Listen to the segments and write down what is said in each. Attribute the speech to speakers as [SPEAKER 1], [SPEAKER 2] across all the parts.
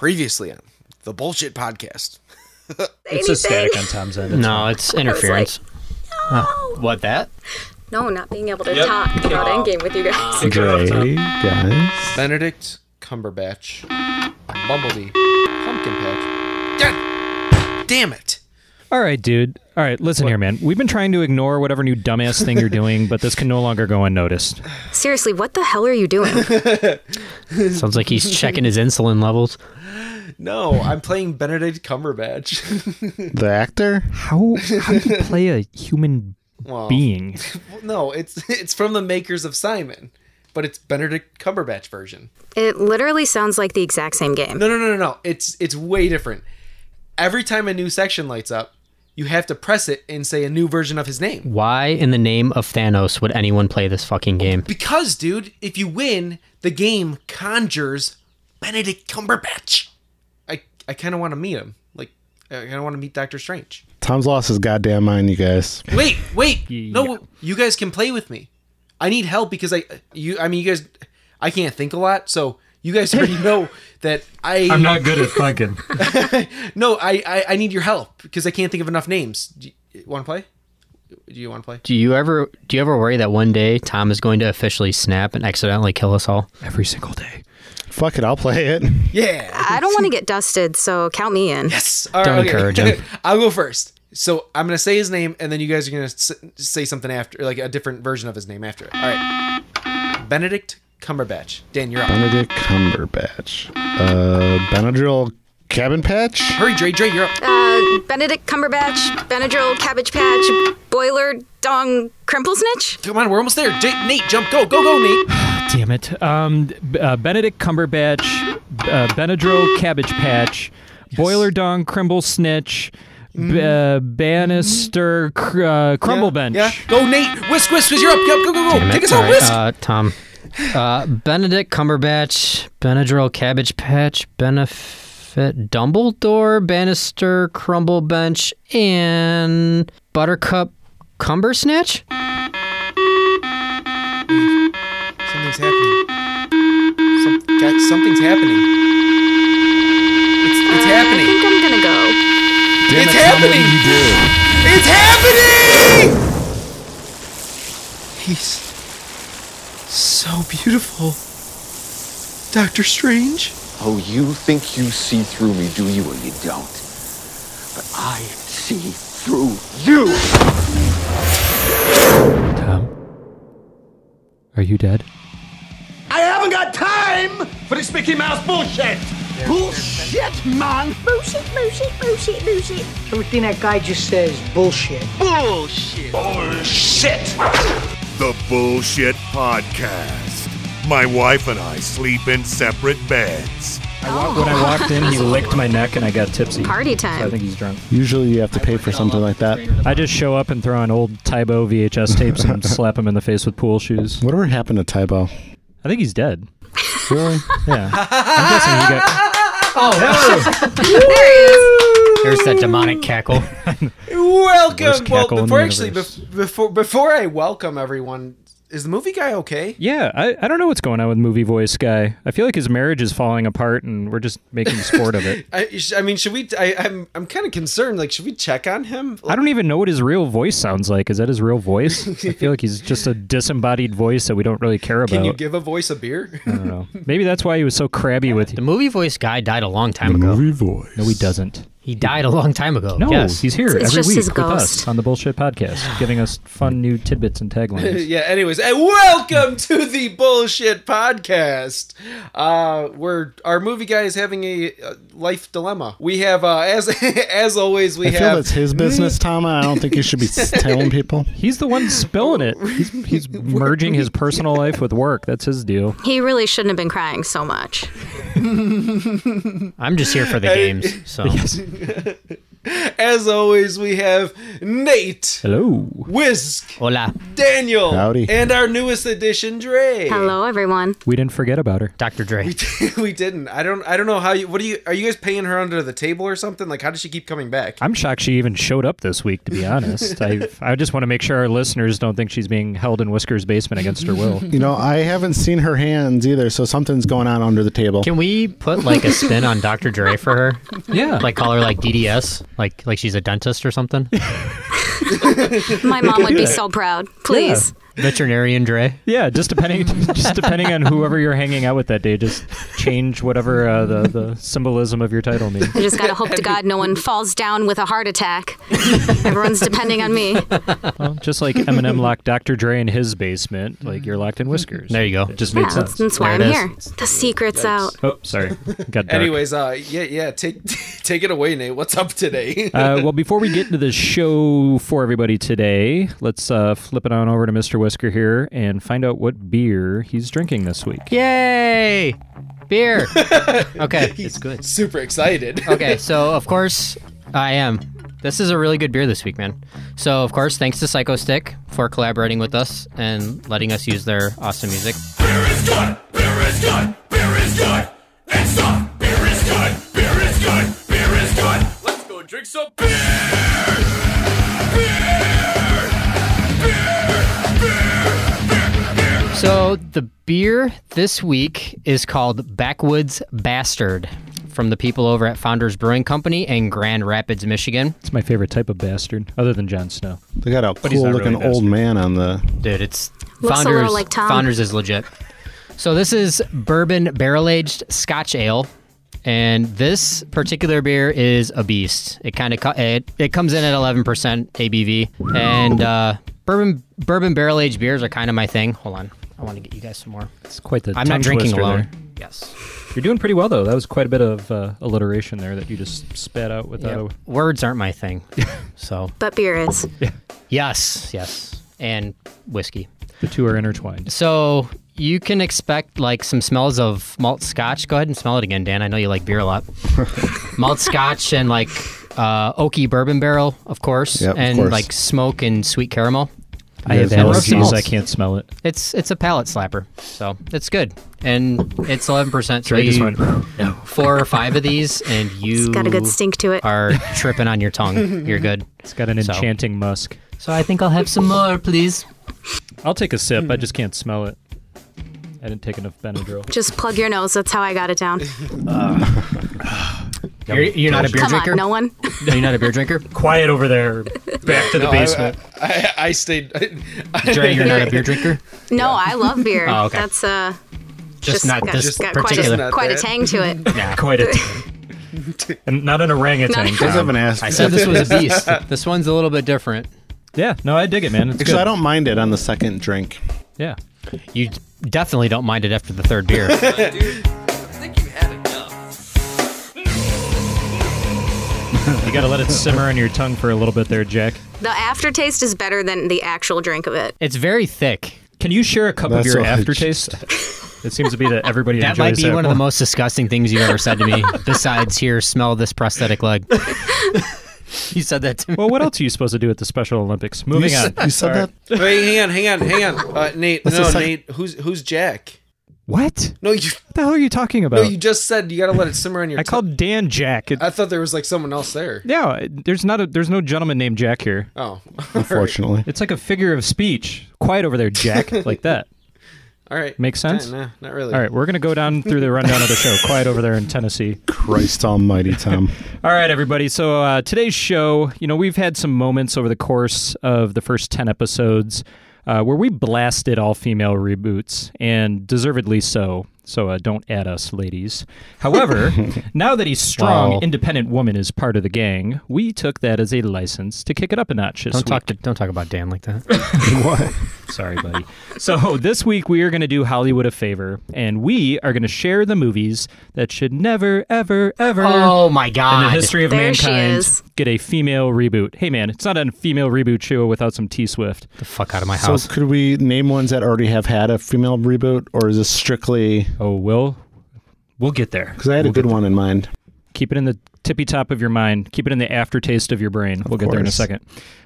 [SPEAKER 1] Previously on the bullshit podcast.
[SPEAKER 2] It's a static on Tom's end.
[SPEAKER 3] No, it's interference.
[SPEAKER 2] What that?
[SPEAKER 4] No, not being able to talk about Endgame with you guys.
[SPEAKER 5] Dre, guys.
[SPEAKER 1] Benedict Cumberbatch, Bumblebee, Pumpkin Patch. God damn it!
[SPEAKER 3] All right, dude. All right, listen here, man. We've been trying to ignore whatever new dumbass thing you're doing, but this can no longer go unnoticed.
[SPEAKER 4] Seriously, what the hell are you doing?
[SPEAKER 3] Sounds like he's checking his insulin levels.
[SPEAKER 1] No, I'm playing Benedict Cumberbatch.
[SPEAKER 5] The actor?
[SPEAKER 3] How how do you play a human
[SPEAKER 1] Well,
[SPEAKER 3] being?
[SPEAKER 1] no, it's it's from the makers of Simon, but it's Benedict Cumberbatch version.
[SPEAKER 4] It literally sounds like the exact same game.
[SPEAKER 1] No, no, no, no, no. It's it's way different. Every time a new section lights up, you have to press it and say a new version of his name.
[SPEAKER 3] Why in the name of Thanos would anyone play this fucking game?
[SPEAKER 1] Because, dude, if you win, the game conjures Benedict Cumberbatch. I I kind of want to meet him. Like I kind of want to meet Doctor Strange.
[SPEAKER 5] Tom's lost his goddamn mind, you guys.
[SPEAKER 1] Wait, wait. No, you guys can play with me. I need help because I you I mean you guys I can't think a lot, so you guys already know that I
[SPEAKER 2] I'm not good at thinking.
[SPEAKER 1] no, I, I I need your help because I can't think of enough names. Do you want to play? Do you want to play?
[SPEAKER 3] Do you ever do you ever worry that one day Tom is going to officially snap and accidentally kill us all? Every single day.
[SPEAKER 5] Fuck it, I'll play it.
[SPEAKER 1] Yeah.
[SPEAKER 4] I don't want to get dusted, so count me in.
[SPEAKER 1] Yes. All
[SPEAKER 3] Don't encourage him.
[SPEAKER 1] I'll go first. So I'm gonna say his name, and then you guys are gonna s- say something after, like a different version of his name after it. All right. Benedict Cumberbatch. Dan, you're up.
[SPEAKER 5] Benedict Cumberbatch. Uh, Benadryl Cabin Patch?
[SPEAKER 1] Hurry, Dre. Dre, you're up.
[SPEAKER 4] Uh, Benedict Cumberbatch, Benadryl, Cabbage Patch, Boiler, Dong, Crimple Snitch?
[SPEAKER 1] Come on, we're almost there. J- Nate, jump. Go, go, go, Nate.
[SPEAKER 3] Damn it. Um, B- uh, Benedict Cumberbatch, uh, Benadryl Cabbage Patch, Boiler Dong Crimble Snitch,
[SPEAKER 1] Mm-hmm.
[SPEAKER 3] B- uh, Bannister cr- uh, Crumble Bench.
[SPEAKER 1] Yeah. Go, Nate. Whisk, whisk, whisk. You're up. Yep. Go, go, go.
[SPEAKER 3] Damn it.
[SPEAKER 1] Take us
[SPEAKER 3] All
[SPEAKER 1] home.
[SPEAKER 3] right,
[SPEAKER 1] Whisk.
[SPEAKER 3] Uh, Tom. Uh, Benedict Cumberbatch, Benadryl Cabbage Patch, Benefit Dumbledore, Bannister Crumble Bench, and Buttercup Cumber Snatch? Uh,
[SPEAKER 1] Something's happening. Some, God, something's happening. It's, it's
[SPEAKER 4] I
[SPEAKER 1] happening.
[SPEAKER 4] think I'm gonna go.
[SPEAKER 1] It's happening. It's happening. He's so beautiful. Doctor Strange.
[SPEAKER 6] Oh, you think you see through me, do you, or you don't? But I see through you!
[SPEAKER 3] Tom. Are you dead?
[SPEAKER 6] I haven't got time for this Mickey Mouse bullshit! Bullshit, man!
[SPEAKER 7] Bullshit, bullshit, bullshit, bullshit. Everything that guy just says, bullshit.
[SPEAKER 8] The Bullshit Podcast. My wife and I sleep in separate beds.
[SPEAKER 2] when I walked in, he licked my neck and I got tipsy.
[SPEAKER 4] Party
[SPEAKER 2] I
[SPEAKER 4] time.
[SPEAKER 2] think he's drunk.
[SPEAKER 5] Usually you have to pay for something like that.
[SPEAKER 2] I just show up and throw on old Tybo VHS tapes and slap him in the face with pool shoes.
[SPEAKER 5] Whatever happened to Tybo?
[SPEAKER 2] I think he's dead.
[SPEAKER 5] Really?
[SPEAKER 2] Yeah. I'm guessing he got.
[SPEAKER 3] There's that demonic cackle.
[SPEAKER 2] Worst
[SPEAKER 1] Welcome. Well,
[SPEAKER 2] cackle in the
[SPEAKER 1] before actually,
[SPEAKER 2] universe.
[SPEAKER 1] bef- before before I welcome everyone, is the movie guy okay?
[SPEAKER 2] Yeah, I, I don't know what's going on with movie voice guy. I feel like his marriage is falling apart and we're just making sport of it.
[SPEAKER 1] I, sh- I mean, should we? I, I'm I'm kind of concerned. Like, should we check on him?
[SPEAKER 2] I don't even know what his real voice sounds like. Is that his real voice? I feel like he's just a disembodied voice that we don't really care about.
[SPEAKER 1] Can you give a voice a beer?
[SPEAKER 2] I don't know. Maybe that's why he was so crabby with
[SPEAKER 3] The movie voice guy died a long time ago.
[SPEAKER 5] voice.
[SPEAKER 2] No, he doesn't.
[SPEAKER 3] He died a long time ago.
[SPEAKER 2] No,
[SPEAKER 3] yes.
[SPEAKER 2] he's here
[SPEAKER 4] It's
[SPEAKER 2] every
[SPEAKER 4] just
[SPEAKER 2] week
[SPEAKER 4] his
[SPEAKER 2] with
[SPEAKER 4] ghost.
[SPEAKER 2] us on the Bullshit Podcast, giving us fun new tidbits and taglines.
[SPEAKER 1] yeah anyways and welcome to the bullshit podcast uh we're our movie guy is having a uh, life dilemma we have uh as as always we
[SPEAKER 5] I
[SPEAKER 1] have
[SPEAKER 5] feel that's his business, Tom. I don't think you should be s- telling people.
[SPEAKER 2] He's the one spilling it. He's, he's merging his personal life with work. That's his deal.
[SPEAKER 4] He really shouldn't have been crying so much.
[SPEAKER 3] I'm just here for the games. So
[SPEAKER 1] As always, we have Nate,
[SPEAKER 2] Hello.
[SPEAKER 1] Whisk,
[SPEAKER 3] Hola,
[SPEAKER 1] Daniel,
[SPEAKER 5] Howdy.
[SPEAKER 1] and our newest addition, Dre.
[SPEAKER 4] Hello, everyone.
[SPEAKER 2] We didn't forget about her.
[SPEAKER 3] Dr. Dre.
[SPEAKER 1] we didn't. I don't. I don't know how you. What do you? Are you guys paying her under the table or something? Like, how does she keep coming back?
[SPEAKER 2] I'm shocked she even showed up this week, to be honest. I I just want to make sure our listeners don't think she's being held in Whisker's basement against her will.
[SPEAKER 5] You know, I haven't seen her hands either, so something's going on under the table.
[SPEAKER 3] Can we put like a spin on Dr. Dre for her?
[SPEAKER 2] Yeah.
[SPEAKER 3] Like call her like DDS, like like she's a dentist or something.
[SPEAKER 4] My mom would be so proud. Please.
[SPEAKER 3] Veterinarian Dre.
[SPEAKER 2] yeah, just depending just depending on whoever you're hanging out with that day, just change whatever uh, the, the symbolism of your title means.
[SPEAKER 4] I just gotta hope to God no one falls down with a heart attack. Everyone's depending on me.
[SPEAKER 2] Well, just like Eminem locked Dr. Dre in his basement, like you're locked in Whiskers.
[SPEAKER 3] There you go.
[SPEAKER 2] It just
[SPEAKER 4] Yeah,
[SPEAKER 2] makes
[SPEAKER 4] that's,
[SPEAKER 2] sense.
[SPEAKER 4] that's why I'm
[SPEAKER 3] There it
[SPEAKER 4] here. The secret's out.
[SPEAKER 2] Oh, sorry. Got dark.
[SPEAKER 1] Anyways, uh, yeah, yeah. Take take it away, Nate. What's up today?
[SPEAKER 2] Uh, well, before we get into the show for everybody today, let's uh, flip it on over to Mr. Whisker here and find out what beer he's drinking this week.
[SPEAKER 3] Yay! Beer. Okay, it's good.
[SPEAKER 1] Super excited.
[SPEAKER 3] Okay, so of course I am. This is a really good beer this week, man. So of course, thanks to Psycho Stick for collaborating with us and letting us use their awesome music.
[SPEAKER 6] Beer is good. Beer is good. Beer is good. And some beer is good. Beer is good. Beer is good. Let's go drink some beer.
[SPEAKER 3] So the beer this week is called Backwoods Bastard from the people over at Founders Brewing Company in Grand Rapids, Michigan.
[SPEAKER 2] It's my favorite type of bastard, other than Jon Snow.
[SPEAKER 5] They got a
[SPEAKER 2] he's
[SPEAKER 5] cool
[SPEAKER 2] not
[SPEAKER 5] looking
[SPEAKER 2] really
[SPEAKER 5] old man on the.
[SPEAKER 3] Dude, it's
[SPEAKER 4] Looks a
[SPEAKER 3] Founders.
[SPEAKER 4] little like Tom.
[SPEAKER 3] Founders is legit. So this is bourbon barrel aged Scotch ale, and this particular beer is a beast. It kind of co- it, it comes in at 11% ABV, and uh, bourbon bourbon barrel aged beers are kind of my thing. Hold on, I want to get you guys some more.
[SPEAKER 2] It's quite the.
[SPEAKER 3] I'm not
[SPEAKER 2] tongue
[SPEAKER 3] drinking
[SPEAKER 2] twister
[SPEAKER 3] alone.
[SPEAKER 2] there.
[SPEAKER 3] Yes,
[SPEAKER 2] You're doing pretty well though. That was quite a bit of uh, alliteration there that you just spat out without.
[SPEAKER 3] Yep. words aren't my thing. so
[SPEAKER 4] But beer is.
[SPEAKER 3] yes, yes, and whiskey.
[SPEAKER 2] A, the two are intertwined.
[SPEAKER 3] So you can expect like some smells of malt scotch. Go ahead and smell it again, Dan. I know you like beer a lot. malt scotch and like uh, oaky bourbon barrel, of course,
[SPEAKER 5] Yep, of
[SPEAKER 3] and
[SPEAKER 5] course.
[SPEAKER 3] like smoke and sweet caramel.
[SPEAKER 2] I have
[SPEAKER 5] There's no
[SPEAKER 2] allergies.
[SPEAKER 3] smells.
[SPEAKER 2] I can't smell it.
[SPEAKER 3] It's it's a palate slapper, so it's good, and it's eleven percent. So
[SPEAKER 2] I just
[SPEAKER 3] you-
[SPEAKER 2] went,
[SPEAKER 3] four or five of these, and you
[SPEAKER 4] It's got a good stink to it.
[SPEAKER 3] are tripping on your tongue. You're good.
[SPEAKER 2] It's got an
[SPEAKER 3] So.
[SPEAKER 2] enchanting musk.
[SPEAKER 3] So I think I'll have some more, please.
[SPEAKER 2] I'll take a sip.
[SPEAKER 5] Hmm.
[SPEAKER 2] I just can't smell it. I didn't take enough Benadryl.
[SPEAKER 4] Just plug your nose. That's how I got it down.
[SPEAKER 3] You're, you're not a beer
[SPEAKER 4] Come
[SPEAKER 3] drinker.
[SPEAKER 4] on, no one.
[SPEAKER 3] You're not a beer drinker.
[SPEAKER 2] Quiet over there. Back to the
[SPEAKER 1] No, I- I, I, I stayed. I,
[SPEAKER 3] Dre, you're not a beer drinker.
[SPEAKER 4] No, I love beer.
[SPEAKER 3] Oh, okay.
[SPEAKER 4] That's uh,
[SPEAKER 3] Just, not
[SPEAKER 4] got,
[SPEAKER 3] this
[SPEAKER 4] just got
[SPEAKER 3] particular.
[SPEAKER 4] quite a, quite a
[SPEAKER 1] Just not
[SPEAKER 4] tang to it.
[SPEAKER 2] Quite a. and not an orangutan.
[SPEAKER 5] Does have an ass.
[SPEAKER 3] I said this was a beast. this one's a little bit different.
[SPEAKER 2] yeah. No, I dig it, man. It's
[SPEAKER 5] Actually,
[SPEAKER 2] good.
[SPEAKER 5] I don't mind it on the second drink.
[SPEAKER 2] yeah.
[SPEAKER 3] You d- definitely don't mind it after the third beer.
[SPEAKER 2] You gotta let it simmer on your tongue for a little bit there, Jack.
[SPEAKER 4] The aftertaste is better than the actual drink of it.
[SPEAKER 3] it's very thick.
[SPEAKER 2] Can you share a cup
[SPEAKER 5] That's
[SPEAKER 2] of your
[SPEAKER 5] all I
[SPEAKER 2] aftertaste? it seems to be that everybody
[SPEAKER 3] That might
[SPEAKER 2] enjoys
[SPEAKER 3] be
[SPEAKER 2] that
[SPEAKER 3] one of
[SPEAKER 2] more.
[SPEAKER 3] the most disgusting things you've ever said to me. Besides, here, smell this prosthetic leg. you said that to me.
[SPEAKER 2] Well, what else are you supposed to do at the Special Olympics? Moving
[SPEAKER 5] you,
[SPEAKER 2] on.
[SPEAKER 5] s- you said that?
[SPEAKER 1] Wait, hang on, hang on, hang on. Uh, Nate,
[SPEAKER 5] That's
[SPEAKER 1] no,
[SPEAKER 5] the sec-
[SPEAKER 1] Nate. Who's who's Jack?
[SPEAKER 2] What?
[SPEAKER 1] No, you.
[SPEAKER 2] What the hell are you talking about?
[SPEAKER 1] No, you just said you got to let it simmer on your.
[SPEAKER 2] Oh. I
[SPEAKER 1] tongue.
[SPEAKER 2] called Dan Jack. It,
[SPEAKER 1] I thought there was like someone else there.
[SPEAKER 2] yeah, there's not a there's no gentleman named Jack here.
[SPEAKER 1] Oh,
[SPEAKER 5] Unfortunately.
[SPEAKER 2] It's like a figure of speech. Quiet over there, Jack, like that.
[SPEAKER 1] all right.
[SPEAKER 2] Makes sense?
[SPEAKER 1] Nah, nah, not really.
[SPEAKER 2] All right, we're gonna go down through the rundown of the show. Quiet over there in Tennessee.
[SPEAKER 5] Christ almighty, Tom.
[SPEAKER 2] All right, everybody. So uh, today's show, you know, we've had some moments over the course of the first 10 episodes uh, where we blasted all female reboots, and deservedly so. So uh, don't add us, ladies. However, now that a strong,
[SPEAKER 3] Wow.
[SPEAKER 2] independent woman is part of the gang, we took that as a license to kick it up a notch. this
[SPEAKER 3] Don't
[SPEAKER 2] week.
[SPEAKER 3] talk to, don't talk about Dan like that.
[SPEAKER 5] what?
[SPEAKER 2] Sorry, buddy. so this week we are going to do Hollywood a favor, and we are going to share the movies that should never, ever, ever
[SPEAKER 3] Oh my
[SPEAKER 2] in
[SPEAKER 3] god!
[SPEAKER 2] the history of
[SPEAKER 4] There she
[SPEAKER 2] mankind
[SPEAKER 4] is.
[SPEAKER 2] get a female reboot. Hey man, it's not a female reboot show without some T Swift.
[SPEAKER 3] the fuck out of my
[SPEAKER 5] So
[SPEAKER 3] house.
[SPEAKER 5] could we name ones that already have had a female reboot, or is this strictly?
[SPEAKER 2] Oh, will we'll get there.
[SPEAKER 5] Because I had a good one in mind.
[SPEAKER 2] Keep it in the tippy top of your mind. Keep it in the aftertaste of your brain. we'll get there in a
[SPEAKER 1] course.
[SPEAKER 2] second.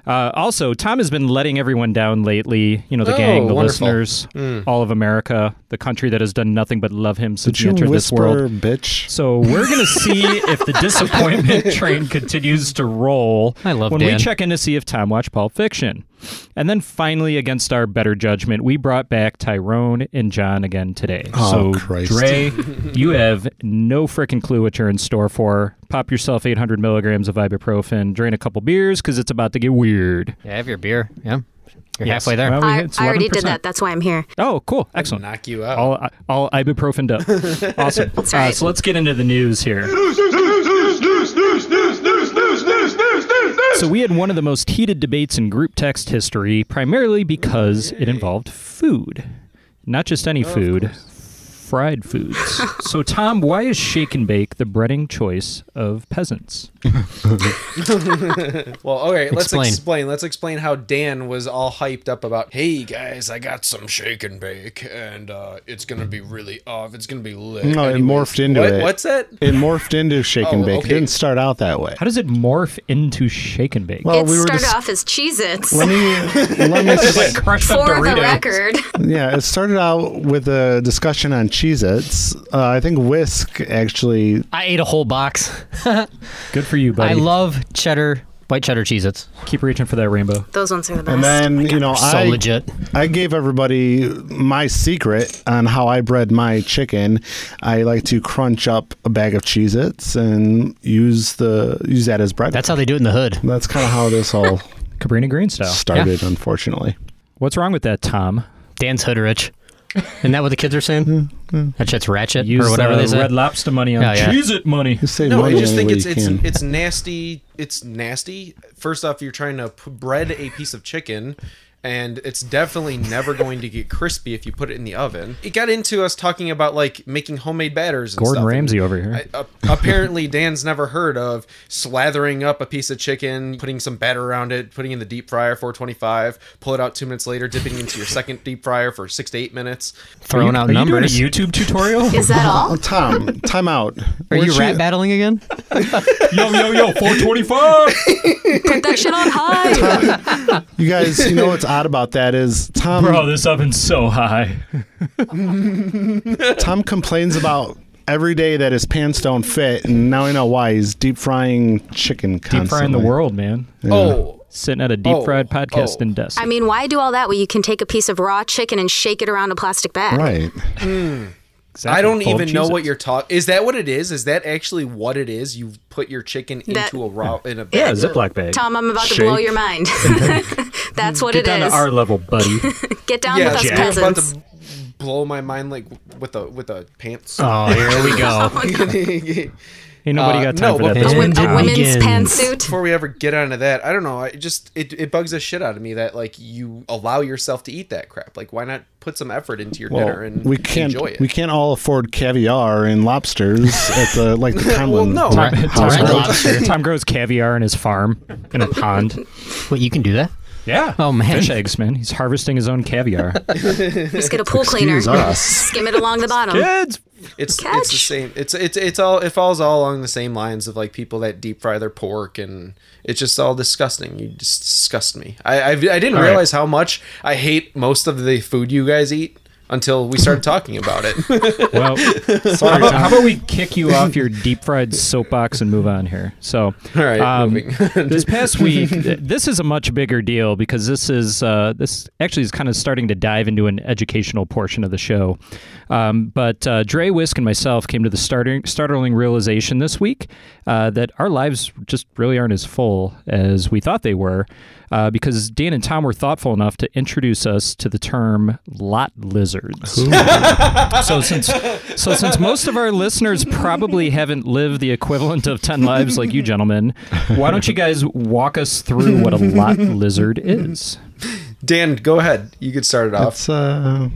[SPEAKER 2] Uh, also, Tom has been letting everyone down lately. You know, the
[SPEAKER 1] Oh,
[SPEAKER 2] gang, the
[SPEAKER 1] wonderful.
[SPEAKER 2] listeners,
[SPEAKER 1] Mm.
[SPEAKER 2] all of America, the country that has done nothing but love him since
[SPEAKER 5] Did
[SPEAKER 2] he
[SPEAKER 5] you
[SPEAKER 2] entered this
[SPEAKER 5] whisper,
[SPEAKER 2] world.
[SPEAKER 5] bitch?
[SPEAKER 2] So we're gonna see if the disappointment train continues to roll. I
[SPEAKER 3] love
[SPEAKER 2] when we
[SPEAKER 3] Dan.
[SPEAKER 2] check in to see if Tom watched Pulp Fiction, and then finally, against our better judgment, we brought back Tyrone and John again today.
[SPEAKER 5] Oh,
[SPEAKER 2] so
[SPEAKER 5] Christ.
[SPEAKER 2] Dre, you have no freaking clue what you're in store for. Pop yourself 800 milligrams of ibuprofen, drain a couple beers because it's about to get weird.
[SPEAKER 3] Yeah, have your beer. Yeah. You're
[SPEAKER 2] Yes.
[SPEAKER 3] halfway there.
[SPEAKER 2] Well, we-
[SPEAKER 4] I,
[SPEAKER 2] it's
[SPEAKER 4] I already did
[SPEAKER 2] 11%.
[SPEAKER 4] that. That's why I'm here.
[SPEAKER 2] Oh, cool. Excellent.
[SPEAKER 1] Knock you out.
[SPEAKER 2] All, all ibuprofened up. awesome.
[SPEAKER 4] That's
[SPEAKER 2] Uh,
[SPEAKER 4] right.
[SPEAKER 2] so let's get into the news here. So we had one of the most heated debates in group text history, primarily because it involved food. Not just any food, fried foods. so Tom, why is shake and bake the breading choice of peasants?
[SPEAKER 1] Well, all right, let's
[SPEAKER 3] Explain.
[SPEAKER 1] explain. Let's explain how Dan was all hyped up about, hey guys, I got some shake and bake, and uh, it's going to be really off. It's going to be lit.
[SPEAKER 5] No, it
[SPEAKER 1] Anyways.
[SPEAKER 5] morphed into
[SPEAKER 1] What-
[SPEAKER 5] it.
[SPEAKER 1] What's that?
[SPEAKER 5] It morphed into shake and
[SPEAKER 1] Oh,
[SPEAKER 5] bake.
[SPEAKER 1] okay.
[SPEAKER 5] It didn't start out that way.
[SPEAKER 2] How does it morph into shake and bake?
[SPEAKER 5] Well,
[SPEAKER 3] Oh,
[SPEAKER 4] it
[SPEAKER 5] we were
[SPEAKER 4] started
[SPEAKER 5] just-
[SPEAKER 4] off as Cheez Its.
[SPEAKER 5] Let me let me s-
[SPEAKER 2] Crushed up
[SPEAKER 4] For the
[SPEAKER 2] Doritos.
[SPEAKER 4] record,
[SPEAKER 5] Yeah, it started out with a discussion on Cheez Its. Uh, I think Whisk actually
[SPEAKER 3] I ate a whole box.
[SPEAKER 2] Good for you, buddy.
[SPEAKER 3] I love cheddar, white cheddar Cheez Its.
[SPEAKER 2] Keep reaching for that rainbow.
[SPEAKER 4] those ones are the best.
[SPEAKER 5] and then you know
[SPEAKER 3] So
[SPEAKER 5] I
[SPEAKER 3] legit.
[SPEAKER 5] I gave everybody my secret on how I bred my chicken. I like to crunch up a bag of Cheez Its and use the use that as bread.
[SPEAKER 3] That's how they do it in the hood.
[SPEAKER 5] that's kind of how this all
[SPEAKER 2] Cabrina Green style.
[SPEAKER 5] started, unfortunately.
[SPEAKER 2] What's wrong with that, Tom?
[SPEAKER 3] Dan's hood rich. Isn't that what the kids are saying? that shit's ratchet
[SPEAKER 2] Use
[SPEAKER 3] or whatever
[SPEAKER 2] the
[SPEAKER 3] they say.
[SPEAKER 2] red lobster money on
[SPEAKER 3] Yeah, yeah.
[SPEAKER 2] cheese it money.
[SPEAKER 5] You save
[SPEAKER 1] No, I
[SPEAKER 5] money
[SPEAKER 1] just
[SPEAKER 5] any
[SPEAKER 1] think
[SPEAKER 5] way
[SPEAKER 1] it's
[SPEAKER 5] you
[SPEAKER 1] it's
[SPEAKER 5] can.
[SPEAKER 1] it's nasty. It's nasty. First off, you're trying to p- bread a piece of chicken. And it's definitely never going to get crispy if you put it in the oven. It got into us talking about like making homemade batters. And
[SPEAKER 2] Gordon
[SPEAKER 1] stuff.
[SPEAKER 2] Ramsay over here.
[SPEAKER 1] I, uh, apparently, Dan's never heard of slathering up a piece of chicken, putting some batter around it, putting it in the deep fryer 425, pull it out two minutes later, dipping into your second deep fryer for six to eight minutes.
[SPEAKER 3] Throwing out
[SPEAKER 2] Are
[SPEAKER 3] numbers.
[SPEAKER 2] you doing a YouTube tutorial?
[SPEAKER 4] Is that all?
[SPEAKER 5] Oh, Tom, time out.
[SPEAKER 3] Are
[SPEAKER 5] Weren't
[SPEAKER 3] you rat battling again?
[SPEAKER 2] yo, yo, yo, 425!
[SPEAKER 4] Put that shit on high.
[SPEAKER 5] You guys, you know what's odd about that is Tom.
[SPEAKER 2] Bro, Oh, this oven's so high.
[SPEAKER 5] Tom complains about every day that his pants don't fit, and now I know why. He's deep frying chicken constantly.
[SPEAKER 2] Deep frying the world, man.
[SPEAKER 1] Oh,
[SPEAKER 2] Sitting at a deep fried
[SPEAKER 1] Oh,
[SPEAKER 2] podcast
[SPEAKER 1] oh.
[SPEAKER 2] in dust.
[SPEAKER 4] I mean, why do all that when you can take a piece of raw chicken and shake it around a plastic bag?
[SPEAKER 5] Right.
[SPEAKER 2] Exactly.
[SPEAKER 1] I don't
[SPEAKER 2] Full of
[SPEAKER 1] even know what
[SPEAKER 2] Cheez-Its.
[SPEAKER 1] you're talking. Is that what it is? Is that actually what it is? You put your chicken
[SPEAKER 4] That-
[SPEAKER 1] into a raw in a
[SPEAKER 2] Yeah,
[SPEAKER 1] bag.
[SPEAKER 2] Ziploc bag.
[SPEAKER 4] Tom, I'm about to blow
[SPEAKER 2] Shake.
[SPEAKER 4] your mind. That's what
[SPEAKER 2] Get
[SPEAKER 4] it
[SPEAKER 2] down
[SPEAKER 4] is.
[SPEAKER 2] to our level, buddy.
[SPEAKER 4] Get down
[SPEAKER 1] Yeah,
[SPEAKER 4] with us
[SPEAKER 1] Jack. I'm about
[SPEAKER 4] peasants.
[SPEAKER 1] to blow my mind like with a with a pants.
[SPEAKER 5] Uh.
[SPEAKER 3] Oh, here we go.
[SPEAKER 2] Ain't nobody
[SPEAKER 1] Uh,
[SPEAKER 2] got time
[SPEAKER 1] no,
[SPEAKER 2] for that.
[SPEAKER 1] but-
[SPEAKER 2] this
[SPEAKER 4] A, wi-
[SPEAKER 3] And
[SPEAKER 2] week.
[SPEAKER 3] it
[SPEAKER 4] a women's
[SPEAKER 3] begins.
[SPEAKER 4] pantsuit.
[SPEAKER 1] Before we ever get onto that, I don't know. I just it, it bugs the shit out of me that like you allow yourself to eat that crap. Like, why not put some effort into your dinner
[SPEAKER 5] Well,
[SPEAKER 1] and
[SPEAKER 5] we can't
[SPEAKER 1] enjoy it?
[SPEAKER 5] we can't all afford caviar and lobsters at the like the Conlon.
[SPEAKER 1] Well, no.
[SPEAKER 5] Tom-
[SPEAKER 3] Tom-
[SPEAKER 5] house
[SPEAKER 3] Tom-
[SPEAKER 5] group.
[SPEAKER 2] Tom grows caviar in his farm in a pond.
[SPEAKER 3] Wait, you can do that?
[SPEAKER 2] Yeah.
[SPEAKER 3] Oh, man.
[SPEAKER 2] Fish eggs, man. He's harvesting his own caviar.
[SPEAKER 4] Just get a pool cleaner.
[SPEAKER 5] us.
[SPEAKER 4] Skim it along the bottom.
[SPEAKER 2] Kids!
[SPEAKER 1] It's it's the
[SPEAKER 4] Catch.
[SPEAKER 1] same. It's it's it's all it falls all along the same lines of like people that deep fry their pork and it's just all disgusting. You just disgust me. I I, I didn't
[SPEAKER 2] right.
[SPEAKER 1] realize how much I hate most of the food you guys eat until we started talking about it.
[SPEAKER 2] Well, how, about, how about we kick you off your deep fried soapbox and move on here? So, um,
[SPEAKER 1] All right, moving on.
[SPEAKER 2] this past week, th- this is a much bigger deal because this is uh, this actually is kind of starting to dive into an educational portion of the show. Um, but uh, Dre Wisk and myself came to the starting, startling realization this week uh, that our lives just really aren't as full as we thought they were. Uh, because Dan and Tom were thoughtful enough to introduce us to the term lot lizards. So since so since most of our listeners probably haven't lived the equivalent of ten lives like you gentlemen, why don't you guys walk us through what a lot lizard is?
[SPEAKER 1] Dan, go ahead. You could start it off.
[SPEAKER 5] It's uh,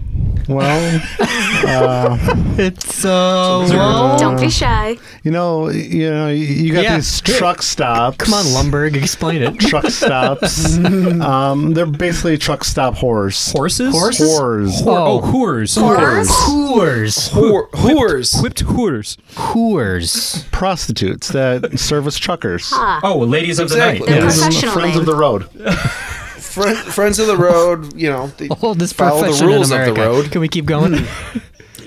[SPEAKER 5] Well, uh,
[SPEAKER 3] it's uh, so.
[SPEAKER 4] Don't be shy.
[SPEAKER 5] You know, you know, you got
[SPEAKER 3] Yeah.
[SPEAKER 5] these truck stops.
[SPEAKER 3] Come on, Lumberg, explain it.
[SPEAKER 5] Truck stops. um, they're basically truck stop horrors.
[SPEAKER 2] Horses?
[SPEAKER 3] Horses?
[SPEAKER 5] Whores.
[SPEAKER 2] Whore- oh.
[SPEAKER 3] Oh.
[SPEAKER 2] whores.
[SPEAKER 4] Whores?
[SPEAKER 3] Coors.
[SPEAKER 1] Whore, whores.
[SPEAKER 2] Whipped whores.
[SPEAKER 3] Coors.
[SPEAKER 5] Prostitutes that service truckers.
[SPEAKER 4] Ah,
[SPEAKER 2] Oh, ladies of
[SPEAKER 1] Exactly.
[SPEAKER 2] the night.
[SPEAKER 4] They're
[SPEAKER 2] Yeah.
[SPEAKER 5] Friends of the-
[SPEAKER 4] professional
[SPEAKER 5] Friends of
[SPEAKER 4] then.
[SPEAKER 5] the road.
[SPEAKER 1] Friend, friends of the road, you know, they
[SPEAKER 3] Hold this
[SPEAKER 1] follow
[SPEAKER 3] profession
[SPEAKER 1] the rules
[SPEAKER 3] in
[SPEAKER 1] of the
[SPEAKER 3] America.
[SPEAKER 1] road. Hmm.
[SPEAKER 3] Can we keep going?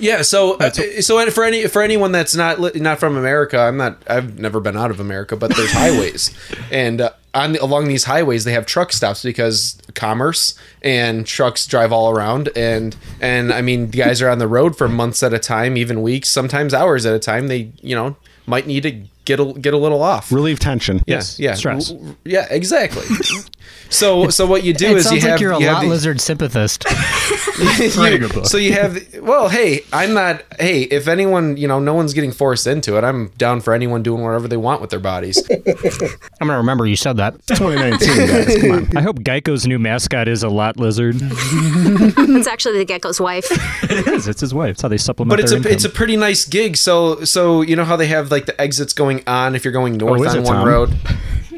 [SPEAKER 1] Yeah, so uh, so for any for anyone that's not li- not from America, I'm not. I've never been out of America, but there's highways, and uh, on the, along these highways they have truck stops because commerce and trucks drive all around, and and I mean the guys are on the road for months at a time, even weeks, sometimes hours at a time. They you know might need to get a, get a little off.
[SPEAKER 5] Relieve tension.
[SPEAKER 1] Yes, yeah,
[SPEAKER 2] stress.
[SPEAKER 1] W- w- Yeah, exactly. so so what you do
[SPEAKER 3] it
[SPEAKER 1] is
[SPEAKER 3] sounds
[SPEAKER 1] you
[SPEAKER 3] like
[SPEAKER 1] have
[SPEAKER 3] you're a
[SPEAKER 1] you have
[SPEAKER 3] lot
[SPEAKER 1] the-
[SPEAKER 3] lizard sympathist.
[SPEAKER 1] you- So you have, well, hey, I'm not, hey, if anyone, you know, no one's getting forced into it. I'm down for anyone doing whatever they want with their bodies.
[SPEAKER 3] I'm gonna remember you said that.
[SPEAKER 5] 2019, guys. Come on.
[SPEAKER 2] I hope Geico's new mascot is a lot lizard. it
[SPEAKER 4] It's actually the gecko's wife.
[SPEAKER 2] is. It's his wife. It's how they supplement
[SPEAKER 1] But it's
[SPEAKER 2] their
[SPEAKER 1] a
[SPEAKER 2] income.
[SPEAKER 1] it's a pretty nice gig. So so you know how they have like the exits going on if you're going north
[SPEAKER 5] Oh, is
[SPEAKER 1] on
[SPEAKER 5] it,
[SPEAKER 1] one
[SPEAKER 5] Tom?
[SPEAKER 1] road.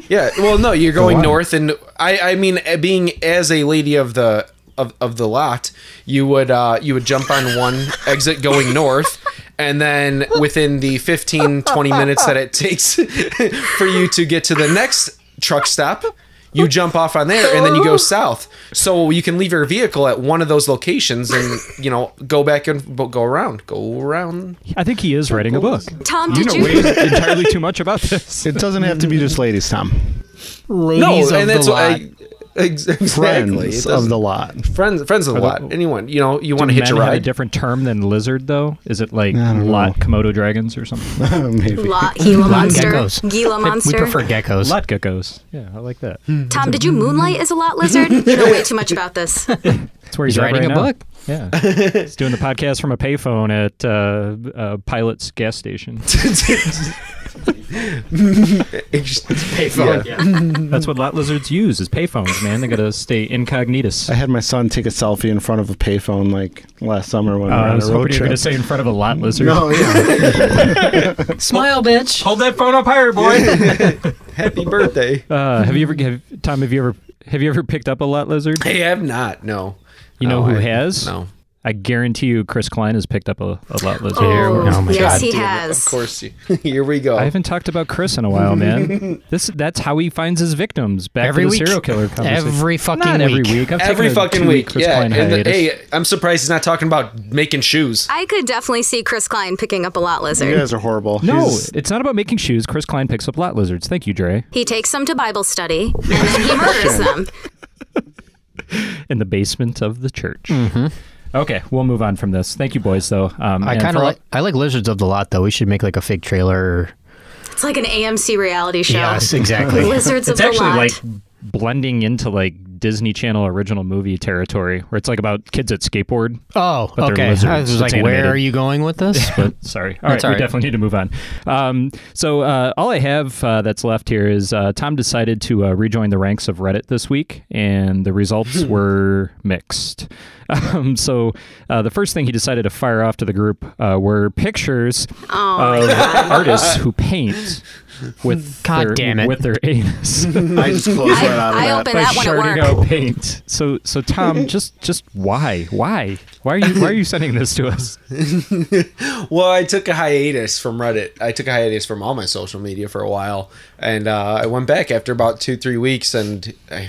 [SPEAKER 1] Yeah, well, no, you're going
[SPEAKER 5] on.
[SPEAKER 1] north, and I I mean, eh, being as a lady of the of, of the lot, you would uh you would jump on one exit going north. And then within the 15, 20 minutes that it takes for you to get to the next truck stop, you jump off on there and then you go south. So you can leave your vehicle at one of those locations and, you know, go back and but go around. Go around.
[SPEAKER 2] I think he is writing a book.
[SPEAKER 4] Tom,
[SPEAKER 2] You
[SPEAKER 4] did
[SPEAKER 2] know
[SPEAKER 4] you?
[SPEAKER 2] way entirely too much about this.
[SPEAKER 5] It doesn't have to be just ladies, Tom.
[SPEAKER 3] Ladies of the lot.
[SPEAKER 1] I- ex-
[SPEAKER 5] Friends
[SPEAKER 1] exactly. It
[SPEAKER 5] of
[SPEAKER 1] doesn't-
[SPEAKER 5] the lot.
[SPEAKER 1] friends friends of the
[SPEAKER 2] Are the- oh.
[SPEAKER 1] lot. Anyone, you know, you want to
[SPEAKER 2] Do
[SPEAKER 1] hitch a
[SPEAKER 2] men have a
[SPEAKER 1] ride.
[SPEAKER 2] different term than lizard, though? Is it like
[SPEAKER 5] I don't
[SPEAKER 2] lot
[SPEAKER 5] know.
[SPEAKER 2] Komodo dragons or something?
[SPEAKER 5] Maybe.
[SPEAKER 4] Lot, Gila
[SPEAKER 3] Lot
[SPEAKER 4] monster,
[SPEAKER 3] geckos.
[SPEAKER 4] Gila
[SPEAKER 3] We
[SPEAKER 4] monster.
[SPEAKER 3] prefer geckos.
[SPEAKER 2] lot geckos. Yeah, I like that.
[SPEAKER 4] Tom, did you moonlight as a lot lizard? You know way too much about this.
[SPEAKER 2] That's where he's,
[SPEAKER 3] He's
[SPEAKER 2] at
[SPEAKER 3] writing
[SPEAKER 2] right
[SPEAKER 3] a
[SPEAKER 2] now.
[SPEAKER 3] book.
[SPEAKER 2] Yeah, he's doing the podcast from a payphone at uh, uh, Pilot's gas station.
[SPEAKER 1] payphone.
[SPEAKER 2] That's what lot lizards use is payphones, man. They gotta stay incognitus.
[SPEAKER 5] I had my son take a selfie in front of a payphone like last summer when
[SPEAKER 2] Uh,
[SPEAKER 5] we were
[SPEAKER 2] I
[SPEAKER 5] on
[SPEAKER 2] was
[SPEAKER 5] a road
[SPEAKER 2] hoping you were
[SPEAKER 5] trip.
[SPEAKER 2] gonna say in front of a lot lizard.
[SPEAKER 5] no, yeah.
[SPEAKER 3] Smile, bitch.
[SPEAKER 2] Hold that phone up higher, boy.
[SPEAKER 1] Happy birthday.
[SPEAKER 2] uh, have you ever, have, Tom? Have you ever, have you ever picked up a lot lizard?
[SPEAKER 1] Hey, I'm not. No.
[SPEAKER 2] You know
[SPEAKER 1] No,
[SPEAKER 2] who
[SPEAKER 1] I-
[SPEAKER 2] has?
[SPEAKER 1] No.
[SPEAKER 2] I guarantee you, Chris Klein has picked up a, a lot lizard.
[SPEAKER 4] Oh,
[SPEAKER 3] Oh my
[SPEAKER 4] yes,
[SPEAKER 3] God.
[SPEAKER 4] he
[SPEAKER 1] Damn it,
[SPEAKER 4] has.
[SPEAKER 1] Of course. You, here we go.
[SPEAKER 2] I haven't talked about Chris in a while, man. this that's how he finds his victims. Back
[SPEAKER 3] Every
[SPEAKER 2] to the
[SPEAKER 3] week.
[SPEAKER 2] serial killer conversation.
[SPEAKER 3] Every fucking
[SPEAKER 2] Not every
[SPEAKER 3] week.
[SPEAKER 2] week. I've
[SPEAKER 1] Every
[SPEAKER 2] taken a
[SPEAKER 1] fucking
[SPEAKER 2] two-week
[SPEAKER 1] week.
[SPEAKER 2] Chris
[SPEAKER 1] Yeah.
[SPEAKER 2] Klein
[SPEAKER 1] And the-
[SPEAKER 2] hiatus.
[SPEAKER 1] hey, I'm surprised he's not talking about making shoes.
[SPEAKER 4] I could definitely see Chris Klein picking up a lot
[SPEAKER 5] You
[SPEAKER 4] lizard.
[SPEAKER 5] guys are horrible.
[SPEAKER 2] no,
[SPEAKER 5] He's-
[SPEAKER 2] it's not about making shoes. Chris Klein picks up lot lizards. Thank you, Dre.
[SPEAKER 4] He takes them to Bible study and then he murders them.
[SPEAKER 2] In the basement of the church. Okay, we'll move on from this. Thank you, boys. Though um,
[SPEAKER 3] Mm-hmm. I
[SPEAKER 2] and
[SPEAKER 3] kind
[SPEAKER 2] for-
[SPEAKER 3] of like. I like lizards of the lot though. We should make like a fake trailer.
[SPEAKER 4] It's like an AMC reality show.
[SPEAKER 3] Yes, exactly.
[SPEAKER 4] Lizards
[SPEAKER 2] It's
[SPEAKER 4] of the
[SPEAKER 2] actually
[SPEAKER 4] lot.
[SPEAKER 2] like blending into like Disney Channel original movie territory, where it's like about kids at skateboard.
[SPEAKER 3] Oh,
[SPEAKER 2] But they're
[SPEAKER 3] okay.
[SPEAKER 2] lizards.
[SPEAKER 3] I was
[SPEAKER 2] It's
[SPEAKER 3] like,
[SPEAKER 2] animated.
[SPEAKER 3] where are you going with this?
[SPEAKER 2] but sorry. All right,
[SPEAKER 3] That's all
[SPEAKER 2] we
[SPEAKER 3] right.
[SPEAKER 2] definitely need to move on. Um, so uh, all I have uh, that's left here is uh, Tom decided to uh, rejoin the ranks of Reddit this week, and the results were mixed. Um, so uh, the first thing he decided to fire off to the group uh, were pictures
[SPEAKER 4] Oh
[SPEAKER 2] of artists who paint with
[SPEAKER 3] God
[SPEAKER 2] their,
[SPEAKER 3] damn it.
[SPEAKER 2] with their anus.
[SPEAKER 5] I just closed right
[SPEAKER 3] uh,
[SPEAKER 5] out of
[SPEAKER 4] I, I
[SPEAKER 5] that.
[SPEAKER 4] opened that one at
[SPEAKER 2] Churning
[SPEAKER 4] work.
[SPEAKER 2] out paint. So, so Tom, just, just why, why, why are you, why are you sending this to us?
[SPEAKER 4] Oh.
[SPEAKER 1] Well, I took a hiatus from Reddit. I took a hiatus from all my social media for a while, and uh, I went back after about two, three weeks. And I,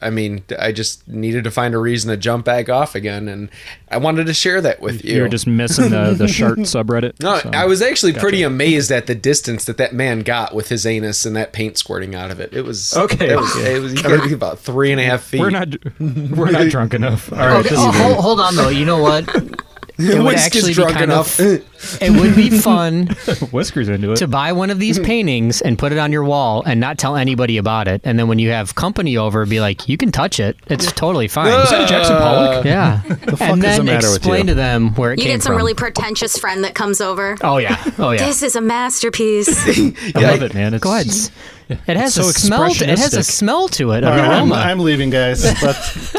[SPEAKER 1] I mean, I just needed to find a reason to jump back off again, and I wanted to share that with you.
[SPEAKER 2] You were just missing the the shark subreddit.
[SPEAKER 1] no,
[SPEAKER 2] so.
[SPEAKER 1] I was actually pretty amazed at the distance that that man got with his anus and that paint squirting out of it. It was
[SPEAKER 2] Okay.
[SPEAKER 1] It was, it was you gotta think about three and a half feet.
[SPEAKER 2] We're not we're not drunk enough. All right,
[SPEAKER 3] Okay,
[SPEAKER 2] this
[SPEAKER 3] oh,
[SPEAKER 2] is-
[SPEAKER 3] hold, hold on though. You know what? It would
[SPEAKER 1] Whiskey's
[SPEAKER 3] actually be
[SPEAKER 1] drunk
[SPEAKER 3] kind
[SPEAKER 1] enough.
[SPEAKER 3] of. It would be fun
[SPEAKER 2] whiskers into it.
[SPEAKER 3] to buy one of these paintings and put it on your wall and not tell anybody about it. And then when you have company over, be like, you can touch it. It's totally fine.
[SPEAKER 1] Is that a Jackson Pollock?
[SPEAKER 3] Yeah.
[SPEAKER 5] fuck
[SPEAKER 3] and
[SPEAKER 5] is the
[SPEAKER 3] then
[SPEAKER 5] matter with
[SPEAKER 3] explain
[SPEAKER 5] you?
[SPEAKER 3] to them where it
[SPEAKER 4] You
[SPEAKER 3] came
[SPEAKER 4] get some
[SPEAKER 3] from.
[SPEAKER 4] really pretentious friend that comes over.
[SPEAKER 3] oh yeah. Oh yeah.
[SPEAKER 4] This is a masterpiece.
[SPEAKER 2] I love it, man. It's,
[SPEAKER 3] Go ahead. S- It has a
[SPEAKER 2] so
[SPEAKER 3] smell. To, it has a
[SPEAKER 2] expressionistic.
[SPEAKER 3] smell to it. An
[SPEAKER 5] All right, I'm,
[SPEAKER 3] aroma.
[SPEAKER 5] I'm leaving, guys. Let's-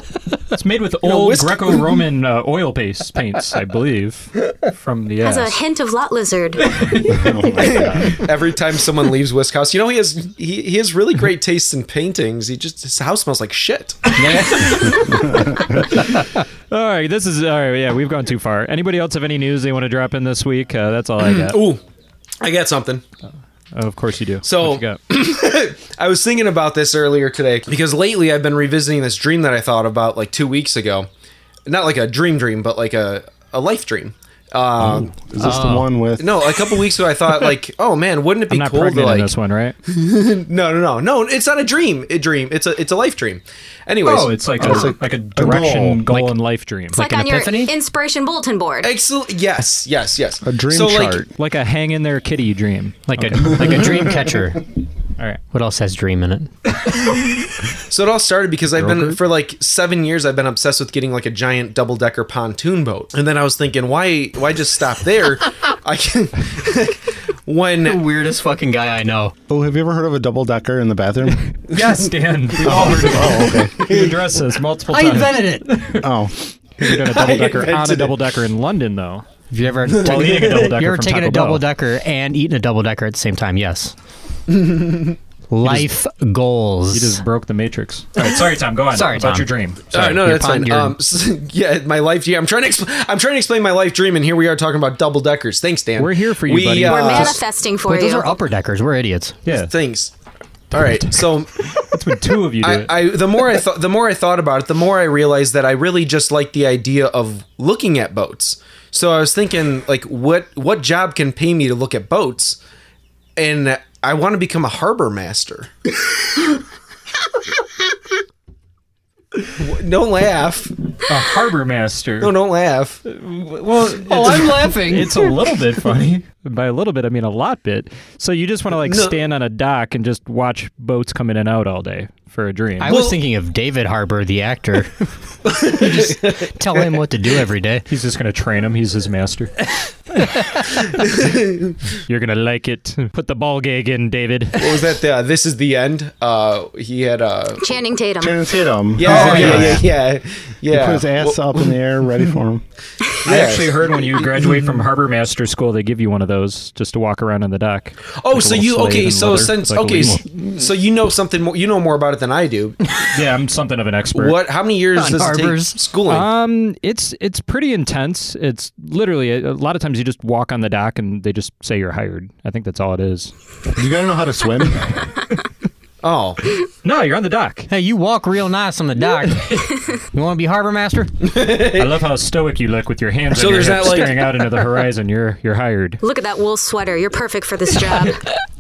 [SPEAKER 2] It's made with
[SPEAKER 1] You know,
[SPEAKER 2] old
[SPEAKER 1] whiskey-
[SPEAKER 2] Greco-Roman uh, oil paste paints, I believe, from the
[SPEAKER 4] Has a
[SPEAKER 2] ass.
[SPEAKER 4] hint of lot lizard.
[SPEAKER 1] Every time someone leaves Whisk House, you know he has he, he has really great tastes in paintings. He just his house smells like shit.
[SPEAKER 2] all right, this is all right. Yeah, we've gone too far. Anybody else have any news they want to drop in this week? Uh, that's all I got.
[SPEAKER 1] Ooh, I got something.
[SPEAKER 2] Of course you do.
[SPEAKER 1] So I was thinking about this earlier today because lately I've been revisiting this dream that I thought about like two weeks ago. Not like a dream dream, but like a, a life dream. Um,
[SPEAKER 5] Is this the one with?
[SPEAKER 1] no, a couple weeks ago I thought like, oh man, wouldn't it be
[SPEAKER 2] I'm not
[SPEAKER 1] cool to
[SPEAKER 2] pregnant
[SPEAKER 1] like
[SPEAKER 2] in this one, right?
[SPEAKER 1] no, no, no, no. It's not a dream. A dream. It's a it's a life dream. Anyways,
[SPEAKER 2] Oh, it's like a,
[SPEAKER 5] It's like
[SPEAKER 2] like, a direction, goal, and life dream,
[SPEAKER 4] It's
[SPEAKER 2] like
[SPEAKER 4] like,
[SPEAKER 2] an
[SPEAKER 4] on your
[SPEAKER 2] epiphany,
[SPEAKER 4] inspiration bulletin board.
[SPEAKER 1] excellent. Yes, yes, yes.
[SPEAKER 5] A dream
[SPEAKER 1] so, Like,
[SPEAKER 5] chart.
[SPEAKER 2] like a hang in there kitty dream.
[SPEAKER 3] Like a like a dream catcher.
[SPEAKER 2] All right.
[SPEAKER 3] What else has dream in it?
[SPEAKER 1] so it all started because I've been for like seven years. I've been obsessed with getting like a giant double decker pontoon boat, and then I was thinking, why, why just stop there? I can. when
[SPEAKER 3] Weirdest fucking guy I know.
[SPEAKER 5] Oh, have you ever heard of a double decker in the bathroom?
[SPEAKER 2] Yes, Dan. We've all heard it. Oh, okay. We addressed this multiple times.
[SPEAKER 3] it. Have
[SPEAKER 5] oh,
[SPEAKER 2] We've done a double decker on
[SPEAKER 1] invented
[SPEAKER 2] a
[SPEAKER 1] it.
[SPEAKER 2] double decker in London, though.
[SPEAKER 3] you ever taken,
[SPEAKER 2] eating a double decker
[SPEAKER 3] you ever
[SPEAKER 2] from
[SPEAKER 3] taken
[SPEAKER 2] Taco
[SPEAKER 3] a
[SPEAKER 2] Bell.
[SPEAKER 3] double decker and eaten a double decker at the same time? Yes. Life goals.
[SPEAKER 2] You just broke the matrix. All right, sorry, Tom. Go on.
[SPEAKER 3] Sorry,
[SPEAKER 2] about
[SPEAKER 3] Tom.
[SPEAKER 2] your dream.
[SPEAKER 1] All right, no,
[SPEAKER 3] your
[SPEAKER 1] that's fine.
[SPEAKER 3] pond, your-
[SPEAKER 1] Um, s- yeah, my life. Yeah, I'm trying to explain. I'm trying to explain my life dream, and here we are talking about double deckers. Thanks, Dan.
[SPEAKER 2] We're here for you,
[SPEAKER 1] we,
[SPEAKER 2] buddy.
[SPEAKER 1] Uh,
[SPEAKER 4] We're manifesting for
[SPEAKER 3] Wait,
[SPEAKER 4] you.
[SPEAKER 3] those are upper deckers. We're idiots.
[SPEAKER 2] Yeah,
[SPEAKER 1] Thanks. All right, so
[SPEAKER 2] that's when two of you do
[SPEAKER 1] I,
[SPEAKER 2] it.
[SPEAKER 1] I the more I thought the more I thought about it, the more I realized that I really just like the idea of looking at boats. So I was thinking like what what job can pay me to look at boats? And I want to become a harbor master. don't laugh.
[SPEAKER 2] a harbor master.
[SPEAKER 1] No, don't laugh.
[SPEAKER 2] Well,
[SPEAKER 3] Oh, I'm laughing.
[SPEAKER 2] it's a little bit funny. By a little bit, I mean a lot bit. So you just want to like
[SPEAKER 1] No.
[SPEAKER 2] stand on a dock and just watch boats come in and out all day for a dream.
[SPEAKER 3] I was thinking of David Harbour, the actor. just tell him what to do every day.
[SPEAKER 2] He's just gonna train him. He's his master. You're gonna like it. Put the ball gag in, David.
[SPEAKER 1] What was that? The, this is the end. Uh, he had uh,
[SPEAKER 4] Channing Tatum.
[SPEAKER 5] Channing Tatum.
[SPEAKER 1] yeah,
[SPEAKER 5] Oh,
[SPEAKER 1] yeah, yeah, yeah,
[SPEAKER 5] He
[SPEAKER 1] yeah.
[SPEAKER 5] put his ass up in the air, ready for him.
[SPEAKER 2] I
[SPEAKER 1] Yeah.
[SPEAKER 2] actually heard when you graduate from Harbor Master School, they give you one of those just to walk around on the dock.
[SPEAKER 1] Oh,
[SPEAKER 2] Like a
[SPEAKER 1] so
[SPEAKER 2] little
[SPEAKER 1] you
[SPEAKER 2] slave
[SPEAKER 1] okay?
[SPEAKER 2] in
[SPEAKER 1] So
[SPEAKER 2] leather,
[SPEAKER 1] since
[SPEAKER 2] like a
[SPEAKER 1] okay,
[SPEAKER 2] lemur.
[SPEAKER 1] s- so you know something more. You know more about it than I do.
[SPEAKER 2] yeah, I'm something of an expert.
[SPEAKER 1] What? How many years
[SPEAKER 3] On
[SPEAKER 1] does
[SPEAKER 3] harbors.
[SPEAKER 1] it take schooling?
[SPEAKER 2] Um, it's it's pretty intense. It's literally a, a lot of times you just walk on the dock and they just say you're hired. I think that's all it is.
[SPEAKER 5] You gotta know how to swim.
[SPEAKER 1] oh,
[SPEAKER 2] No, you're on the dock.
[SPEAKER 3] Hey, you walk real nice on the dock. you want to be harbor master?
[SPEAKER 2] I love how stoic you look with your hands
[SPEAKER 1] So
[SPEAKER 2] on your
[SPEAKER 1] there's
[SPEAKER 2] hips
[SPEAKER 1] not, like-
[SPEAKER 2] staring out into the horizon. You're you're hired.
[SPEAKER 4] Look at that wool sweater. You're perfect for this job.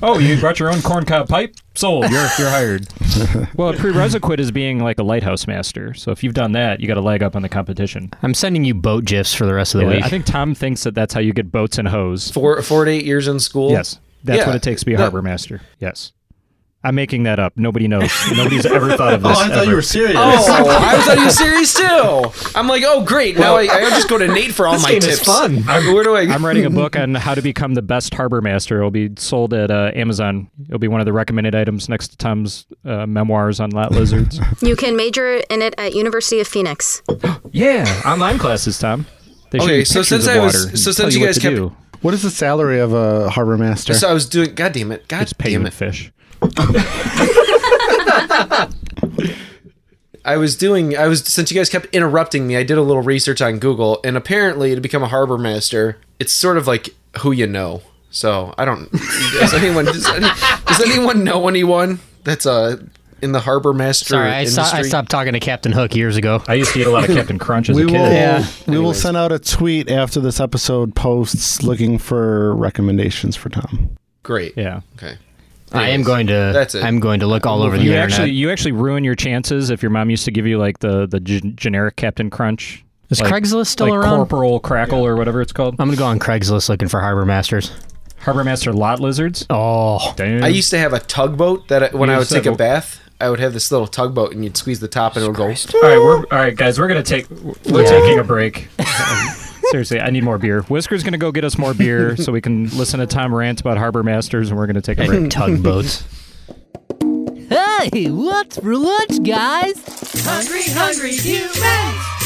[SPEAKER 2] Oh, you brought your own corncob pipe? Sold. You're you're hired. well, a prerequisite is being like a lighthouse master. So if you've done that, you got a leg up on the competition.
[SPEAKER 3] I'm sending you boat gifs for the rest of the week.
[SPEAKER 2] I think Tom thinks that that's how you get boats and hose.
[SPEAKER 1] four four to eight years in school.
[SPEAKER 2] Yes. That's
[SPEAKER 1] Yeah.
[SPEAKER 2] what it takes to be a
[SPEAKER 1] No.
[SPEAKER 2] harbor master. Yes. I'm making that up. Nobody knows. Nobody's ever thought of this. ever.
[SPEAKER 5] serious.
[SPEAKER 1] Oh, I was on your series too. I'm like, oh great, now I, I just go to Nate for all my
[SPEAKER 3] game is
[SPEAKER 1] tips.
[SPEAKER 3] fun.
[SPEAKER 1] I'm, where do I?
[SPEAKER 2] I'm writing a book on how to become the best harbor master. It'll be sold at uh, Amazon. It'll be one of the recommended items next to Tom's uh, memoirs on lot lizards.
[SPEAKER 4] you can major in it at University of Phoenix.
[SPEAKER 2] yeah, online classes, Tom. They should
[SPEAKER 1] Okay,
[SPEAKER 2] be
[SPEAKER 1] so
[SPEAKER 2] pictures
[SPEAKER 1] since
[SPEAKER 2] of
[SPEAKER 1] I was-
[SPEAKER 2] water and
[SPEAKER 1] so
[SPEAKER 2] tell
[SPEAKER 1] since you
[SPEAKER 2] what
[SPEAKER 1] guys
[SPEAKER 2] to
[SPEAKER 1] kept-
[SPEAKER 2] do.
[SPEAKER 5] What is the salary of a harbor master?
[SPEAKER 1] So I was doing. God damn it! God
[SPEAKER 2] just pay
[SPEAKER 1] damn
[SPEAKER 2] him
[SPEAKER 1] it!
[SPEAKER 2] fish.
[SPEAKER 1] I was doing. I was since you guys kept interrupting me. I did a little research on Google, and apparently, to become a harbor master, it's sort of like who you know. So I don't. Does anyone? Does, any, does anyone know anyone that's uh in the harbor master?
[SPEAKER 3] Sorry, I,
[SPEAKER 1] industry?
[SPEAKER 3] sto- I stopped talking to Captain Hook years ago.
[SPEAKER 2] I used to eat a lot of Captain Crunch as
[SPEAKER 5] we
[SPEAKER 2] a
[SPEAKER 5] will.
[SPEAKER 2] kid.
[SPEAKER 3] Yeah.
[SPEAKER 5] We will send out a tweet after this episode posts looking for recommendations for Tom.
[SPEAKER 1] Great.
[SPEAKER 2] Yeah.
[SPEAKER 1] Okay.
[SPEAKER 3] I am
[SPEAKER 1] Anyways,
[SPEAKER 3] going to.
[SPEAKER 1] That's it.
[SPEAKER 3] I'm going to look all over the
[SPEAKER 2] You
[SPEAKER 3] internet.
[SPEAKER 2] actually you actually ruin your chances if your mom used to give you like the the g- generic Captain Crunch.
[SPEAKER 3] Is
[SPEAKER 2] like,
[SPEAKER 3] Craigslist still
[SPEAKER 2] like
[SPEAKER 3] around? Oh.
[SPEAKER 2] Corporal Crackle or whatever it's called.
[SPEAKER 3] I'm gonna go on Craigslist looking for harbor masters.
[SPEAKER 2] Harbor Master Lot Lizards.
[SPEAKER 3] Oh,
[SPEAKER 2] Damn.
[SPEAKER 1] I used to have a tugboat that I, when
[SPEAKER 2] You
[SPEAKER 1] I would
[SPEAKER 2] used to
[SPEAKER 1] take a
[SPEAKER 2] have a-
[SPEAKER 1] bath, I would have this little tugboat, and you'd squeeze the top, and it would go.
[SPEAKER 2] All right, we're all right, guys. We're gonna take we're taking a break. Seriously, I need more beer. Whisker's gonna go get us more beer so we can listen to Tom rant about harbor masters, and we're gonna take a break.
[SPEAKER 3] tugboats.
[SPEAKER 7] Hey, what's for lunch, guys?
[SPEAKER 6] Hungry, hungry humans!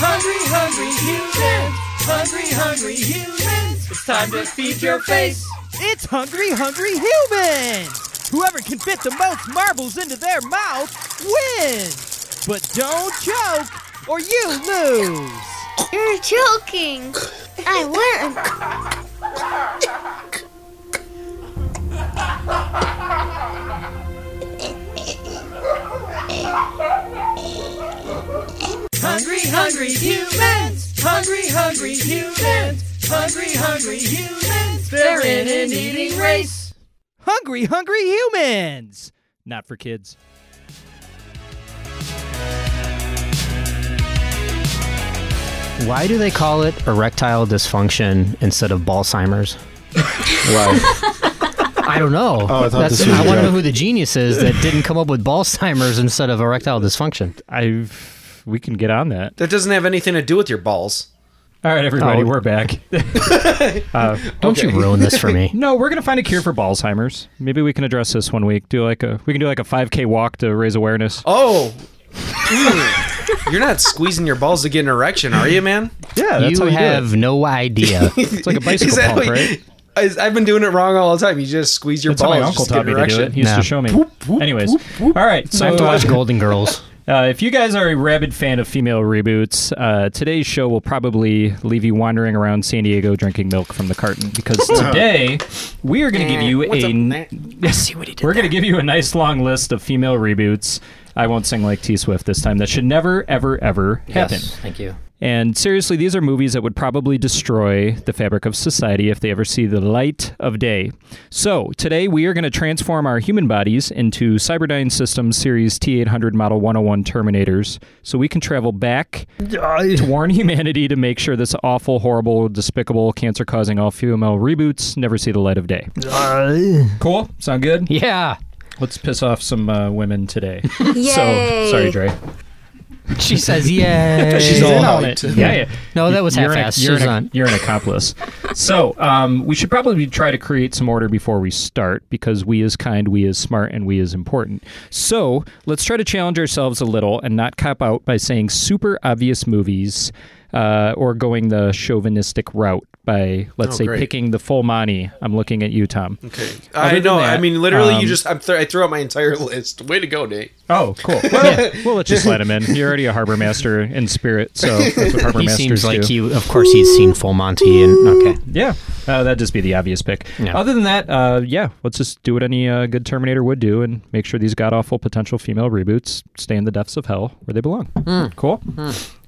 [SPEAKER 6] Hungry, hungry humans! Hungry, hungry humans! It's time to feed your face!
[SPEAKER 7] It's Hungry Hungry Humans! Whoever can fit the most marbles into their mouth wins! But don't choke or you lose!
[SPEAKER 9] You're joking! I won!
[SPEAKER 6] Hungry, hungry humans! Hungry, hungry humans! Hungry, hungry humans! They're in an eating race!
[SPEAKER 7] Hungry Hungry Humans!
[SPEAKER 2] Not for kids.
[SPEAKER 3] Why do they call it erectile dysfunction instead of Balzheimer's? I don't know.
[SPEAKER 5] Oh, I thought
[SPEAKER 3] That's-
[SPEAKER 5] this was a
[SPEAKER 3] I want to know
[SPEAKER 5] joke.
[SPEAKER 3] who the genius is that didn't come up with Balzheimer's instead of erectile dysfunction.
[SPEAKER 2] I've we can get on that. Oh.
[SPEAKER 1] That doesn't have anything to do with your balls.
[SPEAKER 2] All right, everybody, we're back. Uh,
[SPEAKER 3] Don't you ruin this for me.
[SPEAKER 2] no, we're gonna find a cure for Alzheimer's. Maybe we can address this one week. Do like a we can do like a 5K walk to raise awareness.
[SPEAKER 1] Oh, Mm. you're not squeezing your balls to get an erection, are you, man?
[SPEAKER 2] Yeah,
[SPEAKER 3] you have no idea. it's
[SPEAKER 2] like a bicycle pump,
[SPEAKER 1] what-
[SPEAKER 2] right?
[SPEAKER 1] I- I've been doing it wrong all the time. You just squeeze your
[SPEAKER 2] That's how
[SPEAKER 1] balls.
[SPEAKER 2] my uncle
[SPEAKER 1] just to
[SPEAKER 2] taught
[SPEAKER 1] get
[SPEAKER 2] me
[SPEAKER 1] an
[SPEAKER 2] to do
[SPEAKER 1] erection.
[SPEAKER 2] it. He used
[SPEAKER 3] Nah.
[SPEAKER 2] to show me. Anyways, all right. So
[SPEAKER 3] I have to watch
[SPEAKER 2] uh,
[SPEAKER 3] Golden Girls.
[SPEAKER 2] Uh, if you guys are a rabid fan of female reboots, uh, today's show will probably leave you wandering around San Diego drinking milk from the carton because today we are going to give you
[SPEAKER 1] Eh, What's up,
[SPEAKER 2] a.
[SPEAKER 1] Nat?
[SPEAKER 2] Yes, we're going to give you a nice long list of female reboots. I won't sing like T Swift this time. That should never, ever, ever happen.
[SPEAKER 3] Yes, thank you.
[SPEAKER 2] And seriously, these are movies that would probably destroy the fabric of society if they ever see the light of day. So, today we are going to transform our human bodies into Cyberdyne Systems Series T 800 Model 101 Terminators so we can travel back to warn humanity to make sure this awful, horrible, despicable, cancer causing all female reboots never see the light of day. Cool? Sound good?
[SPEAKER 3] Yeah.
[SPEAKER 2] Let's piss off some uh, women today.
[SPEAKER 4] Yay.
[SPEAKER 2] So, sorry, Dre.
[SPEAKER 3] She says, "Yay!"
[SPEAKER 2] She's all hyped. Yeah, yeah.
[SPEAKER 3] No, that was
[SPEAKER 2] You're an-
[SPEAKER 3] half-assed.
[SPEAKER 2] You're,
[SPEAKER 3] She's
[SPEAKER 2] an-
[SPEAKER 3] on.
[SPEAKER 2] you're an accomplice. so um, we should probably try to create some order before we start because we is kind, we is smart, and we is important. So let's try to challenge ourselves a little and not cop out by saying super obvious movies uh, or going the chauvinistic route by let's
[SPEAKER 1] Oh,
[SPEAKER 2] say
[SPEAKER 1] great.
[SPEAKER 2] picking the full money. I'm looking at you, Tom.
[SPEAKER 1] Okay.
[SPEAKER 2] Other
[SPEAKER 1] I
[SPEAKER 2] than
[SPEAKER 1] know.
[SPEAKER 2] that,
[SPEAKER 1] I mean, literally,
[SPEAKER 2] um,
[SPEAKER 1] you just I'm th- I threw out my entire list. Way to go, Nate.
[SPEAKER 2] Oh, cool. Well, we'll let's just let him in. You're already a harbor master in spirit, so that's what harbor
[SPEAKER 3] He
[SPEAKER 2] masters
[SPEAKER 3] seems like
[SPEAKER 2] do.
[SPEAKER 3] he. Of course, he's seen Full Monty, and okay.
[SPEAKER 2] Yeah, uh, that'd just be the obvious pick.
[SPEAKER 3] Yeah.
[SPEAKER 2] Other than that, uh, yeah, let's just do what any uh, good Terminator would do and make sure these god awful potential female reboots stay in the depths of hell where they belong.
[SPEAKER 3] Hmm.
[SPEAKER 2] Cool.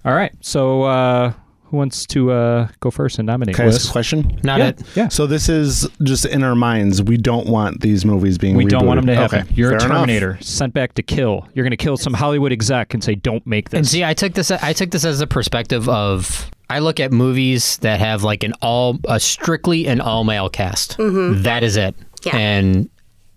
[SPEAKER 2] All right. So, uh, who wants to uh, go first and nominate?
[SPEAKER 5] Can I ask
[SPEAKER 2] Wes?
[SPEAKER 5] a question?
[SPEAKER 3] Not
[SPEAKER 2] Yeah.
[SPEAKER 3] it.
[SPEAKER 2] Yeah.
[SPEAKER 5] So this is just in our minds. We don't want these movies being.
[SPEAKER 2] We don't want them to
[SPEAKER 5] rebooted.
[SPEAKER 2] happen.
[SPEAKER 5] Okay,
[SPEAKER 2] You're a
[SPEAKER 5] fair enough.
[SPEAKER 2] Terminator sent back to kill. You're going to kill some Hollywood exec and say, "Don't make
[SPEAKER 3] And
[SPEAKER 2] this."
[SPEAKER 3] see, I took this. I took this as a perspective of. I look at movies that have like an all, a strictly an all male cast. That is it.
[SPEAKER 4] Mm-hmm. Yeah.
[SPEAKER 3] And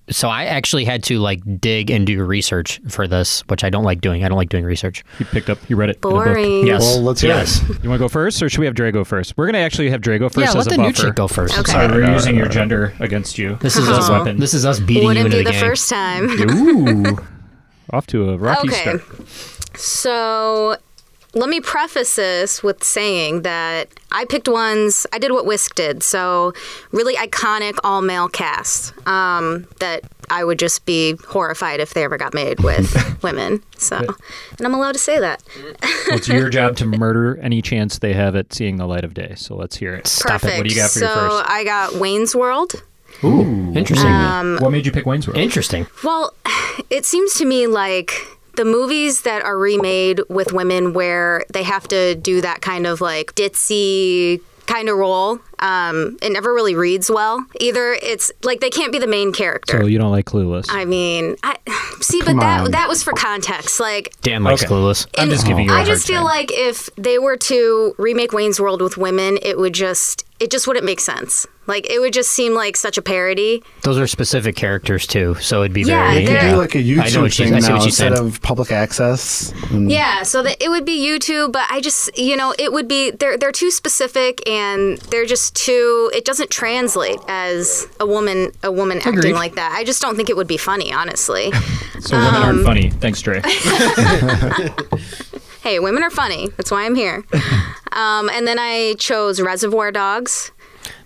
[SPEAKER 3] so I actually had to like dig and do research for this, which I don't like doing. I don't like doing research.
[SPEAKER 2] you picked up. You read it. in a book.
[SPEAKER 4] Boring.
[SPEAKER 3] Yes.
[SPEAKER 5] Well, let's hear
[SPEAKER 3] yes.
[SPEAKER 2] You want to go first, or should we have Dre go first? We're going to actually have Dre go first
[SPEAKER 3] yeah. Let
[SPEAKER 2] as a
[SPEAKER 3] the
[SPEAKER 2] buffer.
[SPEAKER 3] new chick go first.
[SPEAKER 4] Okay.
[SPEAKER 2] Sorry, we're using your gender against you.
[SPEAKER 3] This is
[SPEAKER 2] as
[SPEAKER 3] us.
[SPEAKER 2] a weapon.
[SPEAKER 3] This is us beating you
[SPEAKER 4] Wouldn't
[SPEAKER 3] into
[SPEAKER 4] be
[SPEAKER 3] the,
[SPEAKER 4] the
[SPEAKER 3] game.
[SPEAKER 4] first time.
[SPEAKER 2] Ooh. Off to a rocky
[SPEAKER 4] Okay.
[SPEAKER 2] start.
[SPEAKER 4] So let me preface this with saying that I picked ones, I did what Whisk did. So, really iconic all male cast um, that I would just be horrified if they ever got made with women. So, and I'm allowed to say that.
[SPEAKER 2] Well, it's your job to murder any chance they have at seeing the light of day. So let's hear it.
[SPEAKER 4] Perfect.
[SPEAKER 2] What do you got for
[SPEAKER 4] so,
[SPEAKER 2] your first?
[SPEAKER 4] I got Wayne's World.
[SPEAKER 3] Interesting.
[SPEAKER 4] Um,
[SPEAKER 2] what made you pick Wayne's World?
[SPEAKER 3] Interesting.
[SPEAKER 4] Well, it seems to me like the movies that are remade with women where they have to do that kind of like ditzy kind of role, um, it never really reads well. Either it's like they can't be the main character.
[SPEAKER 2] So you don't like Clueless.
[SPEAKER 4] I mean, I see, but
[SPEAKER 5] Come
[SPEAKER 4] that
[SPEAKER 5] on.
[SPEAKER 4] that was for context. Like,
[SPEAKER 3] Dan likes
[SPEAKER 2] Okay.
[SPEAKER 3] Clueless.
[SPEAKER 2] I'm just giving you. a
[SPEAKER 4] I
[SPEAKER 2] hard
[SPEAKER 4] just feel
[SPEAKER 2] time.
[SPEAKER 4] like if they were to remake Wayne's World with women, it would just it just wouldn't make sense. Like, it would just seem like such a parody.
[SPEAKER 3] Those are specific characters too, so it'd be
[SPEAKER 4] Yeah,
[SPEAKER 3] very.
[SPEAKER 4] they're-
[SPEAKER 5] Do like a YouTube
[SPEAKER 3] I know what you,
[SPEAKER 5] thing
[SPEAKER 3] I see
[SPEAKER 5] now
[SPEAKER 3] what you
[SPEAKER 5] instead
[SPEAKER 3] said.
[SPEAKER 5] of public access. And
[SPEAKER 4] Yeah, so that it would be you two, but I just you know it would be they're they're too specific and they're just too it doesn't translate as a woman a woman acting like that. I just don't think it would be funny, honestly.
[SPEAKER 2] So women aren't
[SPEAKER 4] Um,
[SPEAKER 2] funny. Thanks, Dre.
[SPEAKER 4] Hey, women are funny. That's why I'm here. um, and then I chose Reservoir Dogs.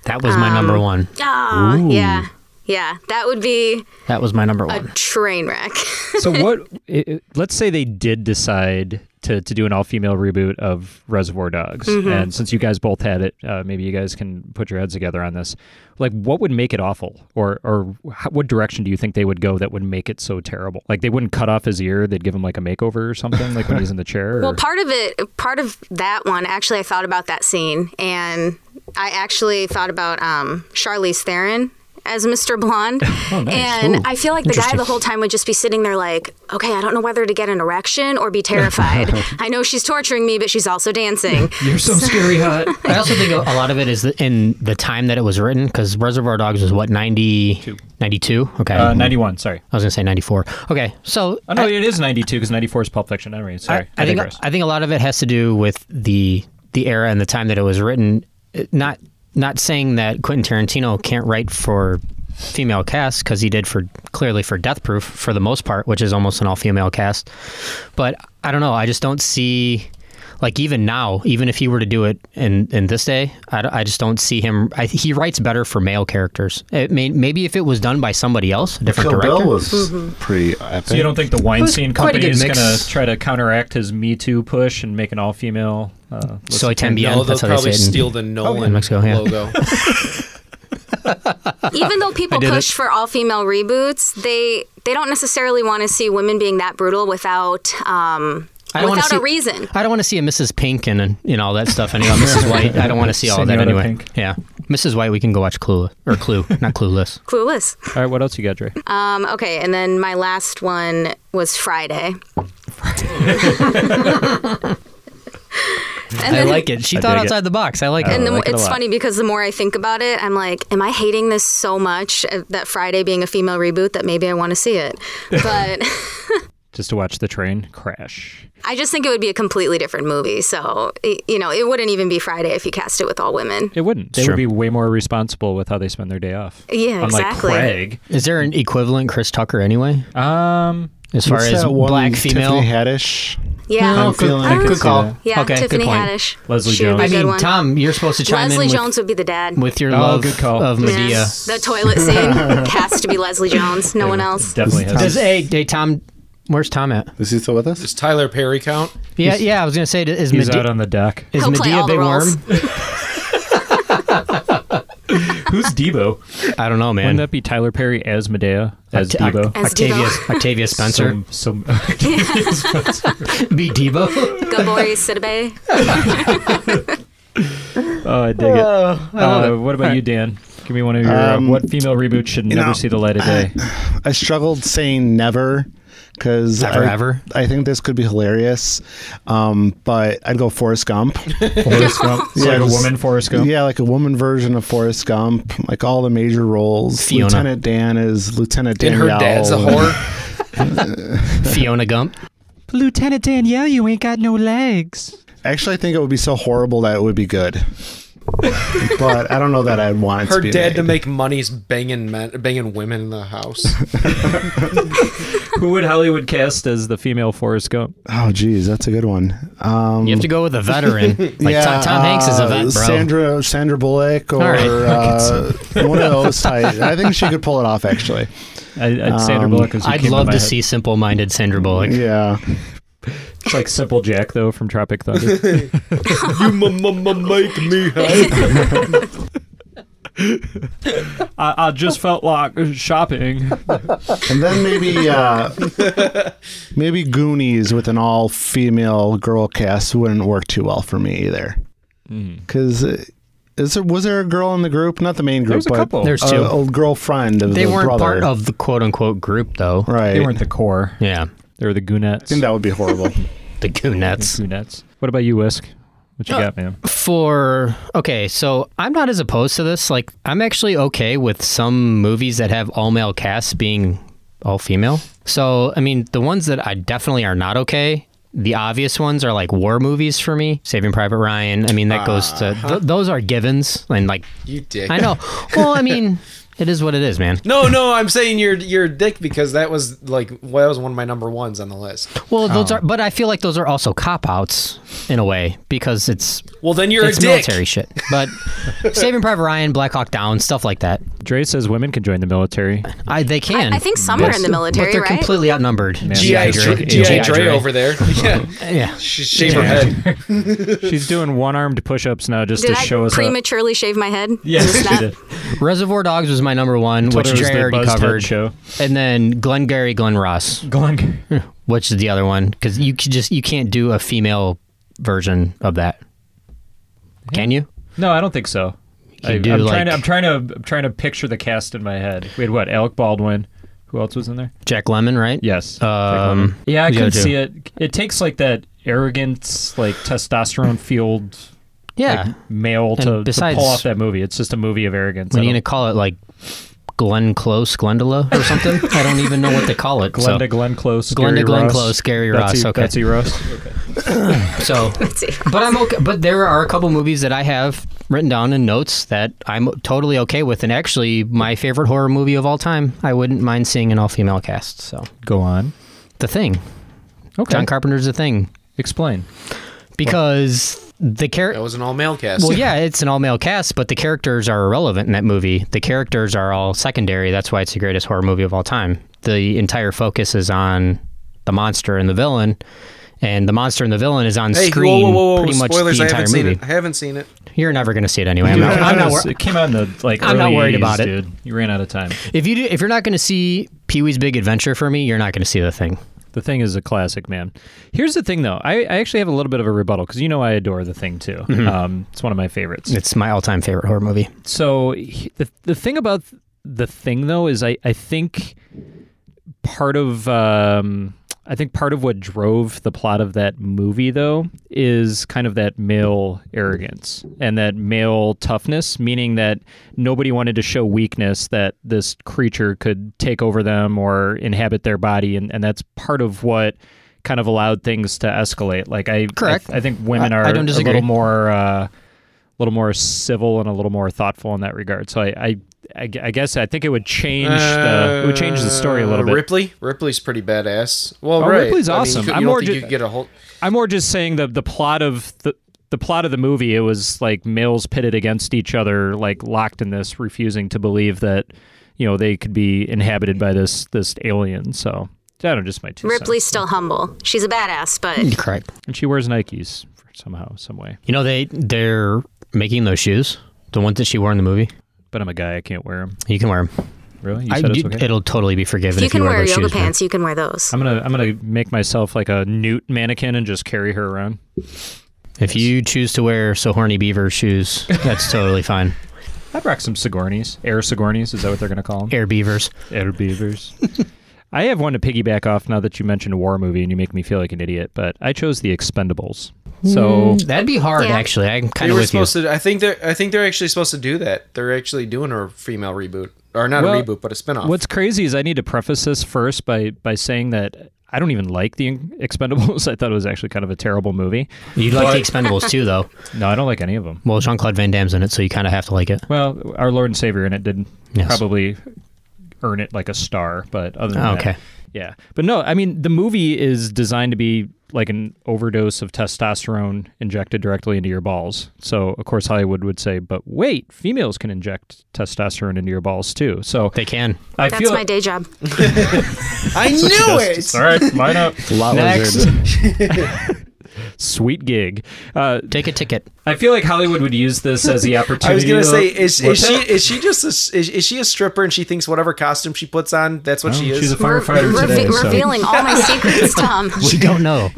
[SPEAKER 3] That was my number one.
[SPEAKER 4] Ah,
[SPEAKER 3] Ooh.
[SPEAKER 4] yeah, yeah. That would be
[SPEAKER 3] That was my number
[SPEAKER 4] a
[SPEAKER 3] one.
[SPEAKER 4] train wreck.
[SPEAKER 2] so what? It, it- let's say they did decide to to do an all female reboot of Reservoir Dogs,
[SPEAKER 3] Mm-hmm.
[SPEAKER 4] Mhm.
[SPEAKER 2] and since you guys both had it, uh, maybe you guys can put your heads together on this. Like, what would make it awful, or or how, what direction do you think they would go that would make it so terrible? Like, they wouldn't cut off his ear; they'd give him like a makeover or something, like when he's in the chair.
[SPEAKER 4] Well,
[SPEAKER 2] or-
[SPEAKER 4] part of it, part of that one, actually, I thought about that scene, and I actually thought about um, Charlize Theron as Mr. Blonde,
[SPEAKER 3] Oh,
[SPEAKER 4] and
[SPEAKER 10] Ooh,
[SPEAKER 4] I feel like the guy
[SPEAKER 10] interesting.
[SPEAKER 4] the whole time would just be sitting there like, okay, I don't know whether to get an erection or be terrified. I know she's torturing me, but she's also dancing.
[SPEAKER 2] You're so scary hot.
[SPEAKER 3] I also think a a lot of it is the- in the time that it was written because Reservoir Dogs was what 90, 92? Okay,
[SPEAKER 2] Uh, 91, Sorry,
[SPEAKER 3] I was gonna say ninety four. Okay, so
[SPEAKER 2] oh, no, it is ninety two because ninety four is Pulp Fiction. Anyway, sorry,
[SPEAKER 3] I, I think
[SPEAKER 2] digress.
[SPEAKER 3] I think a lot of it has to do with the the era and the time that it was written. It- Not not saying that Quentin Tarantino can't write for female casts because he did for clearly for Death Proof for the most part, which is almost an all female cast. But I don't know. I just don't see. Like even now, even if he were to do it in, in this day, I, d- I just don't see him. I, he writes better for male characters. It may, maybe if it was done by somebody else, a different
[SPEAKER 5] Kill
[SPEAKER 3] director.
[SPEAKER 5] Bill was pretty epic.
[SPEAKER 2] So you don't think the Weinstein
[SPEAKER 3] It was quite a
[SPEAKER 2] company
[SPEAKER 3] good
[SPEAKER 2] is going
[SPEAKER 3] mix.
[SPEAKER 2] to try to counteract his Me Too push and make an all-female? Uh,
[SPEAKER 3] Soy
[SPEAKER 2] listing?
[SPEAKER 3] Tambien, No, that's they'll how they probably say it in- steal the
[SPEAKER 1] Nolan
[SPEAKER 3] in Mexico, yeah.
[SPEAKER 1] logo.
[SPEAKER 4] Even though people
[SPEAKER 3] I did
[SPEAKER 4] push
[SPEAKER 3] it.
[SPEAKER 4] for all female reboots, they they don't necessarily want to see women being that brutal without um,
[SPEAKER 3] I don't wanna
[SPEAKER 4] without a
[SPEAKER 3] see-
[SPEAKER 4] reason.
[SPEAKER 3] I don't want to see a Mrs. Pink and, and you know all that stuff anyway. Mrs. White, I don't want to see all of that
[SPEAKER 2] Senora
[SPEAKER 3] anyway.
[SPEAKER 2] Pink.
[SPEAKER 3] Yeah, Mrs. White, we can go watch Clue or Clue, not Clueless.
[SPEAKER 4] Clueless.
[SPEAKER 2] All right, what else you got, Dre?
[SPEAKER 4] Um, okay, and then my last one was Friday. And
[SPEAKER 3] I
[SPEAKER 4] then-
[SPEAKER 3] like it. She
[SPEAKER 4] I
[SPEAKER 3] thought
[SPEAKER 4] dig it.
[SPEAKER 3] outside the box. I like it.
[SPEAKER 4] and the, mo- it's funny because the more I think about it, I'm like, am I hating this so much uh, that Friday being a female reboot that maybe I want to see it? But
[SPEAKER 2] Just to watch the train crash.
[SPEAKER 4] I just think it would be a completely different movie. So, y- you know, it wouldn't even be Friday if you cast it with all women.
[SPEAKER 2] It wouldn't. They would be way more responsible with how they spend their day off.
[SPEAKER 4] Yeah,
[SPEAKER 2] Unlike
[SPEAKER 4] exactly.
[SPEAKER 2] Craig.
[SPEAKER 3] Is there an equivalent Chris Tucker anyway?
[SPEAKER 2] Um,
[SPEAKER 3] as far
[SPEAKER 5] What's
[SPEAKER 3] as
[SPEAKER 5] that one,
[SPEAKER 3] black female
[SPEAKER 5] Tiffany Haddish.
[SPEAKER 4] Yeah.
[SPEAKER 3] No,
[SPEAKER 4] I'm
[SPEAKER 3] Oh, good,
[SPEAKER 4] feeling I could
[SPEAKER 3] good
[SPEAKER 4] see
[SPEAKER 3] call.
[SPEAKER 4] that. Yeah,
[SPEAKER 3] okay,
[SPEAKER 4] Tiffany
[SPEAKER 3] good point.
[SPEAKER 4] Haddish. Leslie She would be
[SPEAKER 3] I
[SPEAKER 4] a good
[SPEAKER 3] mean,
[SPEAKER 4] one.
[SPEAKER 3] Tom, you're supposed to chime
[SPEAKER 4] Leslie
[SPEAKER 3] in with,
[SPEAKER 4] Jones would be the dad.
[SPEAKER 3] with your
[SPEAKER 2] Oh,
[SPEAKER 3] love
[SPEAKER 2] good call.
[SPEAKER 3] of
[SPEAKER 4] Yeah.
[SPEAKER 3] Medea.
[SPEAKER 4] The toilet scene has to be Leslie Jones, no one else.
[SPEAKER 2] Definitely has.
[SPEAKER 3] Does hey, hey Tom, where's Tom at?
[SPEAKER 5] Is he still with us?
[SPEAKER 1] Does Tyler Perry count?
[SPEAKER 3] Yeah, yeah. I was gonna say, is
[SPEAKER 2] He's
[SPEAKER 3] Medea
[SPEAKER 2] out on the deck.
[SPEAKER 3] is
[SPEAKER 4] He'll play
[SPEAKER 3] Medea a
[SPEAKER 4] all the
[SPEAKER 3] big worm?
[SPEAKER 4] roles.
[SPEAKER 2] Who's Debo?
[SPEAKER 3] I don't know, man.
[SPEAKER 2] Wouldn't that be Tyler Perry as Medea as
[SPEAKER 3] Oct-
[SPEAKER 2] Debo?
[SPEAKER 3] Oct- Octavia, Octavia Spencer.
[SPEAKER 2] So,
[SPEAKER 3] be Debo.
[SPEAKER 4] Gabori Sidibe.
[SPEAKER 2] oh, I dig it.
[SPEAKER 3] Oh, I love
[SPEAKER 2] Uh,
[SPEAKER 3] it.
[SPEAKER 2] What about you, Dan? Give me one of your
[SPEAKER 5] Um,
[SPEAKER 2] uh, what female reboot should
[SPEAKER 5] you
[SPEAKER 2] never
[SPEAKER 5] know,
[SPEAKER 2] see the light of day.
[SPEAKER 5] I struggled saying never because
[SPEAKER 3] Never
[SPEAKER 5] I,
[SPEAKER 3] ever?
[SPEAKER 5] I think this could be hilarious, um, but I'd go Forrest Gump.
[SPEAKER 2] Forrest Gump. So like a woman Forrest Gump?
[SPEAKER 5] Yeah, like a woman version of Forrest Gump. Like all the major roles.
[SPEAKER 3] Fiona.
[SPEAKER 5] Lieutenant Dan is Lieutenant Dan.
[SPEAKER 1] And her dad's a whore.
[SPEAKER 3] Fiona Gump.
[SPEAKER 11] Lieutenant Danielle, you ain't got no legs.
[SPEAKER 5] Actually, I think it would be so horrible that it would be good. but I don't know that I'd want it
[SPEAKER 1] Her
[SPEAKER 5] to be
[SPEAKER 1] dad to
[SPEAKER 5] made.
[SPEAKER 1] make money is banging men, banging women in the house.
[SPEAKER 2] Who would Hollywood cast as the female Forrest Gump?
[SPEAKER 5] Oh, geez, that's a good one. Um,
[SPEAKER 3] You have to go with a veteran. Like Tom, Tom Hanks is a
[SPEAKER 5] uh,
[SPEAKER 3] vet, bro.
[SPEAKER 5] Sandra Sandra Bullock or
[SPEAKER 3] All right.
[SPEAKER 5] uh, one of those type. I think she could pull it off actually.
[SPEAKER 2] I, I, Sandra
[SPEAKER 5] Um,
[SPEAKER 2] Bullock is. who
[SPEAKER 3] I'd
[SPEAKER 2] came
[SPEAKER 3] love
[SPEAKER 2] my
[SPEAKER 3] to
[SPEAKER 2] head.
[SPEAKER 3] see simple-minded Sandra Bullock.
[SPEAKER 5] Yeah.
[SPEAKER 2] It's like Simple Jack though from Tropic Thunder.
[SPEAKER 1] you m- m- m- make me happy.
[SPEAKER 2] I, I just felt like shopping.
[SPEAKER 5] And then maybe uh, maybe Goonies with an all female girl cast wouldn't work too well for me either.
[SPEAKER 2] Mm-hmm.
[SPEAKER 5] Because is there was there a girl in the group? Not the main group,
[SPEAKER 2] There's a
[SPEAKER 5] but
[SPEAKER 2] couple.
[SPEAKER 3] There's two.
[SPEAKER 5] a, a girlfriend of
[SPEAKER 3] They
[SPEAKER 5] the
[SPEAKER 3] weren't
[SPEAKER 5] brother.
[SPEAKER 3] part of the quote-unquote group, though.
[SPEAKER 5] right.
[SPEAKER 2] They weren't the core.
[SPEAKER 3] Yeah,
[SPEAKER 2] They were the Goonettes.
[SPEAKER 5] I think that would be horrible.
[SPEAKER 3] the Goonettes.
[SPEAKER 2] Goonettes. What about you, Whisk? What you got, man?
[SPEAKER 3] for okay so i'm not as opposed to this like i'm actually okay with some movies that have all male casts being all female so i mean the ones that i definitely are not okay the obvious ones are like war movies for me saving private
[SPEAKER 1] Uh-huh.
[SPEAKER 3] ryan i mean that goes to th- those are givens and like
[SPEAKER 1] you dick.
[SPEAKER 3] i know well i mean It is what it is, man.
[SPEAKER 1] No, no, I'm saying you're you're a dick because that was like well, that was one of my number ones on the list.
[SPEAKER 3] Well, those
[SPEAKER 1] Oh.
[SPEAKER 3] are, but I feel like those are also cop outs in a way because it's
[SPEAKER 1] Well, then you're a
[SPEAKER 3] it's
[SPEAKER 1] dick.
[SPEAKER 3] military shit. But Saving Private Ryan, Black Hawk Down, stuff like that.
[SPEAKER 2] Dre says women can join the military.
[SPEAKER 3] I they can.
[SPEAKER 4] I think some are in the military,
[SPEAKER 3] but they're
[SPEAKER 4] right?
[SPEAKER 3] completely outnumbered.
[SPEAKER 1] GI Dre, GI Dre over there. Yeah,
[SPEAKER 3] Yeah.
[SPEAKER 1] Sh- shave her head.
[SPEAKER 2] She's doing one armed push ups now just
[SPEAKER 4] Did
[SPEAKER 2] to
[SPEAKER 4] I
[SPEAKER 2] show us. up.
[SPEAKER 4] prematurely shave my head?
[SPEAKER 2] Yes,
[SPEAKER 4] Is that-
[SPEAKER 2] she did.
[SPEAKER 3] Reservoir Dogs was my number one,
[SPEAKER 2] Told
[SPEAKER 3] which
[SPEAKER 2] her it was
[SPEAKER 3] Dre
[SPEAKER 2] the
[SPEAKER 3] already
[SPEAKER 2] Buzzed Head
[SPEAKER 3] covered.
[SPEAKER 2] show.
[SPEAKER 3] And then Glengarry Glen Ross,
[SPEAKER 2] Glenn.
[SPEAKER 3] which is the other one because you c- just you can't do a female version of that. Can you?
[SPEAKER 2] No, I don't think so.
[SPEAKER 3] You
[SPEAKER 2] I,
[SPEAKER 3] do,
[SPEAKER 2] am
[SPEAKER 3] like-
[SPEAKER 2] trying to, I'm trying to, I'm trying to picture the cast in my head. We had what? Alec Baldwin. Who else was in there?
[SPEAKER 3] Jack Lemon, right?
[SPEAKER 2] Yes.
[SPEAKER 3] Um,
[SPEAKER 2] Yeah, I
[SPEAKER 3] the other
[SPEAKER 2] can
[SPEAKER 3] two.
[SPEAKER 2] see it. It takes like that arrogance, like testosterone fueled
[SPEAKER 3] Yeah.
[SPEAKER 2] male
[SPEAKER 3] And
[SPEAKER 2] to,
[SPEAKER 3] besides-
[SPEAKER 2] to pull off that movie. It's just a movie of arrogance.
[SPEAKER 3] What
[SPEAKER 2] I
[SPEAKER 3] are you gonna
[SPEAKER 2] don't-
[SPEAKER 3] call it like Glenn Close, Glendola, or something? I don't even know what they call it. so-
[SPEAKER 2] Glenda Glenn Close.
[SPEAKER 3] Glenda
[SPEAKER 2] Gary
[SPEAKER 3] Glenn
[SPEAKER 2] Ross,
[SPEAKER 3] Close, Gary
[SPEAKER 2] Betsy,
[SPEAKER 3] Ross, okay.
[SPEAKER 2] Betsy Ross.
[SPEAKER 3] So, but I'm okay. But there are a couple movies that I have written down in notes that I'm totally okay with, and actually my favorite horror movie of all time. I wouldn't mind seeing an all-female cast. So,
[SPEAKER 2] Go on.
[SPEAKER 3] The Thing,
[SPEAKER 2] Okay.
[SPEAKER 3] John Carpenter's The Thing,
[SPEAKER 2] Explain.
[SPEAKER 3] because the character.
[SPEAKER 1] That was an all male cast.
[SPEAKER 3] Well, yeah, it's an all-male cast, but the characters are irrelevant in that movie. The characters are all secondary. That's why it's the greatest horror movie of all time. The entire focus is on the monster and the villain. And the monster and the villain is on
[SPEAKER 1] Hey,
[SPEAKER 3] screen
[SPEAKER 1] whoa, whoa, whoa, whoa!
[SPEAKER 3] pretty much
[SPEAKER 1] Spoilers!
[SPEAKER 3] the
[SPEAKER 1] I
[SPEAKER 3] entire
[SPEAKER 1] haven't
[SPEAKER 3] movie.
[SPEAKER 1] seen it. I haven't seen it.
[SPEAKER 3] You're never going to see it anyway. I'm not, I'm not wor-
[SPEAKER 2] it came out in the like.
[SPEAKER 3] I'm not
[SPEAKER 2] early
[SPEAKER 3] worried
[SPEAKER 2] 80s,
[SPEAKER 3] about it.
[SPEAKER 2] dude. You ran out of time.
[SPEAKER 3] if you do, if you're not going to see Pee Wee's Big Adventure for me, you're not going to see the thing.
[SPEAKER 2] The thing is a classic, man. Here's the thing, though. I, I actually have a little bit of a rebuttal because you know I adore the thing too. Um, it's one of my favorites.
[SPEAKER 3] It's my all-time favorite horror movie.
[SPEAKER 2] so he- the the thing about the thing though is I I think part of um I think part of what drove the plot of that movie though is kind of that male arrogance and that male toughness meaning that nobody wanted to show weakness that this creature could take over them or inhabit their body and, and that's part of what kind of allowed things to escalate like I I-
[SPEAKER 3] Correct.
[SPEAKER 2] I, think women
[SPEAKER 3] I-
[SPEAKER 2] are
[SPEAKER 3] I don't
[SPEAKER 2] a
[SPEAKER 3] disagree.
[SPEAKER 2] little more uh a little more civil and a little more thoughtful in that regard. So I, I, I gu- I guess I think it would change the uh, it would change the story a little
[SPEAKER 1] Uh,
[SPEAKER 2] bit.
[SPEAKER 1] Ripley, Ripley's pretty badass. Well,
[SPEAKER 2] Oh,
[SPEAKER 1] right.
[SPEAKER 2] Ripley's
[SPEAKER 1] I mean,
[SPEAKER 2] awesome.
[SPEAKER 1] you,
[SPEAKER 2] I'm
[SPEAKER 1] you don't
[SPEAKER 2] more
[SPEAKER 1] think
[SPEAKER 2] ju-
[SPEAKER 1] you could get a whole.
[SPEAKER 2] I'm more just saying the the plot of the. The plot of the movie, it was like males pitted against each other, like locked in this, refusing to believe that, you know, they could be inhabited by this this alien. So I don't know, just my two cents.
[SPEAKER 4] Ripley's still humble. She's a badass, but
[SPEAKER 3] Correct.
[SPEAKER 2] And she wears Nikes for somehow, some way.
[SPEAKER 3] You know they they're making those shoes, the ones that she wore in the movie.
[SPEAKER 2] But I'm a guy, I can't wear them.
[SPEAKER 3] You can wear them.
[SPEAKER 2] Really? You
[SPEAKER 3] I,
[SPEAKER 2] said it's
[SPEAKER 3] you-
[SPEAKER 2] okay?
[SPEAKER 3] It'll totally be forgiven
[SPEAKER 4] if
[SPEAKER 3] if
[SPEAKER 4] you can
[SPEAKER 3] wear,
[SPEAKER 4] wear
[SPEAKER 3] those
[SPEAKER 4] yoga
[SPEAKER 3] shoes. man.
[SPEAKER 4] pants, you can wear those.
[SPEAKER 2] I'm gonna I'm gonna make myself like a newt mannequin and just carry her around.
[SPEAKER 3] If you choose to wear so horny beaver shoes, that's totally fine.
[SPEAKER 2] I'd rock some Sigourneys. Air Sigourneys, is that what they're going to call them?
[SPEAKER 3] Air beavers.
[SPEAKER 2] Air beavers. I have one to piggyback off now that you mentioned a war movie and you make me feel like an idiot, but I chose The Expendables. So
[SPEAKER 3] That'd be hard,
[SPEAKER 4] Yeah.
[SPEAKER 3] actually. I'm
[SPEAKER 1] They
[SPEAKER 3] kind of
[SPEAKER 1] were
[SPEAKER 3] with you.
[SPEAKER 1] supposed to. I think they're. I think they're actually supposed to do that. They're actually doing a female reboot, or not
[SPEAKER 2] Well,
[SPEAKER 1] a reboot, but a
[SPEAKER 3] Hmm.
[SPEAKER 1] spinoff.
[SPEAKER 2] what's crazy is I need to preface this first by, by saying that I don't even like The Expendables. I thought it was actually kind of a terrible movie.
[SPEAKER 3] You'd like the Expendables too, though.
[SPEAKER 2] No, I don't like any of them.
[SPEAKER 3] Well, Jean Claude Van Damme's in it, so you kind of have to like it.
[SPEAKER 2] Well, our Lord and Savior in it did
[SPEAKER 3] Yes.
[SPEAKER 2] probably earn it like a star, but other than
[SPEAKER 3] Oh,
[SPEAKER 2] that,
[SPEAKER 3] okay.
[SPEAKER 2] yeah. But no, I mean the movie is designed to be like an overdose of testosterone injected directly into your balls. So of course Hollywood would say, but wait, females can inject testosterone into your balls too. So
[SPEAKER 3] They can.
[SPEAKER 2] I
[SPEAKER 4] That's
[SPEAKER 2] feel
[SPEAKER 4] my day job.
[SPEAKER 1] I knew it.
[SPEAKER 2] all right, line up.
[SPEAKER 12] Lot
[SPEAKER 3] Next.
[SPEAKER 12] Lizard.
[SPEAKER 2] Sweet gig. Uh,
[SPEAKER 3] Take a ticket.
[SPEAKER 2] I feel like Hollywood would use this as the opportunity.
[SPEAKER 1] I was gonna
[SPEAKER 2] to-
[SPEAKER 1] say, is,
[SPEAKER 2] What's
[SPEAKER 1] is she
[SPEAKER 2] that?
[SPEAKER 1] is she just a, is, is she a stripper and she thinks whatever costume she puts on that's what
[SPEAKER 2] Oh,
[SPEAKER 1] she is?
[SPEAKER 2] she's a
[SPEAKER 4] We're
[SPEAKER 2] firefighter today. so-
[SPEAKER 4] Revealing all my secrets, Tom.
[SPEAKER 3] We don't know.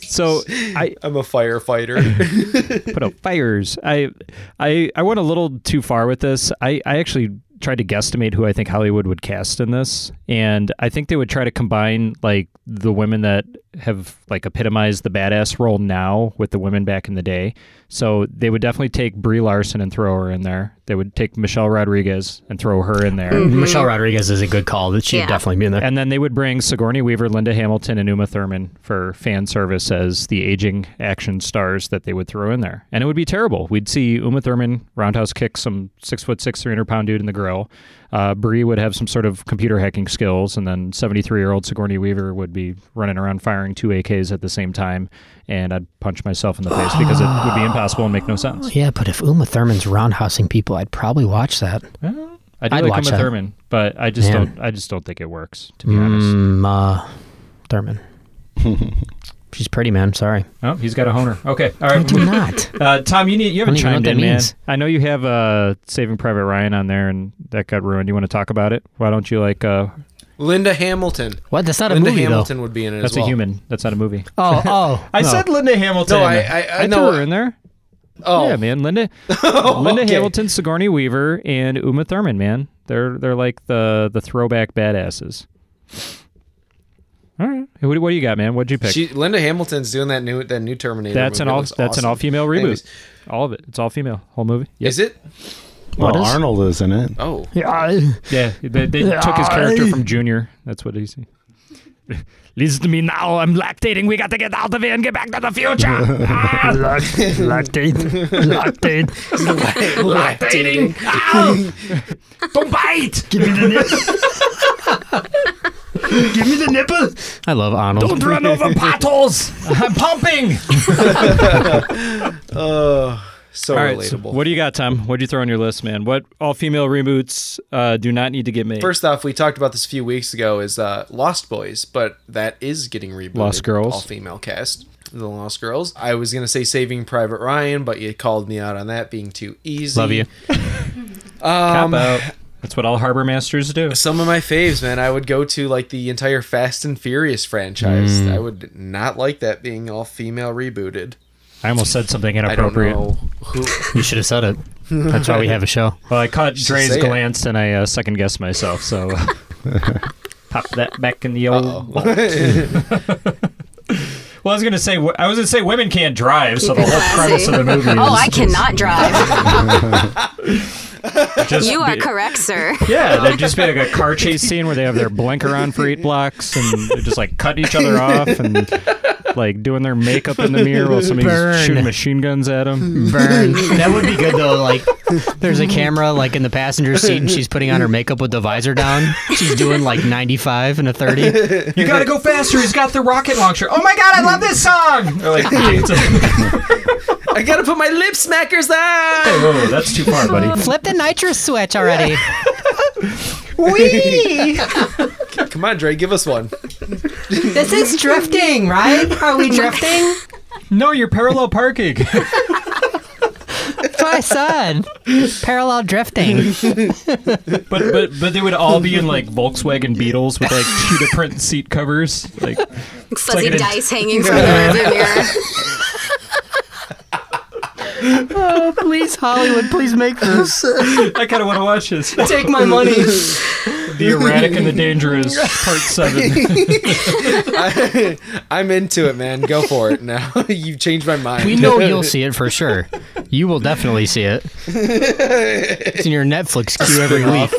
[SPEAKER 2] so I,
[SPEAKER 1] I'm a firefighter.
[SPEAKER 2] put out fires. I I I went a little too far with this. I I actually tried to guesstimate who I think Hollywood would cast in this, and I think they would try to combine like the women that have like epitomized the badass role now with the women back in the day. So they would definitely take Brie Larson and throw her in there. They would take Michelle Rodriguez and throw her in there.
[SPEAKER 3] Mhm. Michelle Rodriguez is a good call. That she'd
[SPEAKER 2] Yeah.
[SPEAKER 3] definitely be in there.
[SPEAKER 2] And then they would bring Sigourney Weaver, Linda Hamilton, and Uma Thurman for fan service as the aging action stars that they would throw in there. And it would be terrible. We'd see Uma Thurman roundhouse kick some six foot six, 300 pound dude in the grill. Uh, Brie would have some sort of computer hacking skills. And then 73 year old Sigourney Weaver would be running around firing two AKs at the same time. And I'd punch myself in the face because it would be impossible and make no sense.
[SPEAKER 3] Yeah, but if Uma Thurman's roundhousing people, I'd probably watch that.
[SPEAKER 2] I do
[SPEAKER 3] I'd
[SPEAKER 2] like
[SPEAKER 3] watch
[SPEAKER 2] Uma
[SPEAKER 3] that.
[SPEAKER 2] Thurman, but I just
[SPEAKER 3] Man.
[SPEAKER 2] don't. I just don't think it works. To be
[SPEAKER 3] Mm, uh, Thurman. She's pretty, man. Sorry.
[SPEAKER 2] Oh, he's got a honer. Okay, all right.
[SPEAKER 3] I do not.
[SPEAKER 2] Uh, Tom, you need you haven't
[SPEAKER 3] I don't even
[SPEAKER 2] chimed
[SPEAKER 3] know what
[SPEAKER 2] in,
[SPEAKER 3] that
[SPEAKER 2] man.
[SPEAKER 3] means.
[SPEAKER 2] I know you have uh, Saving Private Ryan on there, and that got ruined. You want to talk about it? Why don't you like? Uh,
[SPEAKER 1] Linda Hamilton.
[SPEAKER 3] What? That's not a
[SPEAKER 1] Linda
[SPEAKER 3] movie, though.
[SPEAKER 1] Hamilton would be in it.
[SPEAKER 2] that's
[SPEAKER 1] as well.
[SPEAKER 2] a human. That's not a movie.
[SPEAKER 3] Oh, oh.
[SPEAKER 2] I
[SPEAKER 3] no.
[SPEAKER 2] said Linda Hamilton.
[SPEAKER 1] No, I- I- I
[SPEAKER 2] threw
[SPEAKER 1] know-
[SPEAKER 2] her in there.
[SPEAKER 1] Oh.
[SPEAKER 2] yeah, man, Linda, Linda Hamilton, Sigourney Weaver, and Uma Thurman, man. They're they're like the the throwback badasses. All right, what, do- what do you got, man? What'd you pick?
[SPEAKER 1] She, Linda Hamilton's doing that new that new Terminator.
[SPEAKER 2] that's an
[SPEAKER 1] movie. It
[SPEAKER 2] all
[SPEAKER 1] looks
[SPEAKER 2] that's an
[SPEAKER 1] awesome.
[SPEAKER 2] all female reboot.
[SPEAKER 1] Anyways,
[SPEAKER 2] All of it. It's all female. Whole movie.
[SPEAKER 1] Is it?
[SPEAKER 5] Well,
[SPEAKER 2] What is-
[SPEAKER 5] Arnold is in it.
[SPEAKER 1] Oh,
[SPEAKER 3] Yeah,
[SPEAKER 2] Yeah, they, they took his character from Junior. That's what he's. Listen to me now. I'm lactating. We got to get out of here and get back to the future. Ah!
[SPEAKER 3] lactate, lactate,
[SPEAKER 6] Lactating.
[SPEAKER 3] Ow!
[SPEAKER 6] Don't bite!
[SPEAKER 3] Give me the nipple. Give me the nipple. I love Arnold.
[SPEAKER 6] Don't run over potholes! I'm pumping!
[SPEAKER 1] uh, so
[SPEAKER 2] All right,
[SPEAKER 1] relatable.
[SPEAKER 2] so what do you got, Tom? What'd you throw on your list, man? What all female reboots uh, do not need to get made?
[SPEAKER 1] First off, we talked about this a few weeks ago. Is uh, Lost Boys, but that is getting rebooted.
[SPEAKER 2] Lost Girls.
[SPEAKER 1] all female cast. The Lost Girls. I was gonna say Saving Private Ryan, but you called me out on that being too easy.
[SPEAKER 2] Love you.
[SPEAKER 1] Um,
[SPEAKER 2] Cop out. That's what all harbor masters do.
[SPEAKER 1] Some of my faves, man. I would go to like the entire Fast and Furious franchise.
[SPEAKER 2] Mm.
[SPEAKER 1] I would not like that being all female rebooted.
[SPEAKER 2] I almost said something
[SPEAKER 1] I don't
[SPEAKER 2] inappropriate.
[SPEAKER 1] know who.
[SPEAKER 3] You should have said it. That's why we have a show.
[SPEAKER 2] Well, I caught
[SPEAKER 1] Just
[SPEAKER 2] Dre's
[SPEAKER 1] say it.
[SPEAKER 2] glance and I uh, second guessed myself. So uh, pop that back in the old. Well, I was gonna say wh- I was gonna say women can't drive, so the whole premise of the movie. Is,
[SPEAKER 4] oh, I cannot drive.
[SPEAKER 2] Just
[SPEAKER 4] you are
[SPEAKER 2] be-
[SPEAKER 4] correct, sir.
[SPEAKER 2] Yeah, there'd just be like a car chase scene where they have their blinker on for eight blocks and they just like cutting each other off and like doing their makeup in the mirror while somebody's
[SPEAKER 3] Burn.
[SPEAKER 2] shooting machine guns at
[SPEAKER 4] Hmm.
[SPEAKER 2] them.
[SPEAKER 3] Burn. That would be good though. Like, there's a camera like in the passenger seat, and she's putting on her makeup with the visor down. She's doing like 95 and a 30.
[SPEAKER 6] You gotta go faster, he's got the rocket launcher. Oh my god, I love this song!
[SPEAKER 2] Or, like, it's like,
[SPEAKER 1] I gotta put my lip smackers on.
[SPEAKER 2] whoa, whoa, that's too far, buddy.
[SPEAKER 3] Flip the nitrous switch already.
[SPEAKER 1] Wee! Come on, Dre, give us one.
[SPEAKER 3] this is drifting, right? Are we drifting?
[SPEAKER 2] No, you're parallel parking.
[SPEAKER 3] That's what I said. Parallel drifting.
[SPEAKER 2] But but but they would all be in like Volkswagen Beetles with like two different seat covers. Like
[SPEAKER 4] Fuzzy
[SPEAKER 2] like an-
[SPEAKER 4] dice hanging from the rearview mirror.
[SPEAKER 3] Oh, please, Hollywood, please make this.
[SPEAKER 2] I kind of want to watch this.
[SPEAKER 3] Take my money.
[SPEAKER 2] The erratic and the dangerous part seven.
[SPEAKER 1] I, am into it, man. Go for it now. You've changed my mind.
[SPEAKER 3] We know you'll see it for sure. You will definitely see it. It's in your Netflix queue every week.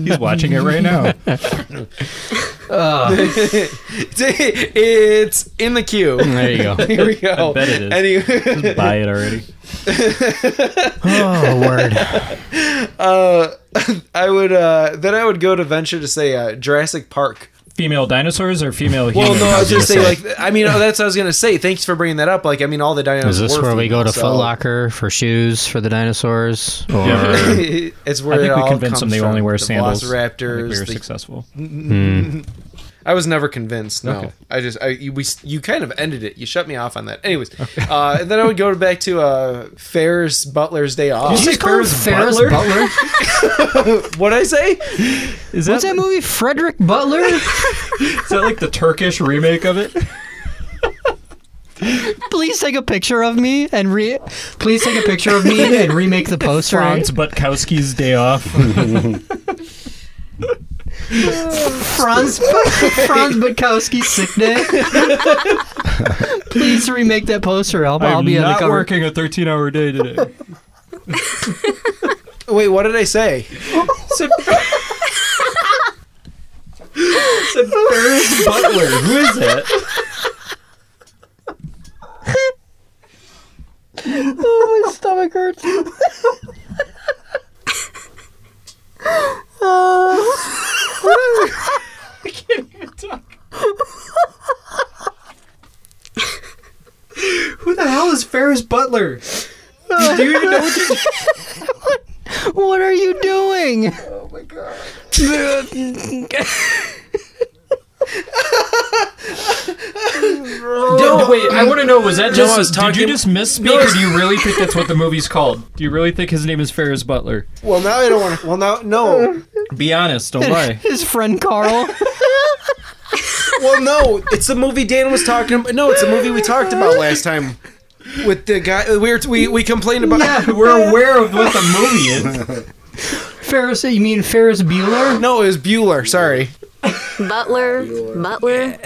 [SPEAKER 2] He's watching it right now.
[SPEAKER 1] it's in the queue.
[SPEAKER 3] There you go.
[SPEAKER 1] Here we go.
[SPEAKER 2] I bet it is.
[SPEAKER 1] Anyway,
[SPEAKER 2] Buy it already.
[SPEAKER 3] Oh, word.
[SPEAKER 1] uh, I would uh, then I would go to venture to say uh, Jurassic Park.
[SPEAKER 2] Female dinosaurs or female
[SPEAKER 1] Well,
[SPEAKER 2] humans?
[SPEAKER 1] no, I was gonna
[SPEAKER 2] Just
[SPEAKER 1] say like I mean oh, that's what I was gonna say. Thanks for bringing that up. Like I mean all the dinosaurs.
[SPEAKER 3] Is this
[SPEAKER 1] were
[SPEAKER 3] where we go
[SPEAKER 1] female,
[SPEAKER 3] to
[SPEAKER 1] so-
[SPEAKER 3] Foot Locker for shoes for the dinosaurs? Or
[SPEAKER 1] it's where
[SPEAKER 2] I think
[SPEAKER 1] it
[SPEAKER 2] we
[SPEAKER 1] all
[SPEAKER 2] convinced them
[SPEAKER 1] comes
[SPEAKER 2] they only
[SPEAKER 1] from.
[SPEAKER 2] wear
[SPEAKER 1] The
[SPEAKER 2] sandals. I
[SPEAKER 1] Velociraptors.
[SPEAKER 2] think we were
[SPEAKER 1] the-
[SPEAKER 2] successful.
[SPEAKER 1] I was never convinced. No,
[SPEAKER 2] Okay.
[SPEAKER 1] I just I, you we you kind of ended it. You shut me off on that. Anyways, uh, and then I would go back to uh, Ferris Butler's Day Off.
[SPEAKER 3] Did you just call him Ferris Butler?
[SPEAKER 1] what I say?
[SPEAKER 2] Is that,
[SPEAKER 3] What's that movie, Frederick Butler?
[SPEAKER 2] is that like the Turkish remake of it?
[SPEAKER 3] please take a picture of me and re. Please take a picture of me and remake the poster.
[SPEAKER 2] Franz Butkowski's Day Off.
[SPEAKER 3] Franz Franz Bukowski sick day. Please remake that poster. I'll, I'll
[SPEAKER 2] I'm
[SPEAKER 3] be on the
[SPEAKER 2] not
[SPEAKER 3] cover.
[SPEAKER 2] working a 13-hour day today.
[SPEAKER 1] Wait, what did I say?
[SPEAKER 6] Ferris Butler. Who is that?
[SPEAKER 3] oh, my stomach hurts.
[SPEAKER 6] I can't even talk.
[SPEAKER 7] Who the hell is Ferris Butler? You do even know what you
[SPEAKER 3] What are you doing?
[SPEAKER 6] Oh my god.
[SPEAKER 7] No, wait, I want to know. Was that just?
[SPEAKER 2] Noah, did you just misspeak,
[SPEAKER 7] No,
[SPEAKER 2] or
[SPEAKER 7] it's-
[SPEAKER 2] do you really think that's what the movie's called? Do you really think his name is Ferris Butler?
[SPEAKER 1] Well, now I don't want to. Well, now no.
[SPEAKER 2] Be honest, don't lie.
[SPEAKER 3] His friend Carl.
[SPEAKER 1] well, no, it's the movie Dan was talking. about. No, it's the movie we talked about last time with the guy. We were, we we complained about.
[SPEAKER 3] Yeah,
[SPEAKER 1] we're aware of what the movie is.
[SPEAKER 3] Ferris, you mean Ferris Bueller?
[SPEAKER 1] No, it was Bueller. Sorry.
[SPEAKER 4] Butler, Butler.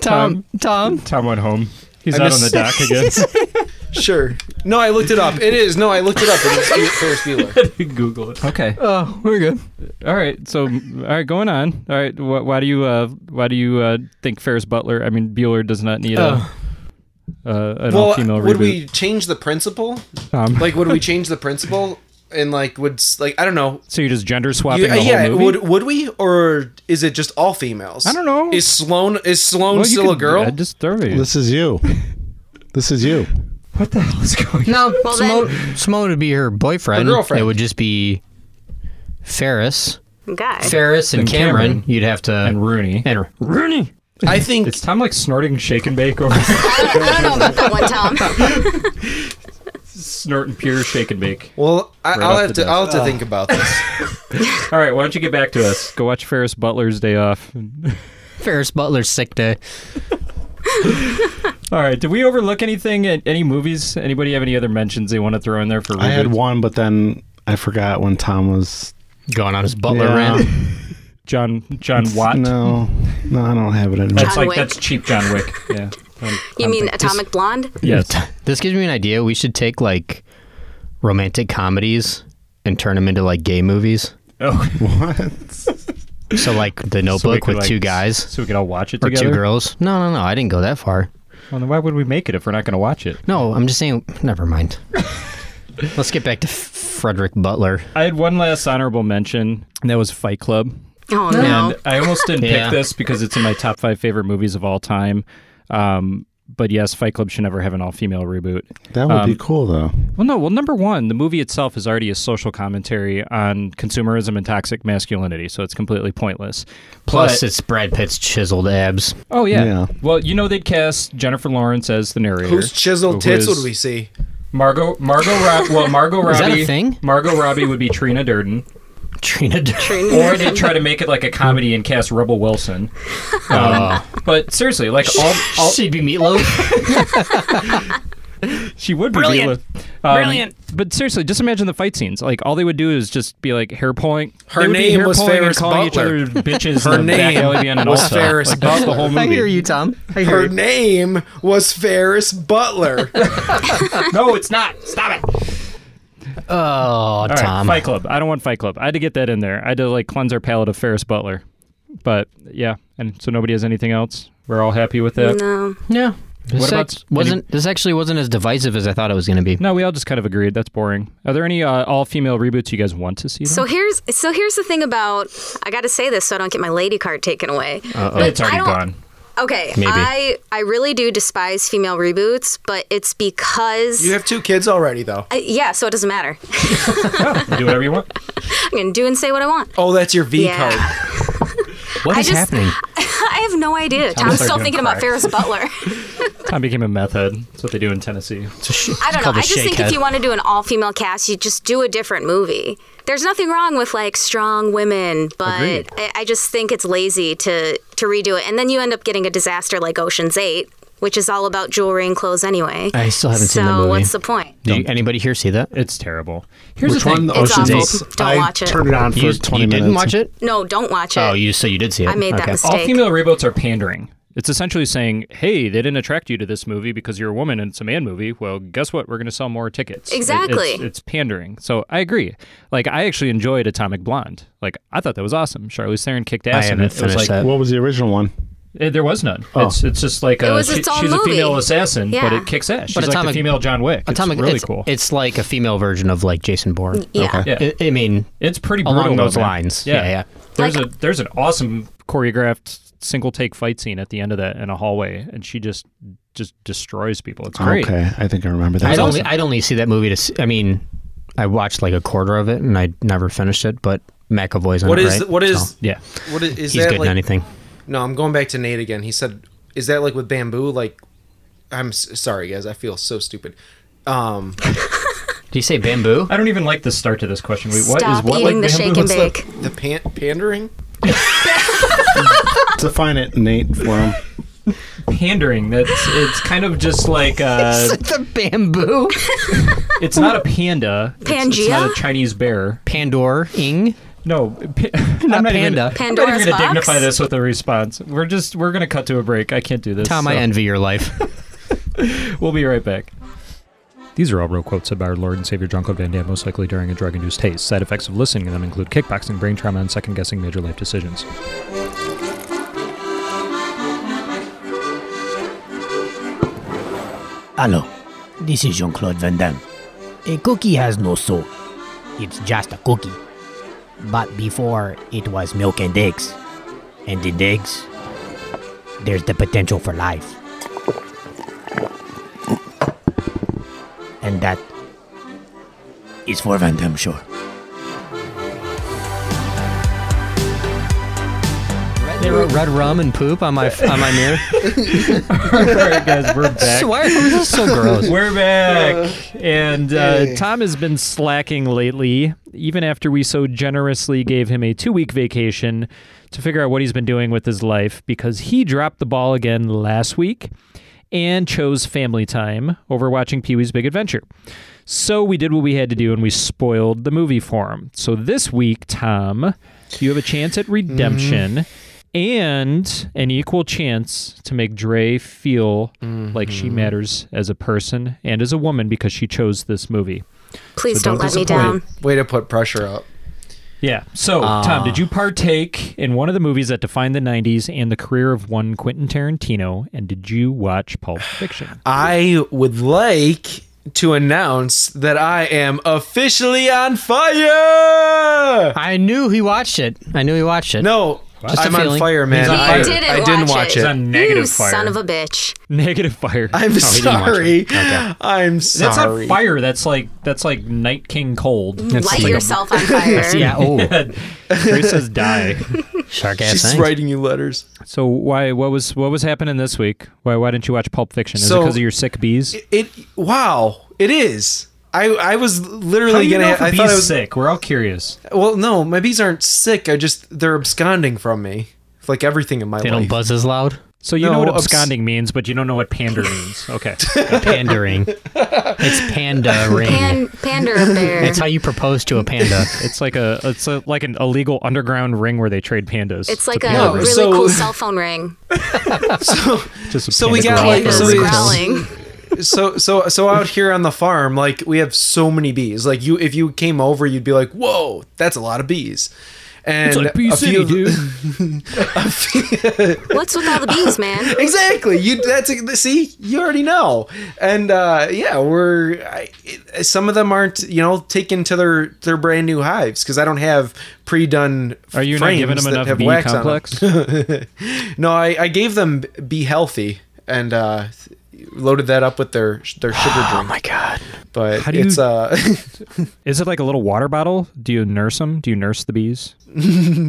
[SPEAKER 3] Tom, Tom.
[SPEAKER 2] Tom went home. He's
[SPEAKER 1] I
[SPEAKER 2] out on the
[SPEAKER 1] miss-
[SPEAKER 2] dock again.
[SPEAKER 1] Sure. No, I looked it up. It is. No, I looked it up. It's Ferris Bueller.
[SPEAKER 2] Google it. Okay.
[SPEAKER 3] Oh, we're good.
[SPEAKER 2] All right. So, all right, going on. All right. Wh- why do you uh, why do you uh, think Ferris Butler? I mean, Bueller does not need a uh, an
[SPEAKER 1] well,
[SPEAKER 2] all-female
[SPEAKER 1] would
[SPEAKER 2] reboot.
[SPEAKER 1] we change the principle?
[SPEAKER 2] Um.
[SPEAKER 1] Like, would we change the principle? And like, would s- like I don't know.
[SPEAKER 2] so you're just gender swapping
[SPEAKER 1] You- uh,
[SPEAKER 2] the whole
[SPEAKER 1] yeah,
[SPEAKER 2] movie?
[SPEAKER 1] would would we or is it just all females? I don't know. Is Sloan is Sloan
[SPEAKER 5] Well, you
[SPEAKER 1] still a
[SPEAKER 5] could-
[SPEAKER 1] girl?
[SPEAKER 5] I
[SPEAKER 2] just throw you.
[SPEAKER 5] This is you. This is you.
[SPEAKER 2] What the hell is going
[SPEAKER 3] No, Simone, Simone would be her boyfriend.
[SPEAKER 5] Her girlfriend.
[SPEAKER 3] It would just be Ferris.
[SPEAKER 4] Guy.
[SPEAKER 3] Ferris and,
[SPEAKER 2] And
[SPEAKER 3] Cameron.
[SPEAKER 2] Cameron.
[SPEAKER 3] You'd have to. And
[SPEAKER 2] Rooney.
[SPEAKER 3] And
[SPEAKER 2] Rooney.
[SPEAKER 1] I think
[SPEAKER 2] it's time like snorting shake and bake over
[SPEAKER 4] I don't know about that one, Tom.
[SPEAKER 2] snorting pure shake and bake.
[SPEAKER 1] Well, I,
[SPEAKER 2] Right Ah.
[SPEAKER 1] I'll
[SPEAKER 2] off
[SPEAKER 1] have
[SPEAKER 2] the
[SPEAKER 1] to I'll have
[SPEAKER 2] desk.
[SPEAKER 1] to think about this.
[SPEAKER 2] All right, why don't you get back to us? Go watch Ferris Butler's Day Off.
[SPEAKER 3] Ferris Butler's sick day.
[SPEAKER 2] All right, did we overlook anything? At any movies? Anybody have any other mentions they want to throw in there for?
[SPEAKER 5] I had
[SPEAKER 2] reboots?
[SPEAKER 5] one, but then I forgot when Tom was
[SPEAKER 3] going on his butler
[SPEAKER 2] rant. John John Watt.
[SPEAKER 5] No, no, I don't have it. In
[SPEAKER 2] That's
[SPEAKER 4] John
[SPEAKER 2] like
[SPEAKER 4] Wick.
[SPEAKER 2] that's cheap John Wick. Yeah. Um,
[SPEAKER 4] You mean Atomic Blonde?
[SPEAKER 2] Yes.
[SPEAKER 3] This gives me an idea. We should take like romantic comedies and turn them into like gay movies.
[SPEAKER 2] Oh,
[SPEAKER 5] what?
[SPEAKER 3] So like The Notebook
[SPEAKER 2] could,
[SPEAKER 3] with
[SPEAKER 2] like,
[SPEAKER 3] two guys.
[SPEAKER 2] So we could all watch it
[SPEAKER 3] or
[SPEAKER 2] together.
[SPEAKER 3] two girls. No, no, no. I didn't go that far.
[SPEAKER 2] Well, then why would we make it if we're not going to watch it?
[SPEAKER 3] No, I'm just saying. Never mind. Let's get back to F- Frederick Butler.
[SPEAKER 2] I had one last honorable mention, and that was Fight Club.
[SPEAKER 4] Oh no.
[SPEAKER 2] And I almost didn't
[SPEAKER 3] Yeah.
[SPEAKER 2] pick this because it's in my top five favorite movies of all time. Um, but yes, Fight Club should never have an all-female reboot.
[SPEAKER 5] That would be
[SPEAKER 2] Um,
[SPEAKER 5] cool, though.
[SPEAKER 2] Well, no. Well, number one, the movie itself is already a social commentary on consumerism and toxic masculinity, so it's completely pointless.
[SPEAKER 3] Plus,
[SPEAKER 2] But-
[SPEAKER 3] it's Brad Pitt's chiseled abs.
[SPEAKER 2] oh yeah. Well, you know they'd cast Jennifer Lawrence as the narrator.
[SPEAKER 1] Whose chiseled
[SPEAKER 2] who
[SPEAKER 1] tits
[SPEAKER 2] is-
[SPEAKER 1] would we see?
[SPEAKER 2] Margot Margot Rob well Margot Robbie
[SPEAKER 3] Is that a thing?
[SPEAKER 2] Margot Robbie would be Trina Durden.
[SPEAKER 3] Trina. Dur-
[SPEAKER 2] Or they'd try to make it like a comedy and cast Rebel Wilson. Um,
[SPEAKER 3] Oh.
[SPEAKER 2] But seriously, like all, all
[SPEAKER 3] She'd be meatloaf.
[SPEAKER 2] she would be
[SPEAKER 3] Brilliant.
[SPEAKER 2] Viola. Um,
[SPEAKER 3] Brilliant.
[SPEAKER 2] But seriously, just imagine the fight scenes. Like all they would do is just be like hair pulling.
[SPEAKER 1] Her
[SPEAKER 2] They would be
[SPEAKER 1] name
[SPEAKER 2] hair
[SPEAKER 1] was
[SPEAKER 2] pulling and
[SPEAKER 1] Ferris
[SPEAKER 2] calling
[SPEAKER 1] Butler.
[SPEAKER 2] each other bitches.
[SPEAKER 1] Her
[SPEAKER 2] in the back
[SPEAKER 1] name
[SPEAKER 2] alley behind an
[SPEAKER 1] was
[SPEAKER 2] Ulta.
[SPEAKER 1] Ferris
[SPEAKER 2] like, that's the whole movie.
[SPEAKER 3] I hear you, Tom. I hear
[SPEAKER 1] Her
[SPEAKER 3] you.
[SPEAKER 1] name was Ferris Butler.
[SPEAKER 2] no, it's not. Stop it.
[SPEAKER 3] Oh,
[SPEAKER 2] All right,
[SPEAKER 3] Tom.
[SPEAKER 2] Fight Club. I don't want Fight Club. I had to get that in there. I had to like cleanse our palate of Ferris Butler. But yeah, and so nobody has anything else. We're all happy with that.
[SPEAKER 4] No.
[SPEAKER 3] Yeah. This
[SPEAKER 2] What about
[SPEAKER 3] act- wasn't this actually wasn't as divisive as I thought it was going to be?
[SPEAKER 2] No, we all just kind of agreed. That's boring. Are there any uh, all-female reboots you guys want to see?
[SPEAKER 4] So here's so here's the thing about I got to say this so I don't get my lady card taken away.
[SPEAKER 2] Uh-oh.
[SPEAKER 4] But
[SPEAKER 2] Oh, It's already
[SPEAKER 4] I don't-
[SPEAKER 2] gone.
[SPEAKER 4] Okay,
[SPEAKER 2] Maybe.
[SPEAKER 4] I I really do despise female reboots, but it's because
[SPEAKER 1] you have two kids already, though.
[SPEAKER 4] I- yeah, so it doesn't matter.
[SPEAKER 2] do whatever you want.
[SPEAKER 4] I can do and say what I want.
[SPEAKER 1] Oh, that's your V
[SPEAKER 4] Yeah.
[SPEAKER 1] card.
[SPEAKER 3] What
[SPEAKER 4] I
[SPEAKER 3] is
[SPEAKER 4] just-
[SPEAKER 3] happening?
[SPEAKER 4] I have no idea.
[SPEAKER 2] Tom's
[SPEAKER 4] Tom's still
[SPEAKER 2] starting to
[SPEAKER 4] thinking about
[SPEAKER 2] crack.
[SPEAKER 4] Ferris Butler.
[SPEAKER 2] Tom became a meth head. That's what they do in Tennessee.
[SPEAKER 4] I don't know. I just think if you want to do an all female cast, you just do a different movie. There's nothing wrong with like strong women, but
[SPEAKER 2] Agreed.
[SPEAKER 4] I, I just think it's lazy to to redo it, and then you end up getting a disaster like Ocean's Eight, which is all about jewelry and clothes anyway.
[SPEAKER 3] I still haven't seen the
[SPEAKER 4] So
[SPEAKER 3] movie.
[SPEAKER 4] what's the point?
[SPEAKER 3] Do you, anybody here see that?
[SPEAKER 2] It's terrible.
[SPEAKER 3] Here's
[SPEAKER 5] Which
[SPEAKER 3] the thing.
[SPEAKER 5] one? The
[SPEAKER 4] It's
[SPEAKER 5] Ocean's
[SPEAKER 4] awful.
[SPEAKER 5] Eight?
[SPEAKER 4] Don't
[SPEAKER 5] I
[SPEAKER 4] watch it.
[SPEAKER 5] turned it on for
[SPEAKER 3] You-
[SPEAKER 5] 20
[SPEAKER 3] you
[SPEAKER 5] minutes.
[SPEAKER 3] didn't watch it?
[SPEAKER 4] No, don't watch it.
[SPEAKER 3] Oh, you so you did see it.
[SPEAKER 4] I made that mistake.
[SPEAKER 2] All female rebotes are pandering. It's essentially saying, "Hey, they didn't attract you to this movie because you're a woman and it's a man movie. Well, guess what? We're going to sell more tickets." It- it's-
[SPEAKER 4] Exactly.
[SPEAKER 2] it's, pandering. So I agree. Like I actually enjoyed Atomic Blonde. Like I thought that was awesome. Charlize Theron kicked ass in it. It was like
[SPEAKER 5] What was the original one?
[SPEAKER 2] eh, there was none.
[SPEAKER 5] Oh.
[SPEAKER 2] It's it's just like
[SPEAKER 4] It
[SPEAKER 2] a,
[SPEAKER 4] was
[SPEAKER 2] she-
[SPEAKER 4] its own
[SPEAKER 2] she's a
[SPEAKER 4] movie.
[SPEAKER 2] female assassin, but
[SPEAKER 4] Yeah.
[SPEAKER 2] it kicks ass. She's
[SPEAKER 3] But
[SPEAKER 2] like the
[SPEAKER 3] Atomic-
[SPEAKER 2] female John Wick.
[SPEAKER 3] Atomic.
[SPEAKER 2] it's
[SPEAKER 3] Oh,
[SPEAKER 2] really
[SPEAKER 3] it's,
[SPEAKER 2] cool.
[SPEAKER 3] It's like a female version of like Jason Bourne.
[SPEAKER 4] Yeah.
[SPEAKER 2] Okay. Yeah.
[SPEAKER 3] I, I mean,
[SPEAKER 2] It's pretty brutal
[SPEAKER 3] along
[SPEAKER 2] though,
[SPEAKER 3] those
[SPEAKER 2] man.
[SPEAKER 3] lines. Yeah, yeah.
[SPEAKER 2] There's a there's an awesome choreographed single take fight scene at the end of that in a hallway, and she just just destroys people. It's great.
[SPEAKER 5] Okay, I think I remember that.
[SPEAKER 3] I'd only I'd only see that movie to. See, I mean, I watched like a quarter of it and I never finished it. But McAvoy's in
[SPEAKER 1] What
[SPEAKER 3] it,
[SPEAKER 1] is
[SPEAKER 3] right?
[SPEAKER 1] what is
[SPEAKER 3] So, yeah.
[SPEAKER 1] What is, is
[SPEAKER 3] He's
[SPEAKER 1] that
[SPEAKER 3] good in
[SPEAKER 1] like,
[SPEAKER 3] anything.
[SPEAKER 1] No, I'm going back to Nate again. He said, "Is that like with bamboo? Like, I'm s- sorry, guys. I feel so stupid." Um,
[SPEAKER 3] Do you say bamboo?
[SPEAKER 2] I don't even like the start to this question. Wait, what is
[SPEAKER 4] Stop
[SPEAKER 2] what
[SPEAKER 4] eating
[SPEAKER 2] like
[SPEAKER 4] the
[SPEAKER 2] bamboo?
[SPEAKER 4] shake and
[SPEAKER 2] What's the-
[SPEAKER 4] bake.
[SPEAKER 1] the pan- pandering.
[SPEAKER 5] Define it, Nate, for him.
[SPEAKER 2] pandering. That's it's kind of just like uh,
[SPEAKER 3] the bamboo
[SPEAKER 2] it's not a panda. It's, it's not a
[SPEAKER 4] Pangea?
[SPEAKER 2] Chinese bear.
[SPEAKER 3] pandoring.
[SPEAKER 2] No, pa- I'm
[SPEAKER 3] Not
[SPEAKER 2] not even,
[SPEAKER 3] panda.
[SPEAKER 2] I'm not
[SPEAKER 4] Pandora's
[SPEAKER 2] even gonna
[SPEAKER 4] box?
[SPEAKER 2] dignify this with a response. We're just we're gonna cut to a break. I can't do this.
[SPEAKER 3] Tom, I
[SPEAKER 2] so-
[SPEAKER 3] envy your life.
[SPEAKER 2] We'll be right back. These are all real quotes of our Lord and Savior John Claude Van Damme, most likely during a drug-induced haze. Side effects of listening to them include kickboxing, brain trauma, and second-guessing major life decisions.
[SPEAKER 13] Hello, this is Jean Claude Van Damme. A cookie has no soul, it's just a cookie. But before, it was milk and eggs. And in eggs, there's the potential for life. And that is for Van Damme, sure.
[SPEAKER 3] They wrote red rum and poop on my on my mirror.
[SPEAKER 2] all right, guys, we're back.
[SPEAKER 3] So why is this so gross?
[SPEAKER 2] We're back. And uh, Tom has been slacking lately, even after we so generously gave him a two week vacation to figure out what he's been doing with his life because he dropped the ball again last week and chose family time over watching Pee Wee's Big Adventure. So we did what we had to do and we spoiled the movie for him. So this week, Tom, you have a chance at redemption. And an equal chance to make Dre feel like she matters as a person and as a woman because she chose this movie.
[SPEAKER 4] Please
[SPEAKER 2] So
[SPEAKER 4] don't,
[SPEAKER 2] don't
[SPEAKER 4] let me
[SPEAKER 2] disappoint.
[SPEAKER 4] down.
[SPEAKER 1] Way to put pressure up.
[SPEAKER 2] Yeah. So, Tom, did you
[SPEAKER 1] Ah.
[SPEAKER 2] partake in one of the movies that defined the 90s and the career of one Quentin Tarantino? And did you watch Pulp Fiction?
[SPEAKER 1] I would like to announce that I am officially on fire.
[SPEAKER 3] I knew he watched it. I knew he watched it.
[SPEAKER 1] No,
[SPEAKER 3] Just a
[SPEAKER 1] I'm on
[SPEAKER 3] feeling.
[SPEAKER 1] fire, man.
[SPEAKER 2] He's on
[SPEAKER 1] I-
[SPEAKER 2] fire.
[SPEAKER 1] I,
[SPEAKER 2] He
[SPEAKER 4] didn't
[SPEAKER 1] I didn't
[SPEAKER 4] watch
[SPEAKER 1] watch
[SPEAKER 4] it.
[SPEAKER 1] it.
[SPEAKER 2] It's on negative
[SPEAKER 4] you
[SPEAKER 2] fire.
[SPEAKER 4] son of a bitch.
[SPEAKER 2] negative fire.
[SPEAKER 1] I'm sorry. I'm
[SPEAKER 2] That's
[SPEAKER 1] sorry.
[SPEAKER 2] not fire. That's like that's like Night King cold.
[SPEAKER 4] Light yourself on fire.
[SPEAKER 3] Yeah. Oh,
[SPEAKER 2] Grace says die.
[SPEAKER 3] shark ass
[SPEAKER 1] She's
[SPEAKER 3] thing.
[SPEAKER 1] writing you letters.
[SPEAKER 2] So why what was what was happening this week? Why why didn't you watch Pulp Fiction? Is
[SPEAKER 1] So-
[SPEAKER 2] it because of your sick bees?
[SPEAKER 1] It wow, it is. I I was literally gonna. I thought I was
[SPEAKER 2] sick? We're all curious.
[SPEAKER 1] well. No, my bees aren't sick. I just they're absconding from me. It's like everything in my
[SPEAKER 3] They don't
[SPEAKER 1] life.
[SPEAKER 3] buzz as loud.
[SPEAKER 2] So you
[SPEAKER 1] No,
[SPEAKER 2] know what
[SPEAKER 1] abs-
[SPEAKER 2] absconding means, but you don't know what pander means. Okay.
[SPEAKER 3] Pandering. it's panda ring.
[SPEAKER 4] Pan, pander bear.
[SPEAKER 3] That's how you propose to a panda.
[SPEAKER 2] It's like a it's a, like an illegal underground ring where they trade pandas.
[SPEAKER 4] It's like a
[SPEAKER 2] panda
[SPEAKER 1] No,
[SPEAKER 4] really
[SPEAKER 1] so-
[SPEAKER 4] cool cell phone ring.
[SPEAKER 2] Just a
[SPEAKER 1] so we
[SPEAKER 2] panda
[SPEAKER 1] got, like,
[SPEAKER 2] growls
[SPEAKER 4] Panda's
[SPEAKER 1] so
[SPEAKER 2] over
[SPEAKER 1] we-
[SPEAKER 2] it.
[SPEAKER 4] growling.
[SPEAKER 1] so so so out here on the farm, like we have so many bees. Like you, if you came over, you'd be like, "Whoa, that's a lot of bees." And a few of-
[SPEAKER 4] What's with all the bees, man?
[SPEAKER 1] exactly. You that's see, you already know. And uh, yeah, we're I, it- some of them aren't you know taken to their their brand new hives because I don't have pre done.
[SPEAKER 2] Are you not giving them enough bee complex?
[SPEAKER 1] no, I, I gave them be healthy and uh, loaded that up with their their sugar drink. Oh my god! But
[SPEAKER 2] How do you-
[SPEAKER 1] it's uh,
[SPEAKER 2] Is it like a little water bottle? Do you nurse them? Do you nurse the bees?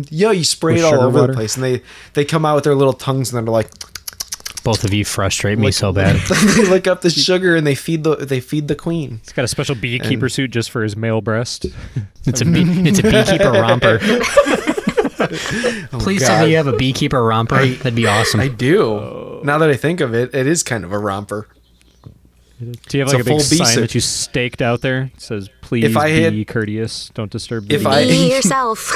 [SPEAKER 1] yo, you spray
[SPEAKER 2] With
[SPEAKER 1] it all
[SPEAKER 2] sugar
[SPEAKER 1] over
[SPEAKER 2] water?
[SPEAKER 1] the place, and they they come out with their little tongues, and they're like
[SPEAKER 3] Both of you frustrate me so bad.
[SPEAKER 1] they lick up the sugar, and they feed the they feed the queen.
[SPEAKER 2] It's got a special beekeeper suit just for his male breast.
[SPEAKER 3] It's a bee, it's a beekeeper romper. Please tell
[SPEAKER 1] God.
[SPEAKER 2] Oh,
[SPEAKER 3] me you have a beekeeper romper. That'd be awesome.
[SPEAKER 2] Oh.
[SPEAKER 1] I do. Now that I think of it, it is kind of a romper.
[SPEAKER 2] Do you
[SPEAKER 1] It's
[SPEAKER 2] have
[SPEAKER 1] a
[SPEAKER 2] like a, big
[SPEAKER 1] full bee
[SPEAKER 2] sign
[SPEAKER 1] suit.
[SPEAKER 2] that you staked out there? It says, "Please
[SPEAKER 1] I
[SPEAKER 2] be
[SPEAKER 1] had-
[SPEAKER 2] courteous. Don't disturb." The
[SPEAKER 1] If
[SPEAKER 2] bee."
[SPEAKER 1] I-
[SPEAKER 4] Be yourself.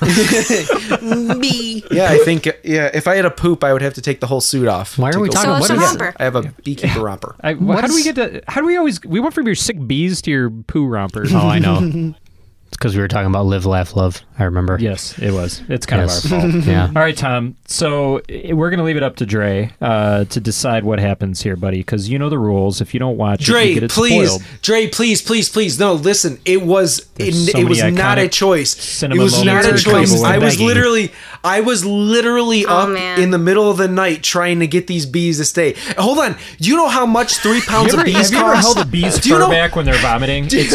[SPEAKER 4] Be.
[SPEAKER 1] Yeah, I think yeah. If I had a poop, I would have to take the whole suit off. Why
[SPEAKER 2] are we talking- So it's what a is- romper.
[SPEAKER 1] I have a beekeeper romper.
[SPEAKER 2] I, wh- how do we get to? How do we always? We went from your sick bees to your poo rompers.
[SPEAKER 3] Oh, I know. It's because we were talking about live, laugh, love. I remember.
[SPEAKER 2] Yes, it was. It's kind of our fault.
[SPEAKER 3] yeah.
[SPEAKER 2] All right, Tom. So i- we're gonna leave it up to Dre uh, to decide what happens here, buddy. Because you know the rules. If you don't watch, it, you
[SPEAKER 1] Dre,
[SPEAKER 2] get it
[SPEAKER 1] please,
[SPEAKER 2] spoiled.
[SPEAKER 1] Dre, please, please, please. No, listen. It was it,
[SPEAKER 2] There's so
[SPEAKER 1] it was
[SPEAKER 2] many
[SPEAKER 1] not
[SPEAKER 2] iconic
[SPEAKER 1] a choice. It
[SPEAKER 2] cinema
[SPEAKER 1] was not
[SPEAKER 2] moments
[SPEAKER 1] a
[SPEAKER 2] where
[SPEAKER 1] choice.
[SPEAKER 2] Cable
[SPEAKER 1] I
[SPEAKER 2] was
[SPEAKER 1] was
[SPEAKER 2] begging.
[SPEAKER 1] literally, I was literally
[SPEAKER 2] Oh,
[SPEAKER 1] up
[SPEAKER 4] man.
[SPEAKER 1] in the middle of the night trying to get these bees to stay. Hold on. You know how much three pounds
[SPEAKER 2] you ever,
[SPEAKER 1] of
[SPEAKER 2] have
[SPEAKER 1] bees
[SPEAKER 2] you ever
[SPEAKER 1] cost?
[SPEAKER 2] held a bee's
[SPEAKER 1] Do you
[SPEAKER 2] fur
[SPEAKER 1] know-
[SPEAKER 2] back when they're vomiting? It's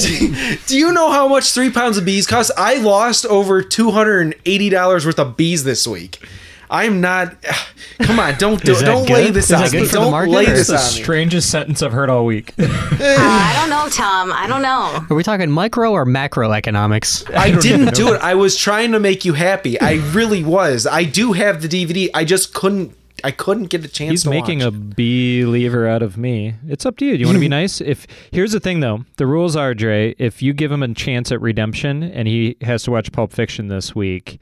[SPEAKER 1] Do you know how much three pounds of bees cost? I lost over two hundred and eighty dollars worth of bees this week. I'm not. Come on, don't do,
[SPEAKER 2] Is that
[SPEAKER 1] don't lay
[SPEAKER 2] good?
[SPEAKER 1] this
[SPEAKER 2] Is that
[SPEAKER 1] on
[SPEAKER 2] good
[SPEAKER 1] me.
[SPEAKER 2] for the
[SPEAKER 1] Don't
[SPEAKER 2] market,
[SPEAKER 1] lay
[SPEAKER 2] or
[SPEAKER 1] this
[SPEAKER 2] is it the
[SPEAKER 1] on me.
[SPEAKER 2] strangest sentence I've heard all week.
[SPEAKER 4] Uh, I don't know, Tom. I don't know.
[SPEAKER 3] Are we talking micro or macroeconomics?
[SPEAKER 1] I didn't do it. I was trying to make you happy. I really was. I do have the DVD. I just couldn't. I couldn't get a chance.
[SPEAKER 2] He's
[SPEAKER 1] to
[SPEAKER 2] making
[SPEAKER 1] watch.
[SPEAKER 2] a believer out of me. It's up to you. Do you want to be nice? If here's the thing though, the rules are Dre. If you give him a chance at redemption and he has to watch Pulp Fiction this week,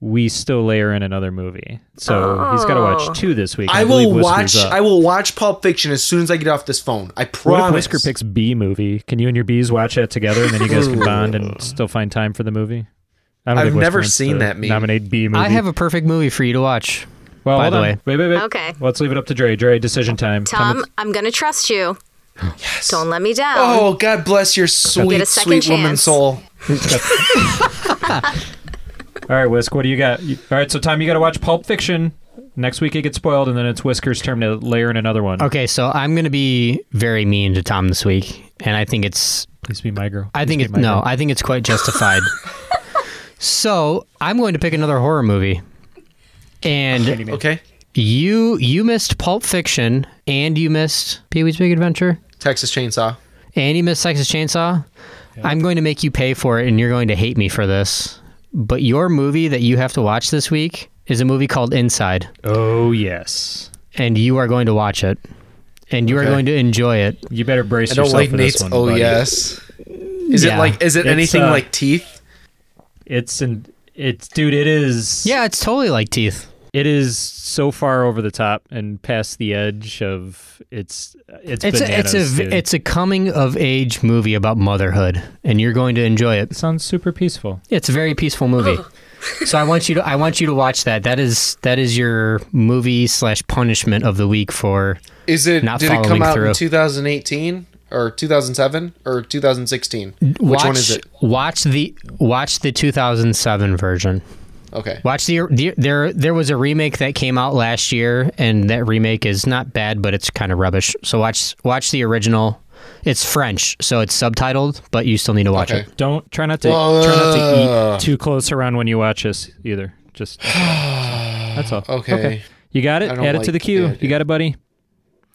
[SPEAKER 2] we still layer in another movie. So he's got to watch two this week.
[SPEAKER 1] Oh. I
[SPEAKER 2] believe
[SPEAKER 1] will watch.
[SPEAKER 2] Whisker's up.
[SPEAKER 1] I will watch Pulp Fiction as soon as I get off this phone. I
[SPEAKER 2] What if
[SPEAKER 1] promise.
[SPEAKER 2] Whisker picks B movie? Can you and your bees watch that together, and then you guys can bond and still find time for the movie? I
[SPEAKER 1] I've
[SPEAKER 2] think Whisker
[SPEAKER 1] never
[SPEAKER 2] wants
[SPEAKER 1] seen
[SPEAKER 2] to
[SPEAKER 1] that meme.
[SPEAKER 2] Nominate B movie.
[SPEAKER 3] I have a perfect movie for you to watch.
[SPEAKER 2] Well,
[SPEAKER 3] by
[SPEAKER 2] hold
[SPEAKER 3] the
[SPEAKER 2] on.
[SPEAKER 3] way.
[SPEAKER 2] Wait, wait, wait.
[SPEAKER 4] Okay.
[SPEAKER 2] Let's leave it up to Dre. Dre, decision time. Come
[SPEAKER 4] Tom, I'm going to trust you. Yes. Don't let me down.
[SPEAKER 1] Oh, God bless your
[SPEAKER 4] Get
[SPEAKER 1] sweet,
[SPEAKER 4] a second
[SPEAKER 1] sweet woman
[SPEAKER 4] chance.
[SPEAKER 1] soul.
[SPEAKER 2] All right, Whisk, what do you got? You- All right, so Tom, you got to watch Pulp Fiction. Next week it gets spoiled, and then it's Whisker's turn to layer in another one.
[SPEAKER 3] Okay, so I'm going to be very mean to Tom this week, and I think it's.
[SPEAKER 2] Please be my girl.
[SPEAKER 3] I think
[SPEAKER 2] Please
[SPEAKER 3] it's
[SPEAKER 2] be my
[SPEAKER 3] no.
[SPEAKER 2] girl.
[SPEAKER 3] I think it's quite justified. so I'm going to pick another horror movie, and
[SPEAKER 1] Okay.
[SPEAKER 3] you you missed Pulp Fiction, and you missed Pee Wee's Big Adventure,
[SPEAKER 1] Texas Chainsaw.
[SPEAKER 3] and you missed Texas Chainsaw. I'm going to make you pay for it, and you're going to hate me for this. But your movie that you have to watch this week is a movie called Inside.
[SPEAKER 2] Oh yes,
[SPEAKER 3] and you are going to watch it, and you are
[SPEAKER 1] Okay.
[SPEAKER 3] going to enjoy it.
[SPEAKER 2] You better brace
[SPEAKER 1] I don't
[SPEAKER 2] yourself
[SPEAKER 1] like
[SPEAKER 2] for this
[SPEAKER 1] Nate's.
[SPEAKER 2] one,
[SPEAKER 1] Oh
[SPEAKER 2] buddy.
[SPEAKER 1] yes. Is
[SPEAKER 3] Yeah.
[SPEAKER 1] it like? Is it
[SPEAKER 2] It's,
[SPEAKER 1] anything
[SPEAKER 2] uh,
[SPEAKER 1] like teeth?
[SPEAKER 2] It's and it's dude. It is.
[SPEAKER 3] Yeah, it's totally like teeth.
[SPEAKER 2] It is so far over the top and past the edge of it's. It's.
[SPEAKER 3] It's a, it's
[SPEAKER 2] bananas,
[SPEAKER 3] a v-
[SPEAKER 2] dude.
[SPEAKER 3] it's a coming of age movie about motherhood, and you're going to enjoy it.
[SPEAKER 2] sounds super peaceful.
[SPEAKER 3] It's a very peaceful movie. so I want you to I want you to watch that. That is that is your movie slash punishment of the week for
[SPEAKER 1] Is it?
[SPEAKER 3] not
[SPEAKER 1] did it
[SPEAKER 3] following
[SPEAKER 1] come out
[SPEAKER 3] through.
[SPEAKER 1] in 2018 or 2007 or 2016? Which
[SPEAKER 3] watch,
[SPEAKER 1] one is it?
[SPEAKER 3] Watch the watch the 2007 version.
[SPEAKER 1] Okay.
[SPEAKER 3] Watch the, the there there was a remake that came out last year and that remake is not bad but it's kind of rubbish. So watch watch the original. It's French, so it's subtitled, but you still need to watch
[SPEAKER 1] Okay.
[SPEAKER 3] it.
[SPEAKER 2] Don't try not to
[SPEAKER 1] Well,
[SPEAKER 2] try not to
[SPEAKER 3] E.
[SPEAKER 1] uh.
[SPEAKER 2] eat too close around when you watch us either. Just that's all.
[SPEAKER 1] Okay.
[SPEAKER 2] You got it.
[SPEAKER 1] I don't
[SPEAKER 2] Add it to
[SPEAKER 1] like
[SPEAKER 2] the queue.
[SPEAKER 1] the idea.
[SPEAKER 2] you got it, buddy.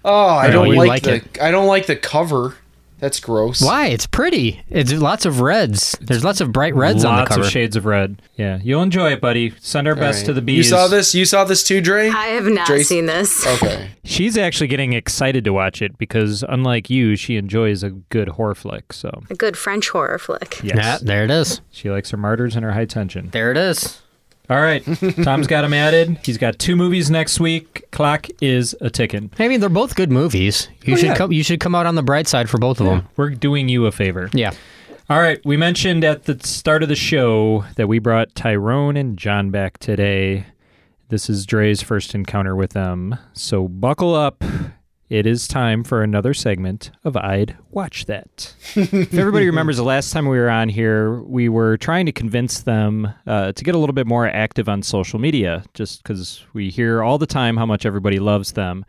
[SPEAKER 1] Oh, I
[SPEAKER 3] No,
[SPEAKER 1] don't
[SPEAKER 3] you
[SPEAKER 1] like,
[SPEAKER 3] like
[SPEAKER 1] the.
[SPEAKER 3] it.
[SPEAKER 1] I don't like the cover. That's gross.
[SPEAKER 3] Why? It's pretty. It's lots of reds. There's lots of bright reds
[SPEAKER 2] Lots
[SPEAKER 3] on the cover.
[SPEAKER 2] of shades of red. Yeah, you'll enjoy it, buddy. Send our
[SPEAKER 1] All
[SPEAKER 2] best
[SPEAKER 1] right.
[SPEAKER 2] to the bees.
[SPEAKER 1] You saw this? You saw this too, Dre?
[SPEAKER 4] I have not
[SPEAKER 1] Trace-
[SPEAKER 4] seen this.
[SPEAKER 1] Okay.
[SPEAKER 2] She's actually getting excited to watch it because, unlike you, she enjoys a good horror flick. So
[SPEAKER 4] A good French horror flick.
[SPEAKER 2] yes,
[SPEAKER 3] Yeah, there it is.
[SPEAKER 2] she likes her martyrs and her high tension.
[SPEAKER 3] There it is.
[SPEAKER 2] All right, Tom's got him added. He's got two movies next week. Clock is a ticking.
[SPEAKER 3] I mean, they're both good movies. You
[SPEAKER 2] Oh,
[SPEAKER 3] should
[SPEAKER 2] yeah.
[SPEAKER 3] come. You should come out on the bright side for both of them.
[SPEAKER 2] We're doing you a favor.
[SPEAKER 3] Yeah.
[SPEAKER 2] All right, we mentioned at the start of the show that we brought Tyrone and John back today. This is Dre's first encounter with them. So buckle up. It is time for another segment of I'd Watch That. if everybody remembers the last time we were on here, we were trying to convince them uh, to get a little bit more active on social media just because we hear all the time how much everybody loves them.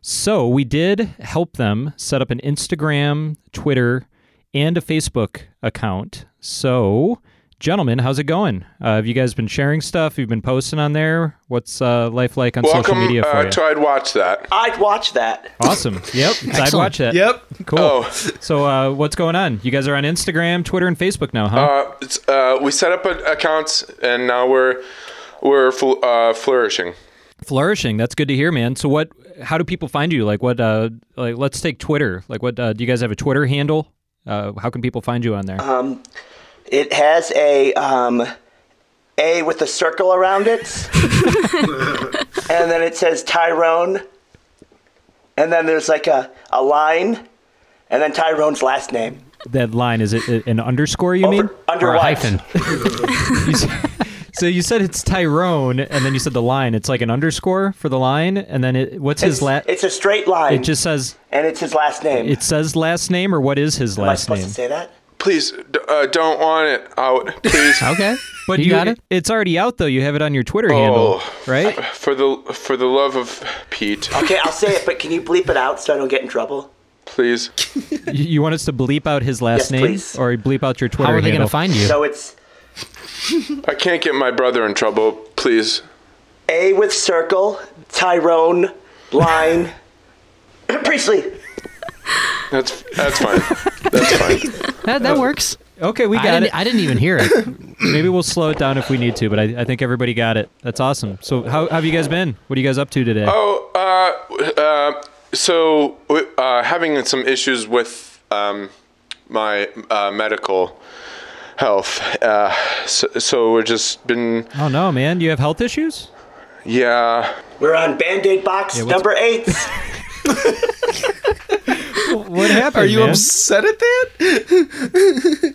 [SPEAKER 2] So we did help them set up an Instagram, Twitter, and a Facebook account. So, gentlemen, how's it going? Uh, have you guys been sharing stuff? You've been posting on there. What's uh, life like on social media for you?
[SPEAKER 14] uh, I'd watch that. I'd watch that.
[SPEAKER 2] awesome. Yep. it's I'd watch that.
[SPEAKER 1] Yep.
[SPEAKER 2] Cool.
[SPEAKER 14] Oh.
[SPEAKER 2] So, uh, what's going on? You guys are on Instagram, Twitter, and Facebook now, huh?
[SPEAKER 14] Uh, it's, uh, we set up an accounts and now we're we're fl- uh, flourishing.
[SPEAKER 2] Flourishing. That's good to hear, man. So what? How do people find you? Like what? Uh, like let's take Twitter. Like what? Uh, do you guys have a Twitter handle? Uh, how can people find you on there?
[SPEAKER 14] Um, it has a um, A with a circle around it, and then it says Tyrone, and then there's like a, a line, and then Tyrone's last name.
[SPEAKER 2] that line is it an underscore? You mean
[SPEAKER 14] under
[SPEAKER 2] or a
[SPEAKER 14] what?
[SPEAKER 2] hyphen? You s- so you said it's Tyrone, and then you said the line. It's like an underscore for the line, and then it, what's his last?
[SPEAKER 14] It's a straight line,
[SPEAKER 2] It just says
[SPEAKER 14] and it's his last name.
[SPEAKER 2] it says last name, or what is his
[SPEAKER 14] Am I
[SPEAKER 2] last
[SPEAKER 14] supposed
[SPEAKER 2] name?
[SPEAKER 14] to say that?
[SPEAKER 15] Please, d- uh, don't want it out. Please.
[SPEAKER 2] okay, but
[SPEAKER 15] You
[SPEAKER 2] you,
[SPEAKER 15] got it?
[SPEAKER 2] It's already out though. You have it on your Twitter handle,
[SPEAKER 15] Oh.
[SPEAKER 2] right?
[SPEAKER 15] For the for the love of Pete.
[SPEAKER 14] Okay, I'll say it, but can you bleep it out so I don't get in trouble?
[SPEAKER 15] Please.
[SPEAKER 2] You- You want us to bleep out his
[SPEAKER 15] Yes,
[SPEAKER 2] last name,
[SPEAKER 15] please.
[SPEAKER 2] or bleep out your Twitter? handle?
[SPEAKER 14] So it's
[SPEAKER 15] I can't get my brother in trouble. Please.
[SPEAKER 14] A with circle, Tyrone, line, Priestley.
[SPEAKER 15] That's that's fine. That's fine.
[SPEAKER 3] That, that works.
[SPEAKER 2] Okay, we
[SPEAKER 3] I
[SPEAKER 2] got
[SPEAKER 3] didn't-
[SPEAKER 2] it.
[SPEAKER 3] I didn't even hear
[SPEAKER 2] it. Maybe we'll slow it down if we need to, but I, I think everybody got it. That's awesome. So, how, how have you guys been? What are you guys up to today?
[SPEAKER 15] Oh, uh, uh, so uh, having some issues with um, my uh, medical health. Uh, so, so we're just been
[SPEAKER 2] Oh no, man! Do you have health issues?
[SPEAKER 15] yeah.
[SPEAKER 14] We're on Band-Aid box
[SPEAKER 15] Yeah, what's-
[SPEAKER 14] number eight.
[SPEAKER 2] What happened?
[SPEAKER 1] Are you
[SPEAKER 15] man?
[SPEAKER 1] upset at that?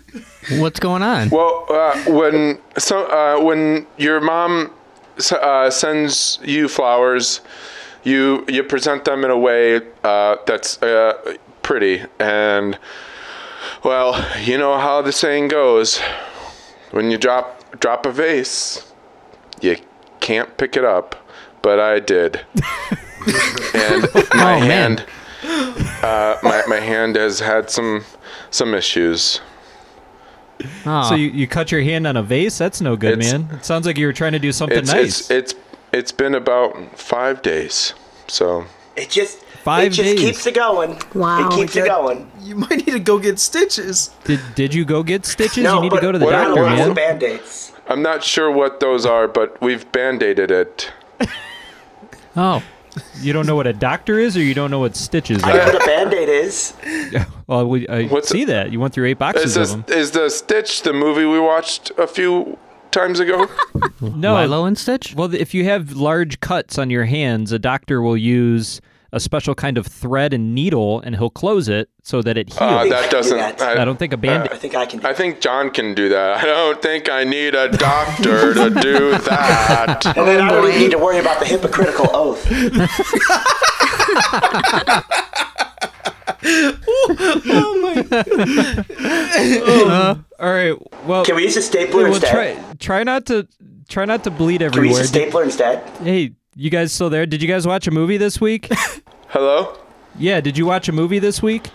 [SPEAKER 3] What's going on?
[SPEAKER 15] Well, uh, when so uh, when your mom s- uh, sends you flowers, you you present them in a way uh, that's uh, pretty, and well, you know how the saying goes: when you drop drop a vase, you can't pick it up. But I did, and my
[SPEAKER 6] Oh, man.
[SPEAKER 15] hand, uh, my my hand has had some some issues.
[SPEAKER 3] Oh.
[SPEAKER 2] So you, you cut your hand on a vase? That's no good,
[SPEAKER 15] It's-
[SPEAKER 2] man. It sounds like you were trying to do something
[SPEAKER 15] it's,
[SPEAKER 2] nice.
[SPEAKER 15] It's, it's it's been about five days, so
[SPEAKER 14] It just
[SPEAKER 2] Five
[SPEAKER 14] it just
[SPEAKER 2] days.
[SPEAKER 14] keeps it going.
[SPEAKER 1] Wow.
[SPEAKER 14] It keeps it
[SPEAKER 1] Okay.
[SPEAKER 14] going.
[SPEAKER 1] You might need to go get stitches.
[SPEAKER 2] did, did you go get stitches?
[SPEAKER 14] No,
[SPEAKER 2] you need to
[SPEAKER 14] but
[SPEAKER 2] go to the
[SPEAKER 14] what I
[SPEAKER 2] doctor,
[SPEAKER 14] want is
[SPEAKER 2] man.
[SPEAKER 14] Band-Aids.
[SPEAKER 15] I'm not sure what those are, but we've band-aided it.
[SPEAKER 2] Oh, you don't know what a doctor is, or you don't know what stitches
[SPEAKER 14] I know
[SPEAKER 2] are.
[SPEAKER 14] what a Band-Aid is.
[SPEAKER 2] well, we, I see that you went through eight boxes
[SPEAKER 15] Is
[SPEAKER 2] of
[SPEAKER 15] this
[SPEAKER 2] them.
[SPEAKER 15] is the Stitch the movie we watched a few times ago?
[SPEAKER 2] No, Lilo and Stitch. Well, if you have large cuts on your hands, a doctor will use a special kind of thread and needle, and he'll close it so that it heals.
[SPEAKER 15] Uh, that doesn't.
[SPEAKER 2] I, don't think a band.
[SPEAKER 15] I
[SPEAKER 14] think I can.
[SPEAKER 15] I think John can do that. I don't think I need a doctor to do that.
[SPEAKER 14] And then I don't even need to worry about the hypocritical oath.
[SPEAKER 6] oh my.
[SPEAKER 2] Uh, all right. Well,
[SPEAKER 14] Can we use a stapler
[SPEAKER 2] well,
[SPEAKER 14] instead?
[SPEAKER 2] Try, try not to try not to bleed
[SPEAKER 14] Can we
[SPEAKER 2] everywhere.
[SPEAKER 14] use a stapler instead?
[SPEAKER 2] hey, you guys still there? Did you guys watch a movie this week?
[SPEAKER 15] Hello.
[SPEAKER 2] yeah. Did you watch a movie this week?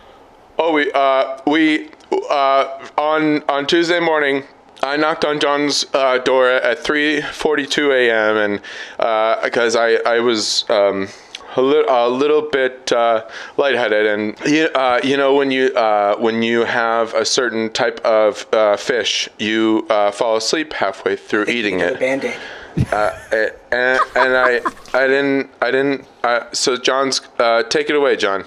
[SPEAKER 15] Oh, we uh we uh on on Tuesday morning. I knocked on John's uh, door at 3:42 a.m. and uh, because I I was um, a, li- a little bit uh, lightheaded and you, uh, you know when you uh, when you have a certain type of uh, fish you uh, fall asleep halfway through eating it
[SPEAKER 14] Band-Aid.
[SPEAKER 15] uh, and, and I I didn't I didn't uh, so John's uh, take it away John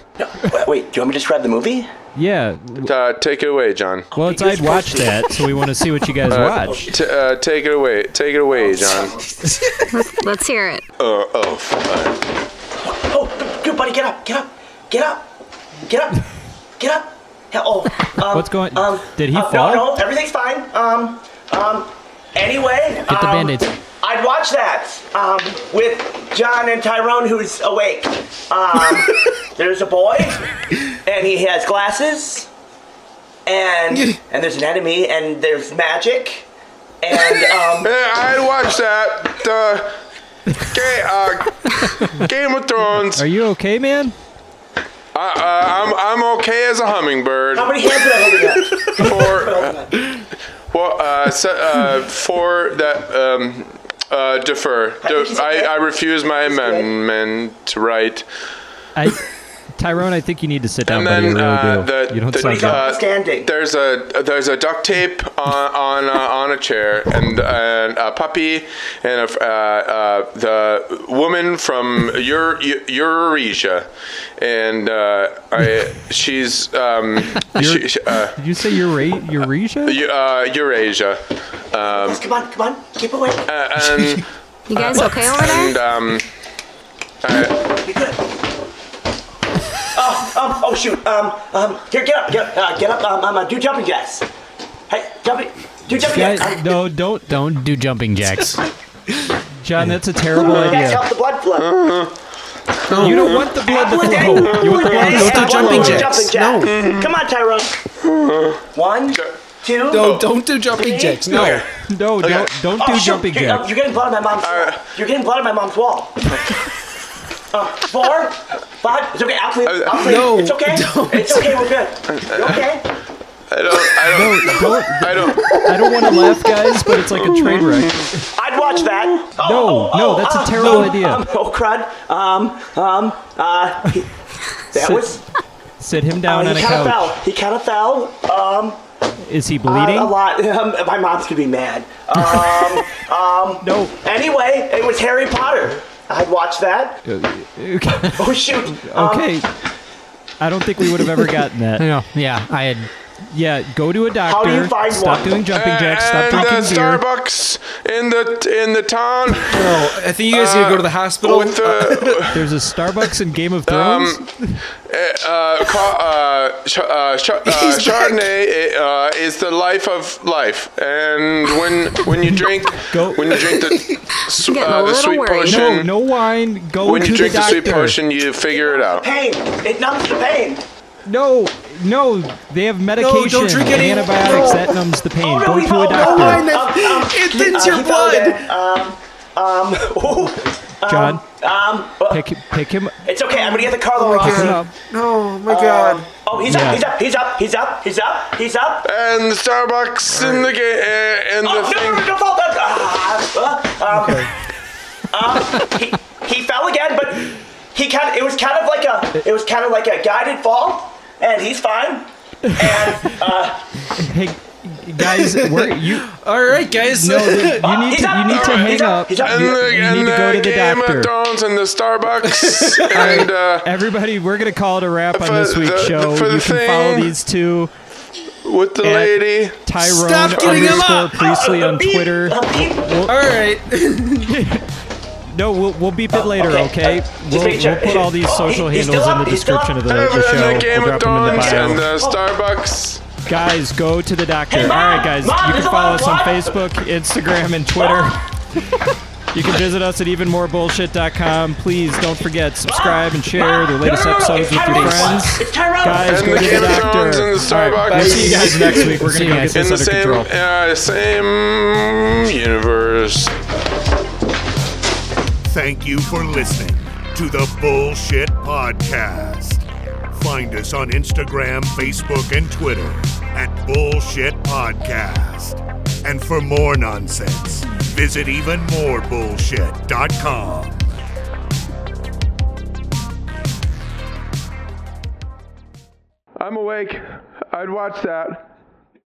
[SPEAKER 14] Wait, do you want me to describe the movie?
[SPEAKER 2] Yeah.
[SPEAKER 15] Uh, take it away, John.
[SPEAKER 2] Well, it's I'd watch that, so we want to see what you guys
[SPEAKER 15] Uh,
[SPEAKER 2] watch.
[SPEAKER 15] t- uh, take it away. Take it
[SPEAKER 14] Oh,
[SPEAKER 15] away, John.
[SPEAKER 4] Let's, let's hear it.
[SPEAKER 15] Oh, oh. fuck.
[SPEAKER 14] Oh, good buddy, get up, get up, get up, get up, get up. Yeah, oh, um,
[SPEAKER 2] What's going?
[SPEAKER 14] Um,
[SPEAKER 2] did he
[SPEAKER 14] uh,
[SPEAKER 2] fall?
[SPEAKER 14] No, no, everything's fine. Um, um, anyway,
[SPEAKER 2] Get the
[SPEAKER 14] um,
[SPEAKER 2] Band-Aids.
[SPEAKER 14] I'd watch that um, with John and Tyrone, who's awake. Um, there's a boy, and he has glasses, and and there's an enemy, and there's magic, and um,
[SPEAKER 15] I'd watch that. Uh, ga- uh, Game of Thrones. Are
[SPEAKER 2] you okay, man?
[SPEAKER 15] Uh, uh, I'm I'm okay as a hummingbird.
[SPEAKER 14] How many hands did I hold it up?
[SPEAKER 15] Well, uh, so, uh, for that um, uh, defer. De- I, I refuse my amendment. Right.
[SPEAKER 2] I Tyrone, I think you need to sit
[SPEAKER 15] And
[SPEAKER 2] down, buddy.
[SPEAKER 15] then
[SPEAKER 2] You really
[SPEAKER 15] uh,
[SPEAKER 2] do.
[SPEAKER 15] the,
[SPEAKER 2] you don't
[SPEAKER 15] the-
[SPEAKER 2] sound
[SPEAKER 15] uh,
[SPEAKER 2] good.
[SPEAKER 15] There's a there's a duct tape on on, uh, on a chair and and a puppy and a, f- uh, uh, the woman from Eur- Eu- Eurasia, and uh, I, she's um, she, she- uh,
[SPEAKER 2] Did you say Eura- Eurasia?
[SPEAKER 15] Eu- uh, Eurasia. Um,
[SPEAKER 14] Come on, come on, keep away.
[SPEAKER 15] uh, and,
[SPEAKER 4] You guys okay over there?
[SPEAKER 15] and um, I,
[SPEAKER 14] Oh, um, oh shoot. Um, um, here, get up, get up, uh, get up. Um, um, uh, do jumping jacks. Hey, jumping, do jumping jacks.
[SPEAKER 3] Guys, no, don't don't do jumping jacks.
[SPEAKER 2] John, that's a terrible
[SPEAKER 14] That's
[SPEAKER 2] idea.
[SPEAKER 14] help the blood flow.
[SPEAKER 15] Uh-huh.
[SPEAKER 2] You don't want the blood to
[SPEAKER 14] Hey,
[SPEAKER 2] flow. You want the blood
[SPEAKER 14] hey,
[SPEAKER 2] to
[SPEAKER 14] hey,
[SPEAKER 2] flow.
[SPEAKER 14] jumping jacks. No. Come on, Tyrone.
[SPEAKER 15] Uh-huh.
[SPEAKER 14] One, two.
[SPEAKER 1] No, don't do jumping
[SPEAKER 14] three.
[SPEAKER 1] jacks. No.
[SPEAKER 2] No, don't don't
[SPEAKER 14] Oh,
[SPEAKER 2] do
[SPEAKER 14] shoot,
[SPEAKER 2] jumping
[SPEAKER 14] you're- um,
[SPEAKER 2] jacks.
[SPEAKER 14] You're getting blood on my mom's. You're getting blood on my mom's wall. Uh, four, five. It's okay. I'll clean. I'll clean.
[SPEAKER 15] no,
[SPEAKER 14] it's okay. It's okay. We're good. You okay?
[SPEAKER 15] I don't I don't, I don't
[SPEAKER 2] I don't want to laugh, guys, but it's like a train wreck.
[SPEAKER 14] I'd watch that. Oh,
[SPEAKER 2] No,
[SPEAKER 14] oh,
[SPEAKER 2] no,
[SPEAKER 14] oh,
[SPEAKER 2] that's a
[SPEAKER 14] ah,
[SPEAKER 2] terrible
[SPEAKER 14] um,
[SPEAKER 2] idea.
[SPEAKER 14] Um, oh crud. Um, um, uh, he- that
[SPEAKER 2] Sit-
[SPEAKER 14] was.
[SPEAKER 2] Sit him down
[SPEAKER 14] uh,
[SPEAKER 2] on
[SPEAKER 14] he
[SPEAKER 2] a
[SPEAKER 14] kind of
[SPEAKER 2] couch.
[SPEAKER 14] fell. He kind of fell. Um,
[SPEAKER 2] Is he
[SPEAKER 14] uh,
[SPEAKER 2] bleeding?
[SPEAKER 14] a lot. Um, my mom's gonna be mad. Um, um.
[SPEAKER 2] No.
[SPEAKER 14] Anyway, it was Harry Potter. I'd watch that.
[SPEAKER 2] okay.
[SPEAKER 14] Oh shoot. Um,
[SPEAKER 2] Okay. I don't think we would have ever gotten that.
[SPEAKER 3] No, yeah, I had.
[SPEAKER 2] Yeah, go to a
[SPEAKER 14] How
[SPEAKER 2] doctor.
[SPEAKER 14] do you find
[SPEAKER 2] stop
[SPEAKER 14] one?
[SPEAKER 2] doing jumping jacks. Stop
[SPEAKER 15] and uh,
[SPEAKER 2] drinking beer.
[SPEAKER 15] Starbucks in the in the town.
[SPEAKER 1] No, I think you guys need to go to the hospital. Uh,
[SPEAKER 15] with the
[SPEAKER 2] There's a Starbucks in Game of
[SPEAKER 15] um,
[SPEAKER 2] Thrones.
[SPEAKER 15] uh, uh, ca- uh, ch- uh, ch- uh, Chardonnay uh, is the life of life, and when when you drink when you drink the, s-
[SPEAKER 4] getting
[SPEAKER 15] uh,
[SPEAKER 4] a
[SPEAKER 15] the
[SPEAKER 4] little
[SPEAKER 15] sweet
[SPEAKER 4] worried.
[SPEAKER 15] potion,
[SPEAKER 2] no, no wine. Go
[SPEAKER 15] when
[SPEAKER 2] to
[SPEAKER 15] you drink
[SPEAKER 2] the
[SPEAKER 15] the,
[SPEAKER 2] doctor.
[SPEAKER 15] sweet potion, you figure it out.
[SPEAKER 14] Pain. It numbs the pain.
[SPEAKER 2] No, no, they have medication.
[SPEAKER 1] drink
[SPEAKER 2] and
[SPEAKER 1] any- no.
[SPEAKER 2] antibiotics. That numbs the pain.
[SPEAKER 14] Oh, no,
[SPEAKER 2] go to
[SPEAKER 14] he
[SPEAKER 2] a
[SPEAKER 14] fell.
[SPEAKER 2] doctor.
[SPEAKER 14] Oh,
[SPEAKER 1] Wine that-
[SPEAKER 14] Um, um,
[SPEAKER 1] it
[SPEAKER 14] he-
[SPEAKER 1] thins
[SPEAKER 14] uh,
[SPEAKER 1] your
[SPEAKER 14] he fell
[SPEAKER 1] blood.
[SPEAKER 14] there. Um, um, ooh,
[SPEAKER 2] John,
[SPEAKER 14] um, uh,
[SPEAKER 2] pick pick him.
[SPEAKER 14] it's okay. I'm gonna get the car
[SPEAKER 1] Oh my
[SPEAKER 14] loan.
[SPEAKER 2] God.
[SPEAKER 1] No, my
[SPEAKER 14] Um,
[SPEAKER 1] God.
[SPEAKER 14] oh, he's
[SPEAKER 2] Yeah.
[SPEAKER 14] up, he's up, he's up, he's up, he's up, he's up.
[SPEAKER 15] And the Starbucks in the game and the
[SPEAKER 14] Oh, no, no,
[SPEAKER 15] thing.
[SPEAKER 14] no, don't fall. Uh, uh, um, um, he, he fell again, but he kind of, it was kind of like a, it was kind of like a guided fall, and he's fine. And, uh,
[SPEAKER 2] Hey, guys, where you?
[SPEAKER 1] All right, guys.
[SPEAKER 2] No, the- you need
[SPEAKER 14] he's
[SPEAKER 2] to
[SPEAKER 14] up,
[SPEAKER 2] you need to
[SPEAKER 14] he's
[SPEAKER 2] hang up.
[SPEAKER 14] up,
[SPEAKER 2] You,
[SPEAKER 14] he's up.
[SPEAKER 15] And the,
[SPEAKER 2] you
[SPEAKER 15] and
[SPEAKER 2] need to go to
[SPEAKER 15] the
[SPEAKER 2] the
[SPEAKER 15] Game of
[SPEAKER 2] doctor.
[SPEAKER 15] Thrones and the Starbucks and uh,
[SPEAKER 2] Everybody, we're gonna call it a wrap on
[SPEAKER 15] For
[SPEAKER 2] this week's
[SPEAKER 15] the-
[SPEAKER 2] show.
[SPEAKER 15] for the
[SPEAKER 2] you can follow
[SPEAKER 15] thing-
[SPEAKER 2] these two,
[SPEAKER 15] with the
[SPEAKER 2] And-
[SPEAKER 15] lady.
[SPEAKER 2] Tyrone
[SPEAKER 1] Stop getting him
[SPEAKER 2] underscore
[SPEAKER 1] up!
[SPEAKER 2] Priestley on
[SPEAKER 14] Beep,
[SPEAKER 2] Twitter.
[SPEAKER 14] uh, beep.
[SPEAKER 1] All right.
[SPEAKER 2] No, we'll we'll beep it later, okay?
[SPEAKER 14] okay.
[SPEAKER 2] We'll,
[SPEAKER 14] make sure-
[SPEAKER 2] we'll put all these
[SPEAKER 14] Oh,
[SPEAKER 2] social
[SPEAKER 14] he's still
[SPEAKER 2] handles in the
[SPEAKER 14] up, he's still
[SPEAKER 2] description
[SPEAKER 14] up.
[SPEAKER 2] of the,
[SPEAKER 15] And
[SPEAKER 2] the show.
[SPEAKER 15] the Game
[SPEAKER 2] we'll
[SPEAKER 15] of
[SPEAKER 2] drop them in the
[SPEAKER 15] Thrones
[SPEAKER 2] bio.
[SPEAKER 15] and uh, the Starbucks.
[SPEAKER 2] Guys, go to the doctor.
[SPEAKER 14] Hey, Mom!
[SPEAKER 2] All right, guys,
[SPEAKER 14] Mom,
[SPEAKER 2] you
[SPEAKER 14] there's
[SPEAKER 2] can
[SPEAKER 14] a
[SPEAKER 2] follow
[SPEAKER 14] lot
[SPEAKER 2] us
[SPEAKER 14] of
[SPEAKER 2] on
[SPEAKER 14] blood!
[SPEAKER 2] Facebook, Instagram, and Twitter. you can visit us at evenmorebullshit.com. Please don't forget, subscribe and share the
[SPEAKER 14] No,
[SPEAKER 2] latest
[SPEAKER 14] no, no, no,
[SPEAKER 2] episodes
[SPEAKER 14] it's
[SPEAKER 2] with your
[SPEAKER 14] Tyrone.
[SPEAKER 2] friends.
[SPEAKER 14] It's Tyrone.
[SPEAKER 2] Guys,
[SPEAKER 15] And
[SPEAKER 2] go
[SPEAKER 15] the
[SPEAKER 2] to the
[SPEAKER 15] Game of Thrones
[SPEAKER 2] doctor.
[SPEAKER 15] and the
[SPEAKER 2] All right,
[SPEAKER 15] Starbucks.
[SPEAKER 2] we'll see you guys next week. We're
[SPEAKER 3] See
[SPEAKER 2] going
[SPEAKER 3] you
[SPEAKER 2] to go
[SPEAKER 15] In
[SPEAKER 3] guys.
[SPEAKER 2] get this
[SPEAKER 15] the
[SPEAKER 2] under
[SPEAKER 15] same
[SPEAKER 2] control.
[SPEAKER 15] uh, same universe.
[SPEAKER 8] Thank you for listening to the Bullshit Podcast. Find us on Instagram, Facebook, and Twitter at Bullshit Podcast. And for more nonsense, visit evenmorebullshit.com.
[SPEAKER 15] I'm awake. I'd watch that.